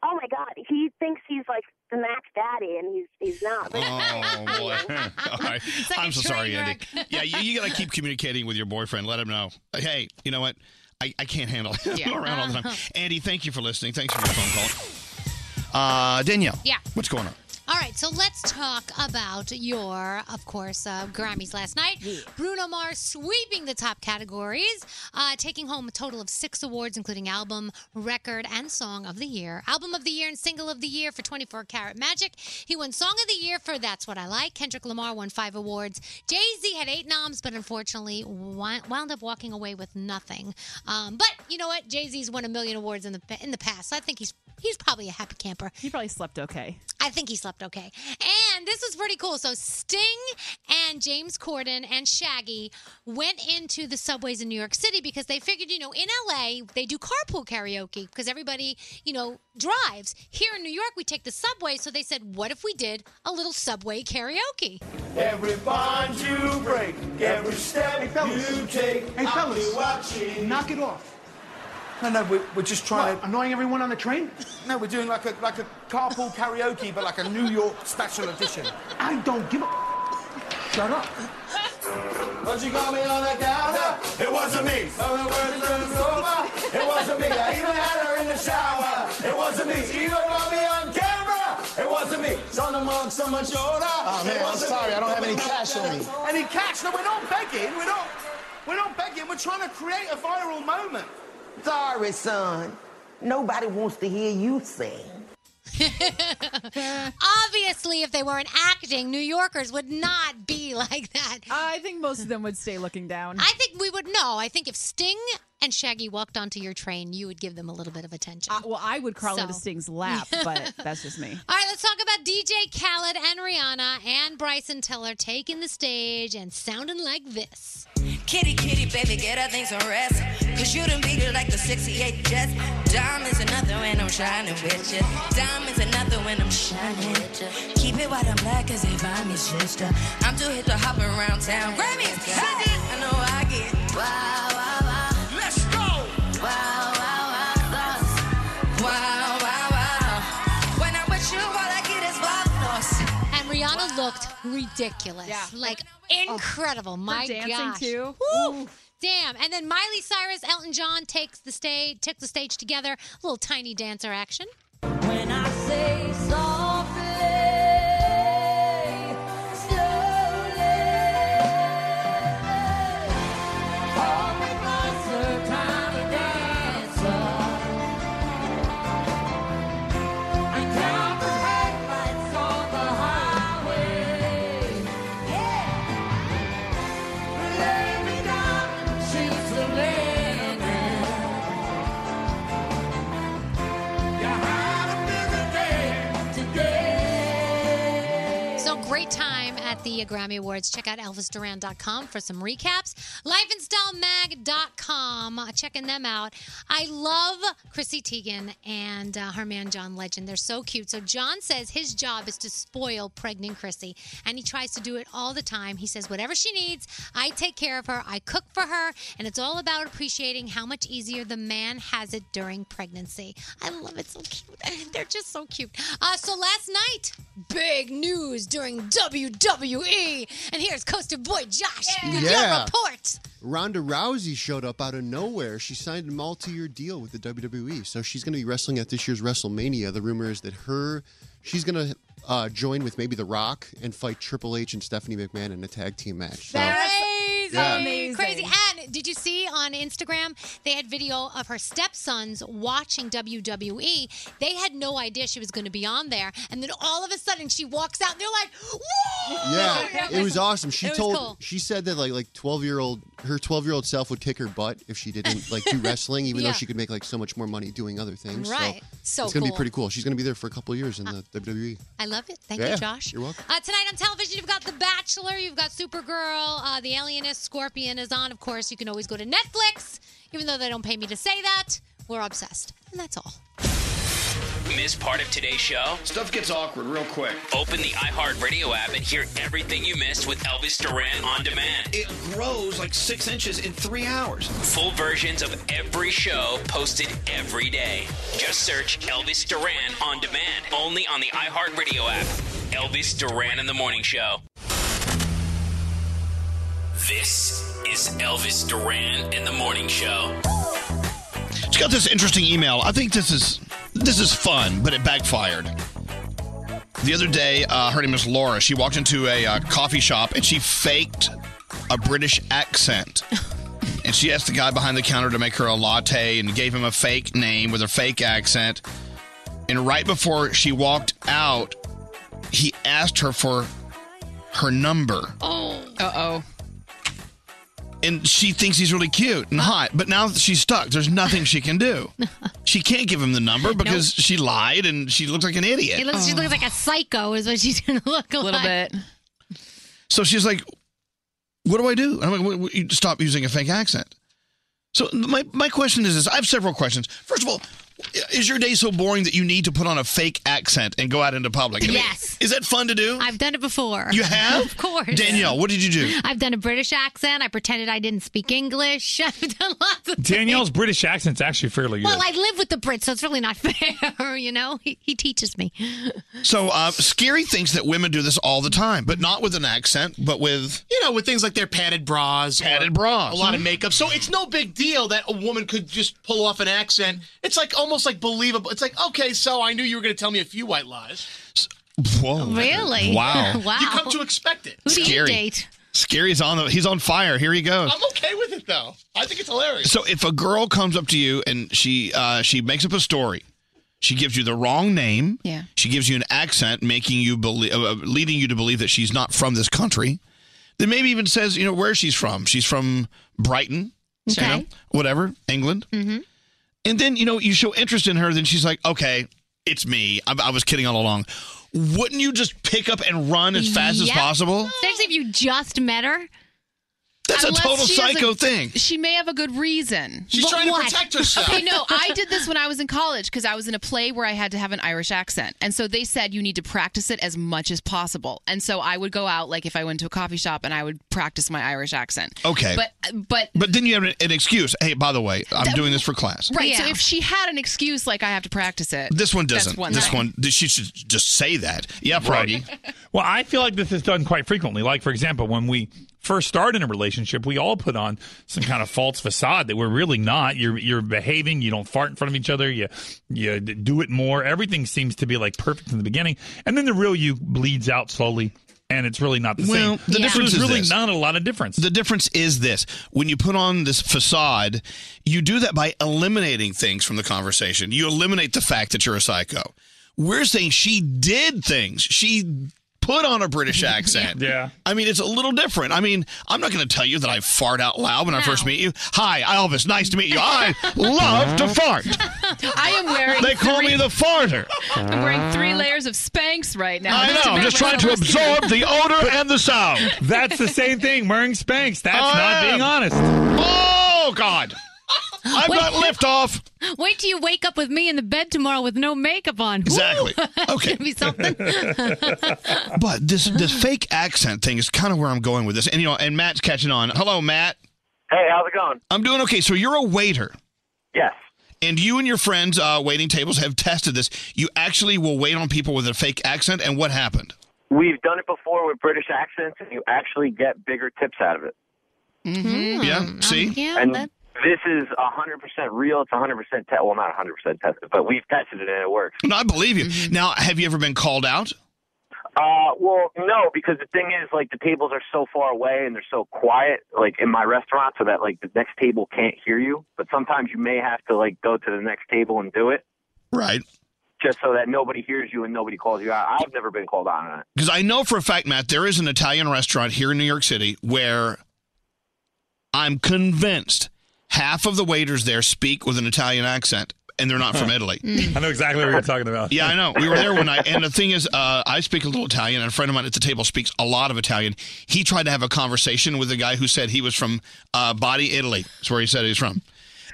S32: oh my god, he thinks he's like the Mac Daddy, and he's he's not. [laughs]
S5: [laughs] Oh boy! [laughs] All right,
S32: like
S5: I'm
S32: a
S5: so sorry,
S32: train
S5: Andy.
S32: wreck.
S5: [laughs] Yeah, you, you got
S32: [laughs]
S5: to keep communicating with your boyfriend. Let him know. Hey, you know what? I, I can't handle [laughs] it.
S7: Yeah.
S5: I'm around all the time.
S32: Uh-huh.
S5: Andy, thank you for listening. Thanks for your phone call. Uh, Danielle.
S7: Yeah.
S5: What's going on?
S7: All right, so let's talk about your, of course, uh, Grammys last night. Bruno Mars sweeping the top categories, uh, taking home a total of six awards, including album, record, and song of the year. Album of the year and single of the year for 24 Karat Magic. He won song of the year for That's What I Like. Kendrick Lamar won five awards. Jay Z had eight noms, but unfortunately wi- wound up walking away with nothing. Um, but you know what? Jay Z's won a million awards in the in the past. So I think he's he's probably a happy camper.
S33: He probably slept okay.
S7: I think he slept okay. And this was pretty cool. So Sting and James Corden and Shaggy went into the subways in New York City because they figured, you know, in LA they do carpool karaoke because everybody, you know, drives. Here in New York we take the subway, so they said, what if we did a little subway karaoke?
S3: Every bond you break, every step you take,
S1: Hey,
S3: I'll
S1: fellas.
S3: be watching.
S1: Knock it off.
S3: No, no, we're, we're just trying to.
S1: Annoying everyone on the train?
S3: No, we're doing like a like a carpool karaoke, but like a New York special edition.
S1: I don't give a.
S3: Shut up.
S21: Don't you call me on that downer? It wasn't me. Some of the words that was over. It wasn't me. I even had her in the shower. It wasn't me. She even want me on camera. It wasn't me. Son of monks on my shoulder.
S6: Oh, man,
S21: It
S6: I'm
S21: wasn't
S6: sorry.
S21: me.
S6: I don't have any cash on me.
S21: Any cash? No, we're not begging. We're not. We're not begging. We're trying to create a viral moment.
S1: Sorry, son. Nobody wants to hear you sing.
S7: [laughs] Obviously, if they weren't acting, New Yorkers would not be [laughs] like that.
S30: I think most of them would stay looking down.
S7: I think we would know. I think if Sting and Shaggy walked onto your train, you would give them a little bit of attention.
S30: Uh, well, I would crawl
S7: So-
S30: into
S7: [laughs]
S30: Sting's lap, but that's just me.
S7: All right, let's talk about DJ Khaled and Rihanna and Bryson Tiller taking the stage and sounding like this.
S3: Kitty, kitty, baby, get her things some rest. Cause you done beat her like the 68 Jets. Diamonds another when I'm shining with ya. Diamonds another when I'm shining with ya. Keep it white and black as if I'm your sister. I'm too hit to hop around town. Grammys, hey! I know I get wow, wow, wow. Let's go! Wow, wow, wow, thoughts. Wow, wow, wow. When I'm with you, all I get is wild thoughts.
S7: And Rihanna looked ridiculous. Like incredible. My
S30: dancing,
S7: gosh.
S30: too.
S7: Woo! Damn. And then Miley Cyrus, Elton John takes the stage, took the stage together. little tiny dancer action.
S3: When I
S32: [laughs]
S3: say softly, slowly, hold me closer, tiny dancer. I count the headlights on the highway. Yeah. Lay me down, she's surrendering.
S7: So great time at the Grammy Awards. Check out ElvisDuran.com for some recaps. LifeandStyleMag.com. uh, Checking them out. I love Chrissy Teigen and uh, her man John Legend. They're so cute. So John says his job is to spoil pregnant Chrissy, and he tries to do it all the time. He says whatever she needs, I take care of her. I cook for her, and it's all about appreciating how much easier the man has it during pregnancy. I love it so cute. [laughs] They're just so cute. Uh, so last night, big news during WWE, and here's Coaster Boy Josh with your
S10: Yeah.
S7: report.
S10: Ronda Rousey showed up out of nowhere. She signed a multi-year deal with the WWE, so she's going to be wrestling at this year's WrestleMania. The rumor is that her, she's going to uh, join with maybe The Rock and fight Triple H and Stephanie McMahon in a tag team match. So,
S7: Crazy,
S10: Yeah.
S7: crazy. And did you see on Instagram they had video of her stepsons watching WWE? They had no idea she was going to be on there, and then all of a sudden she walks out, and they're like, "Whoa!" [laughs]
S10: yeah, it was awesome. She
S7: It was
S10: told,
S7: cool.
S10: she said that like like twelve year old her twelve year old self would kick her butt if she didn't like
S7: [laughs]
S10: do wrestling, even
S7: Yeah.
S10: though she could make like so much more money doing other things.
S7: Right. So
S10: So, it's gonna
S7: cool.
S10: be pretty cool. She's gonna be there for a couple of years in the WWE.
S7: I love it. Thank
S10: Yeah,
S7: you, Josh.
S10: You're welcome.
S7: Uh, tonight on television, you've got The Bachelor, you've got Supergirl, uh, The Alienist, Scorpion is on. Of course, you can always go to Netflix, even though they don't pay me to say that. We're obsessed, and that's all.
S2: Miss part of today's show? Stuff gets awkward real quick. Open the iHeartRadio app and hear everything you missed with Elvis Duran on demand. It grows like six inches in three hours. Full versions of every show posted every day. Just search Elvis Duran on demand only on the iHeartRadio app. Elvis Duran in the Morning Show. This is Elvis Duran in the Morning Show.
S5: She got this interesting email. I think this is this is fun, but it backfired. The other day, uh, her name is Laura. She walked into a uh, coffee shop and she faked a British
S7: [laughs]
S5: accent. and she asked the guy behind the counter to make her a latte and gave him a fake name with a fake accent. And right before she walked out, he asked her for her number.
S4: Oh.
S5: Uh oh. And she thinks he's really cute and hot, but now she's stuck. There's nothing she
S7: [laughs]
S5: can do. She can't give him the number because she lied and she looks like an idiot.
S7: It looks, She looks like a psycho, is what she's going to look like. A little bit.
S5: So she's like, "What do I do?" And I'm like, "Well, well, you "Stop using a fake accent." So my my question is this: I have several questions. First of all, Is your day so boring that you need to put on a fake accent and go out into public? I mean,
S7: Yes.
S5: Is that fun to do?
S7: I've done it before.
S5: You have?
S7: [laughs] Of course.
S5: Danielle, what did you do?
S7: I've done a British accent. I pretended I didn't speak English. [laughs] I've done lots of
S12: [laughs] Danielle's British accent's actually fairly good.
S7: Well, I live with the Brits, so it's really not [laughs] fair, you know? He, he teaches me.
S5: So, uh, Scary thinks that women do this all the time, but not with an accent, but with.
S6: You know, with things like their padded bras,
S5: padded bras,
S6: a lot of makeup. So it's no big deal that a woman could just pull off an accent. It's like almost like believable. It's like, okay, so I knew you were going to tell me a few white lies.
S5: Whoa!
S7: Really?
S5: Wow!
S7: [laughs] Wow.
S6: You come to expect it.
S7: Who do you
S5: Scary.
S7: date?
S5: Scary's on the. He's on fire. Here he goes.
S6: I'm okay with it though. I think it's hilarious.
S34: [laughs]
S5: So if a girl comes up to you and she uh, she makes up a story, she gives you the wrong name.
S4: Yeah.
S5: She gives you an accent, making you believe, uh, uh, leading you to believe that she's not from this country. Then maybe even says, you know, where she's from. She's from Brighton, you
S7: Okay.
S5: know, whatever, England.
S7: Mm-hmm.
S5: And then you know you show interest in her. Then she's like, okay, it's me. I, I was kidding all along. Wouldn't you just pick up and run as fast as
S7: Yep.
S5: possible?
S7: Especially if you just met her.
S5: That's
S4: Unless
S5: a total
S4: she has
S5: psycho
S4: a-
S5: thing.
S4: She may have a good reason.
S5: She's trying to protect herself.
S4: Okay, no,
S5: [laughs]
S4: I did this when I was in college because I was in a play where I had to have an Irish accent. And so they said you need to practice it as much as possible. And so I would go out, like if I went to a coffee shop and I would practice my Irish accent.
S5: Okay.
S4: But, but
S5: But then you have an, an excuse. Hey, by the way, I'm
S4: That-
S5: doing this for class.
S4: Right. So if she had an excuse, like I have to practice it.
S5: This one
S4: that's
S5: doesn't. this
S4: thing.
S5: one, she should just say that. Yeah, Froggy.
S12: [laughs] Well, I feel like this is done quite frequently. Like, for example, when we first start in a relationship, we all put on some kind of false facade that we're really not. You're you're behaving. You don't fart in front of each other. You you d- do it more. Everything seems to be like perfect in the beginning, and then the real you bleeds out slowly, and it's really not the
S5: Well,
S12: same.
S5: the
S12: So
S5: difference
S12: there's
S5: is
S12: really
S5: this.
S12: not a lot of difference.
S5: The difference is this: when you put on this facade, you do that by eliminating things from the conversation. You eliminate the fact that you're a psycho. We're saying she did things. She put on
S4: [laughs]
S5: a British accent.
S12: yeah.
S5: I mean, it's a little different. I mean, I'm not going to tell you that I fart out loud when I first meet you. Hi, Elvis. Nice to meet
S4: [laughs]
S5: you. I love to fart.
S4: [laughs] I am wearing.
S5: They call
S4: three-
S5: me the farter.
S4: I'm wearing three layers of Spanx right now.
S5: I know. Oh, I'm just trying to absorb the odor and the sound.
S12: That's the same thing. Wearing Spanx. That's not
S5: am.
S12: being honest.
S5: Oh God. I've
S7: Wait.
S5: got liftoff.
S7: [laughs] Wait till you wake up with me in the bed tomorrow with no makeup on.
S5: Exactly.
S7: Woo! [laughs] It's
S5: Okay.
S7: gonna be something.
S5: [laughs] But this this fake accent thing is kind of where I'm going with this, and you know, and Matt's catching on. Hello, Matt.
S27: Hey, how's it going?
S5: I'm doing okay. So you're a waiter.
S27: Yes.
S5: And you and your friends uh, waiting tables have tested this. You actually will wait on people with a fake accent, and what happened?
S27: We've done it before with British accents, and you actually get bigger tips out of it.
S5: Mm-hmm. Yeah. See.
S27: and this is 100% real. It's 100% te- well, not 100% tested, but we've tested it and it works.
S5: No, I believe you. Now, have you ever been called out?
S27: Uh, well, no, because the thing is, like, the tables are so far away and they're so quiet, like, in my restaurant, so that, like, the next table can't hear you. But sometimes you may have to, like, go to the next table and do it.
S5: Right.
S27: Just so that nobody hears you and nobody calls you out. I've never been called out on it.
S5: Because I know for a fact, Matt, there is an Italian restaurant here in New York City where I'm convinced half of the waiters there speak with an Italian accent, and they're not from Italy.
S12: I know exactly what you're talking about.
S5: [laughs] Yeah, I know. We were there one night, and the thing is, uh, I speak a little Italian, and a friend of mine at the table speaks a lot of Italian. He tried to have a conversation with a guy who said he was from uh, Body, Italy. That's where he said he's from.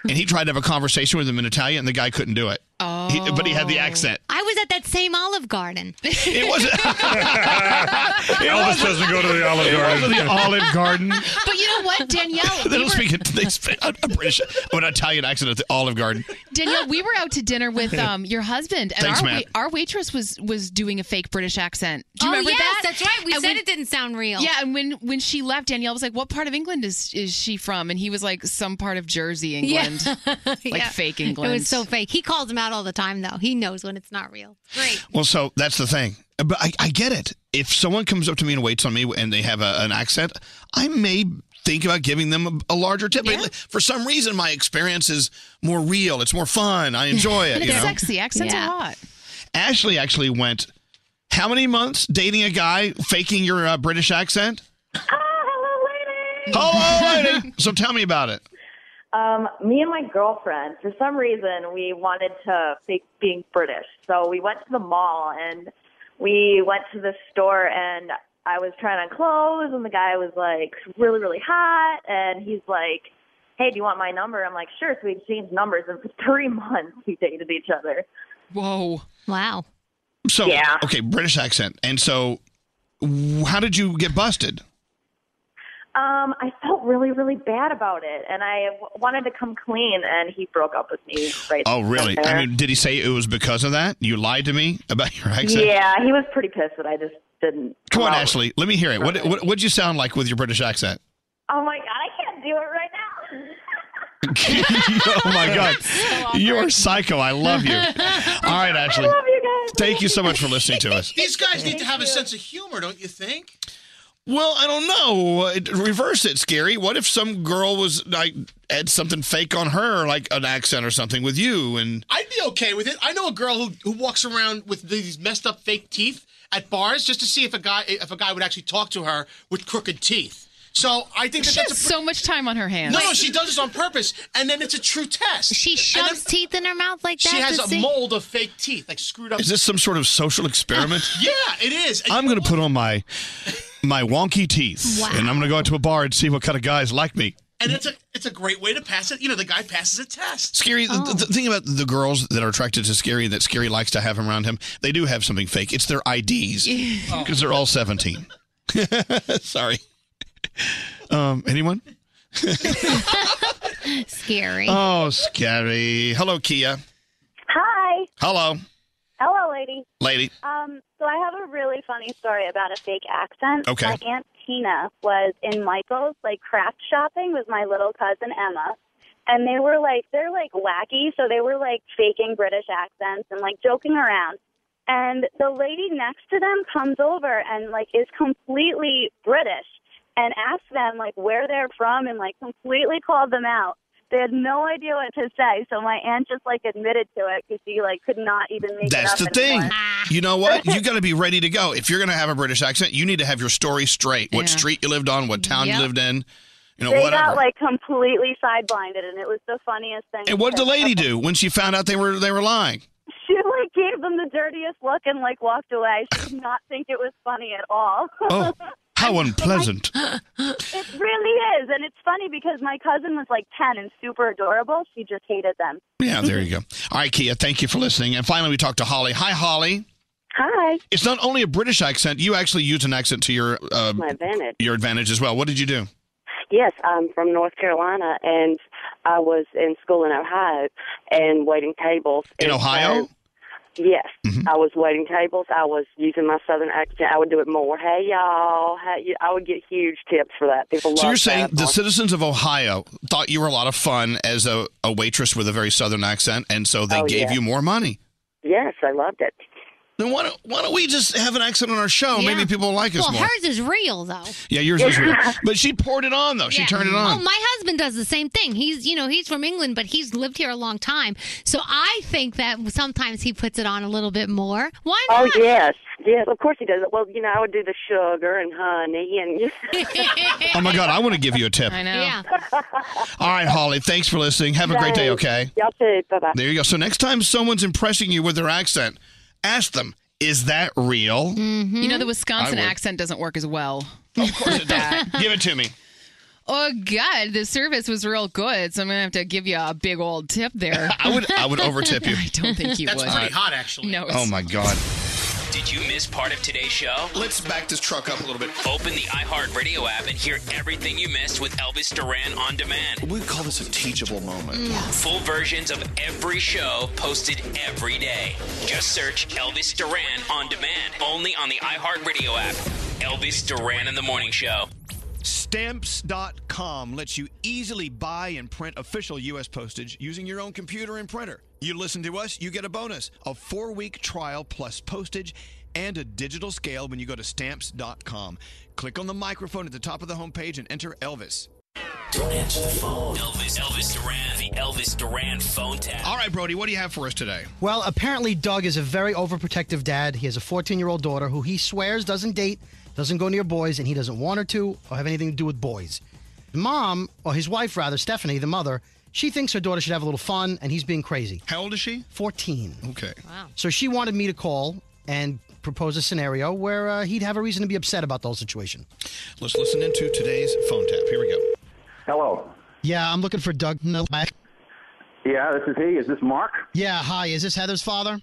S5: And he tried to have a conversation with him in Italian, and the guy couldn't do it. Oh. but he had the accent.
S7: I was at that same Olive Garden. [laughs]
S5: It wasn't.
S12: [laughs] Elvis doesn't go to the Olive Garden.
S5: the Olive Garden.
S4: But you know
S5: [laughs]
S4: what, Danielle?
S5: they don't speak. They speak a,
S4: [laughs]
S5: a British, or an Italian accent at the Olive Garden.
S4: Danielle, we were out to dinner with um, your husband, and
S5: Thanks,
S4: our,
S5: Matt.
S4: our waitress was was doing a fake British accent. Do you
S7: oh,
S4: remember
S7: yes,
S4: that?
S7: that's right. We
S4: And
S7: said
S4: when-
S7: it didn't sound real.
S4: Yeah, and when when she left, Danielle was like, "What part of England is is she from?" And he was like, "Some part of
S7: [laughs]
S4: Jersey, England, like
S7: Yeah.
S4: fake England."
S7: It was so fake. He calls him out all the time, though. He knows when it's not real.
S5: Well, so that's the thing. But I, I get it. If someone comes up to me and waits on me and they have a, an accent, I may think about giving them a, a larger tip. But For some reason, my experience is more real. It's more fun. I enjoy it.
S4: And
S5: you
S4: it's
S5: know?
S4: sexy. Accents are hot.
S5: Ashley actually went. How many months dating a guy faking your uh, British accent? Hello, lady. [laughs] So tell me about it.
S11: Um, me and my girlfriend, for some reason, we wanted to fake being British. So we went to the mall and we went to the store and I was trying on clothes and the guy was like really, really hot and he's like,
S34: hey, do you want my number? I'm like, sure. So we exchanged numbers, and for [laughs] three months we dated each other.
S4: Whoa.
S7: Wow.
S5: So okay, British accent. And so, w- how did you get busted?
S34: Um, I felt really, really bad about it, and I w- wanted to come clean, and he broke up with me right.
S5: Oh, really?
S34: then and
S5: I
S34: there.
S5: mean, did he say it was because of that? You lied to me about your accent.
S34: yeah, he was pretty pissed that I just didn't.
S5: Come on, Ashley. Let me hear it. What what what'd you sound like with your British accent? [laughs]
S34: Oh my god, I can't do it right now. [laughs]
S5: oh my god, you are psycho. I love
S34: [laughs]
S5: [laughs] you. All right, Ashley.
S34: I love you guys.
S5: Thank you so much for listening to us.
S6: These guys need to have a sense of humor, don't you think?
S5: Well, I don't know. It- Reverse it, scary. What if some girl was like had something fake on her, like an accent or something, with you? And
S6: I'd be okay with it. I know a girl who, who walks around with these messed up fake teeth at bars just to see if a guy if a guy would actually talk to her with crooked teeth. So I think that
S4: She
S6: that's a
S4: has so much time on her hands.
S6: No, no, she does this on purpose, and then it's a true test.
S7: She shoves teeth in her mouth like that.
S6: She has
S7: to
S6: a
S7: see?
S6: mold of fake teeth, like screwed up.
S5: is this some sort of social experiment?
S6: Yeah, it is. And
S5: I'm
S6: you know
S5: going to put on my my wonky teeth,
S6: Wow.
S5: and I'm going to go out to a bar and see what kind of guys like me.
S6: And it's a it's a great way to pass it. You know, the guy passes a test.
S5: Scary.
S7: Oh.
S5: th- th- The, thing about the girls that are attracted to Scary that Scary likes to have him around him, they do have something fake. It's their IDs [laughs]
S6: Yeah.
S5: because they're all 17. [laughs] Sorry. Um, anyone?
S7: Scary.
S5: Oh, Scary. Hello, Kia.
S11: Hi.
S5: Hello,
S11: Hello, lady.
S5: lady.
S11: Um, so I have a really funny story about a fake accent.
S5: Okay.
S11: My aunt Tina was in Michael's, like craft shopping with my little cousin Emma, and they were like they're like wacky, so they were like faking British accents and like joking around. And the lady next to them comes over and like is completely British and asks them like where they're from and like completely called them out. They had no idea what to say, so my aunt just like admitted to it because she like could not even make it
S5: That's
S11: up
S5: the
S11: anymore.
S5: thing. You know what?
S11: [laughs]
S5: You got to be ready to go. If you're going to have a British accent, you need to have your story straight. What
S11: Yeah.
S5: street you lived on, what town
S11: Yep.
S5: you lived in, you know,
S11: they
S5: whatever.
S11: got like completely side blinded, and it was the funniest thing.
S5: and what did the lady do when she found out they were they were lying?
S11: She like gave them the dirtiest look and like walked away. She did not think it was funny at
S5: [laughs]
S11: all.
S5: Oh,
S11: [laughs]
S5: how unpleasant.
S11: it really is, and it's funny because my cousin was like ten and super adorable. She just hated them.
S5: Yeah, there you go. All right, Kia, thank you for listening. And finally, we talked to Holly. Hi, Holly.
S2: Hi.
S5: It's not only a British accent. You actually used an accent to your uh,
S2: My advantage.
S5: your advantage as well. What did you do?
S2: Yes, I'm from North Carolina, and I was in school in Ohio and waiting tables.
S5: In
S2: And
S5: Ohio? Mm-hmm.
S2: so- yes, I was waiting tables. I was using my southern accent. I would do it more. Hey, y'all. Hey, y- I would get huge tips for that. People
S5: So
S2: love
S5: you're saying
S2: that.
S5: the citizens of Ohio thought you were a lot of fun as a, a waitress with a very southern accent, and so they
S2: Oh,
S5: gave
S2: yeah.
S5: you more money.
S2: Yes, I loved it.
S5: Then why don't, why don't we just have an accent on our show? Maybe people will like us
S7: well,
S5: more.
S7: hers is real though.
S5: Yeah, yours is
S7: [laughs]
S5: real. But she poured it on though. She
S7: Yeah.
S5: turned it on.
S7: Oh, my husband does the same thing. He's, you know, he's from England, but he's lived here a long time. So I think that sometimes he puts it on a little bit more. Why not?
S2: Oh yes, yes. Of course he does. Well, you know, I would do the sugar and honey
S7: [laughs]
S2: and.
S5: Oh my God, I want to give you a tip.
S2: Yeah.
S5: [laughs] All right, Holly, thanks for listening. Have a great day, okay?
S2: Y'all too. Bye bye.
S5: There you go. So next time someone's impressing you with their accent, ask them, is that
S7: [laughs]
S5: real?
S4: You know, the Wisconsin
S5: I would.
S4: accent doesn't work as well.
S5: Of course it does. Give it to me.
S4: Oh, God, the service was real good, so I'm going to have to give you a big old tip there.
S5: [laughs] I would I would overtip you.
S4: [laughs] I don't think you
S2: That's
S4: would.
S2: pretty All right. hot,
S4: actually. No,
S5: Oh my God.
S2: Did you miss part of today's show?
S5: Let's back this truck up a little bit.
S2: Open the iHeartRadio app and hear everything you missed with Elvis Duran on demand.
S5: We call this a teachable moment.
S2: Full versions of every show posted every day. Just search Elvis Duran on demand only on the iHeartRadio app. Elvis Duran in the Morning Show.
S5: Stamps.com lets you easily buy and print official U.S. postage using your own computer and printer. You listen to us, you get a bonus a four week trial plus postage and a digital scale when you go to stamps.com. Click on the microphone at the top of the homepage and enter Elvis.
S2: Don't answer the phone. Elvis, Elvis Duran, the Elvis Duran phone tap.
S5: All right, Brody, what do you have for us today?
S26: Well, apparently, Doug is a very overprotective dad. He has a 14 year old daughter who he swears doesn't date, doesn't go near boys, and he doesn't want her to or have anything to do with boys. The mom, or his wife rather, Stephanie, the mother, she thinks her daughter should have a little fun, and he's being crazy.
S5: How old is she?
S26: 14.
S5: Okay.
S26: Wow. So she wanted me to call and propose a scenario where uh, he'd have a reason to be upset about the whole situation.
S5: Let's listen into today's phone tap. Here we go.
S26: Hello. Yeah, I'm looking for Doug Novak.
S27: Yeah, this is he. Is this Mark?
S26: Yeah, hi. Is this Heather's father?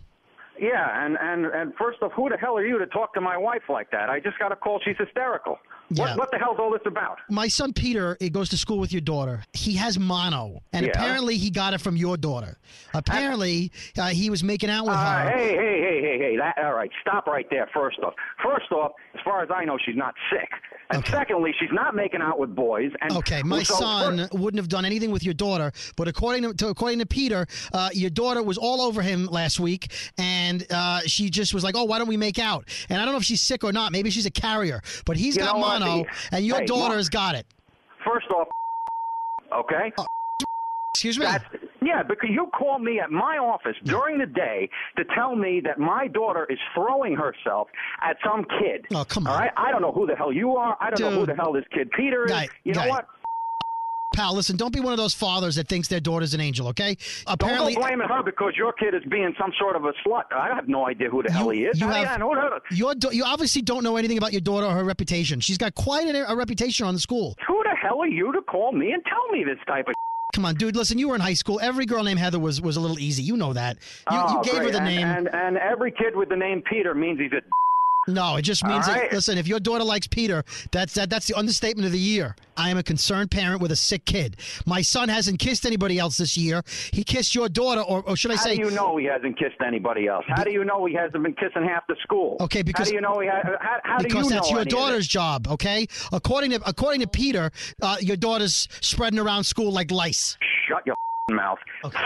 S27: Yeah, and, and, and first off, who the hell are you to talk to my wife like that? I just got a call. She's hysterical.
S26: Yeah.
S27: What, what the hell's all this about?
S26: My son Peter, he goes to school with your daughter. He has mono, and
S27: Yeah.
S26: apparently he got it from your daughter. Apparently, uh, he was making out with
S27: Uh,
S26: her.
S27: hey, hey, hey, hey, hey. That, all right, stop right there, first off. First off, as far as I know, she's not sick. And secondly, she's not making out with boys. And
S26: Okay, my
S27: so-
S26: son wouldn't have done anything with your daughter, but according to, to according to Peter, uh, your daughter was all over him last week, and uh, she just was like, "Oh, why don't we make out?" And I don't know if she's sick or not. Maybe she's a carrier, but he's
S27: You
S26: got
S27: know what?
S26: mono,
S27: Hey,
S26: and your
S27: hey,
S26: daughter's
S27: Mark.
S26: got it. Oh,
S27: First off, okay?
S26: Excuse me?
S27: yeah, because you call me at my office during the day to tell me that my daughter is throwing herself at some kid.
S26: Oh, come on.
S27: All right? I don't know who the hell you are. I don't know who
S26: Dude.
S27: the hell this kid Peter is.
S26: Guy,
S27: you know
S26: guy.
S27: what?
S26: Pal, listen, don't be one of those fathers that thinks their daughter's an angel, okay? Apparently,
S27: don't go blaming her because your kid is being some sort of a slut. I have no idea who the hell he is.
S26: you
S27: I mean,
S26: have-
S27: I don't know.
S26: your da- you obviously don't know anything about your daughter or her reputation. She's got quite an, a reputation on the school.
S27: Who the hell are you to call me and tell me this type of?
S26: Come on, dude. Listen, you were in high school. Every girl named Heather was, was a little easy. You know that. You,
S27: Oh,
S26: you gave her
S27: great.
S26: the
S27: and,
S26: name.
S27: And, and every kid with the name Peter means he's a.
S26: No, it just
S27: All
S26: means
S27: right.
S26: that, listen, if your daughter likes Peter, that's that, that's the understatement of the year. I am a concerned parent with a sick kid. My son hasn't kissed anybody else this year. He kissed your daughter, or, or should I
S27: How
S26: say,
S27: do you know he hasn't kissed anybody else? How do you know he hasn't been kissing half the school?
S26: Okay, because
S27: how do you know he? Ha- uh, how, how do you know?
S26: because that's
S27: any
S26: your
S27: of
S26: daughter's
S27: this?
S26: job, okay? According to according to Peter, uh, your daughter's spreading around school like lice.
S27: Shut your mouth.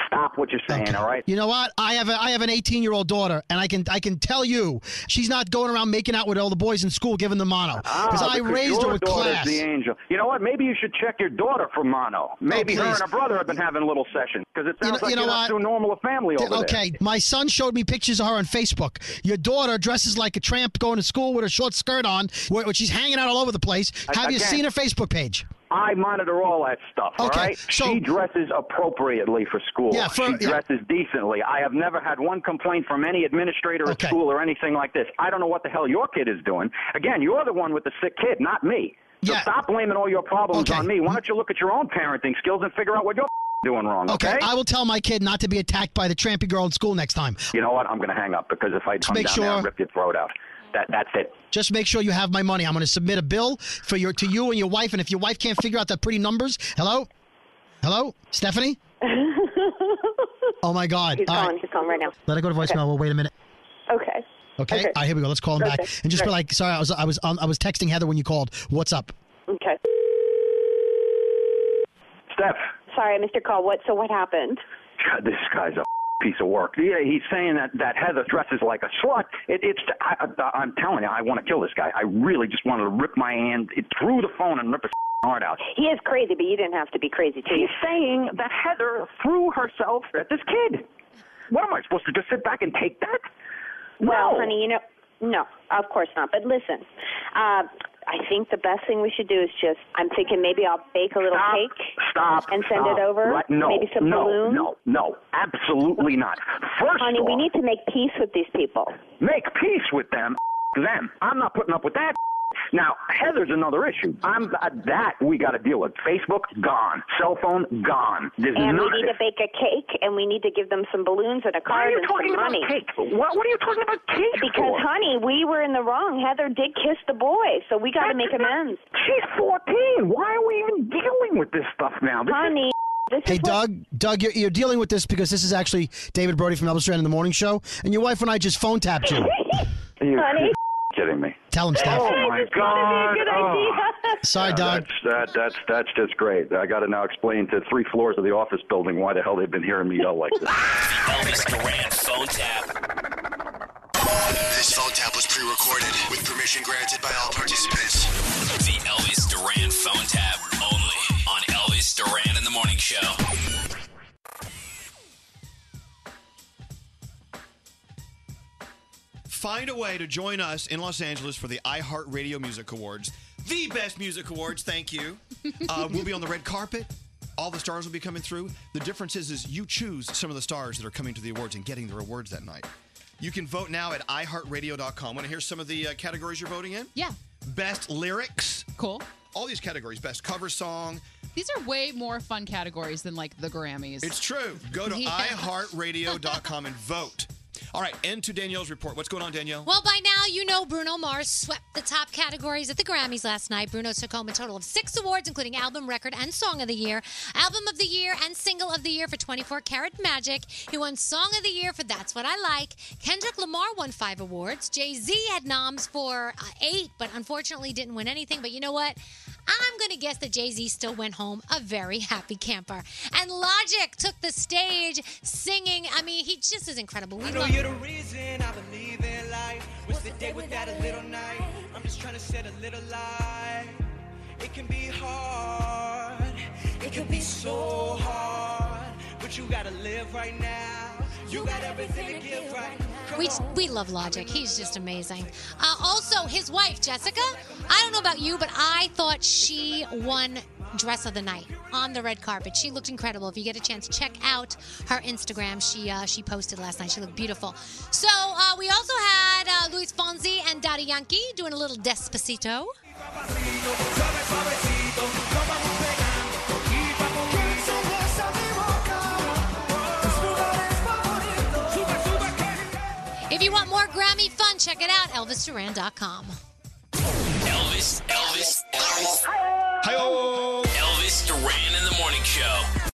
S27: Stop what you're saying. All right.
S26: You know what? I have a I have an 18 year old daughter, and I can I can tell you, she's not going around making out with all the boys in school, giving them mono. Because
S27: Ah,
S26: I raised her
S27: your
S26: with
S27: daughter's
S26: class.
S27: the angel. You know what? Maybe you should check your daughter for mono. Maybe her
S26: please.
S27: and her brother have been having little sessions because it
S26: You know-
S27: sounds
S26: you know
S27: like
S26: what?
S27: you're not too normal a family over there.
S26: okay, my son showed me pictures of her on Facebook. Your daughter dresses like a tramp, going to school with her short skirt on, where, where she's hanging out all over the place.
S27: A-
S26: Have you
S27: again.
S26: seen her Facebook page?
S27: I monitor all that stuff. all
S26: Okay,
S27: right? she dresses appropriately for school.
S26: Yeah, for-
S27: she
S26: yeah.
S27: dresses decently. I have never had one complaint from any administrator at school or anything like this. I don't know what the hell your kid is doing. Again, you're the one with the sick kid, not me. So stop blaming all your problems on me. Why don't you look at your own parenting skills and figure out what you're [laughs] doing wrong? Okay.
S26: I will tell my kid not to be attacked by the trampy girl in school next time.
S27: You know what? I'm going to hang up because if I come
S26: make
S27: down there, I'll
S26: sure-
S27: rip your throat out. That that's it.
S26: Just make sure you have my money. I'm going to submit a bill for your to you and your wife. And if your wife can't figure out the pretty numbers, hello, hello,
S27: [laughs]
S26: Stephanie. oh my God!
S12: He's
S26: All right.
S12: calling. He's calling right now.
S26: Let it go to voicemail. Well, wait a minute.
S12: Okay.
S26: Okay.
S12: Okay.
S26: All right, here we go. Let's call him back
S12: Okay.
S26: and just be
S12: All right.
S26: like, "Sorry, I was I was um, I was texting Heather when you called. What's up?"
S12: Okay.
S27: Steph.
S12: Sorry, I missed your call. What? So what happened?
S27: God, this guy's a piece of work. Yeah, he's saying that that Heather dresses like a slut. It, it's I, I, I'm telling you, I want to kill this guy. I really just wanted to rip my hand through the phone and rip his heart out.
S12: He is crazy, but you didn't have to be crazy too.
S27: He's saying that Heather threw herself at this kid. What am I supposed to just sit back and take that?
S12: Well,
S27: No.
S12: honey, you know, no, of course not. But listen, uh, I think the best thing we should do is just. I'm thinking maybe I'll bake a little cake
S27: Stop.
S12: and send
S27: Stop.
S12: it over.
S27: Right? No.
S12: maybe some
S27: no,
S12: balloons.
S27: No. No. Absolutely not. First
S12: honey, we
S27: off,
S12: need to make peace with these people.
S27: make peace with them. Them. I'm not putting up with that. Now, Heather's another issue. I'm uh, that we got to deal with. Facebook gone, cell phone gone. There's
S12: and we
S27: nothing.
S12: need to bake a cake, and we need to give them some balloons and a
S27: Why are
S12: card
S27: you
S12: and
S27: talking
S12: some
S27: about
S12: money.
S27: cake? What, what are you talking about cake
S12: Because,
S27: for?
S12: honey, we were in the wrong. Heather did kiss the boy, so we got to make amends.
S27: She's 14. Why are we even dealing with this stuff now? This
S12: honey, this
S26: Hey, Doug. Doug, you're, you're dealing with this because this is actually David Brody from Elvis Duran in the Morning Show, and your wife and I just phone tapped you.
S27: Are you
S12: Honey.
S27: kidding me?
S26: Tell him, Steph.
S27: Oh my God! Oh.
S26: Sorry,
S22: Yeah,
S26: Doug.
S22: That's, that, that's that's just great. I got to now explain to three floors of the office building why the hell they've been hearing me yell like this.
S2: Elvis Duran phone tap.
S21: This phone tap was pre-recorded with permission granted by all participants.
S2: The Elvis Duran phone tap only on Elvis Duran in the Morning Show.
S5: Find a way to join us in Los Angeles for the iHeartRadio Music Awards, the best music awards. Thank you. Uh,
S3: [laughs]
S5: we'll be on the red carpet. All the stars will be coming through. The difference is, is you choose some of the stars that are coming to the awards and getting their awards that night. You can vote now at uh, iHeartRadio.com. Want to hear some of the uh, categories you're voting in?
S4: Yeah.
S5: Best lyrics.
S4: Cool. all these categories best cover song.
S27: These are way more fun categories than like the Grammys.
S4: It's true. Go to
S7: Yeah.
S4: iHeartRadio.com and vote. All right, end to Danielle's report. What's going on, Danielle?
S7: Well, by now, you know Bruno Mars swept the top categories at the Grammys last night. Bruno took home a total of six awards, including Album, Record, and Song of the Year, Album of the Year, and Single of the Year for 24 Karat Magic. He won Song of the Year for That's What I Like. Kendrick Lamar won five awards. Jay Z had noms for uh, eight, but unfortunately didn't win anything. But you know what? I'm going to guess that Jay Z still went home a very happy camper. And Logic took the stage singing. I mean, he just is incredible. We
S1: I know
S7: love
S1: you're the reason I believe in life. What's the day without a little night? I'm just trying to set a little light. It can be hard. It can be so hard. But you gotta live right now. You got everything to give right now.
S7: We, we love Logic. He's just amazing. Uh, also, his wife, Jessica, I don't know about you, but I thought she won Dress of the Night on the red carpet. She looked incredible. If you get a chance, check out her Instagram. She uh, she posted last night. She looked beautiful. So uh, we also had uh, Luis Fonsi and Daddy Yankee doing a little Despacito. If you want more Grammy fun, check it out, ElvisDuran.com.
S2: Elvis, Elvis, Elvis. Elvis Duran in the morning show.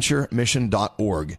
S5: stbonaventuremission.org.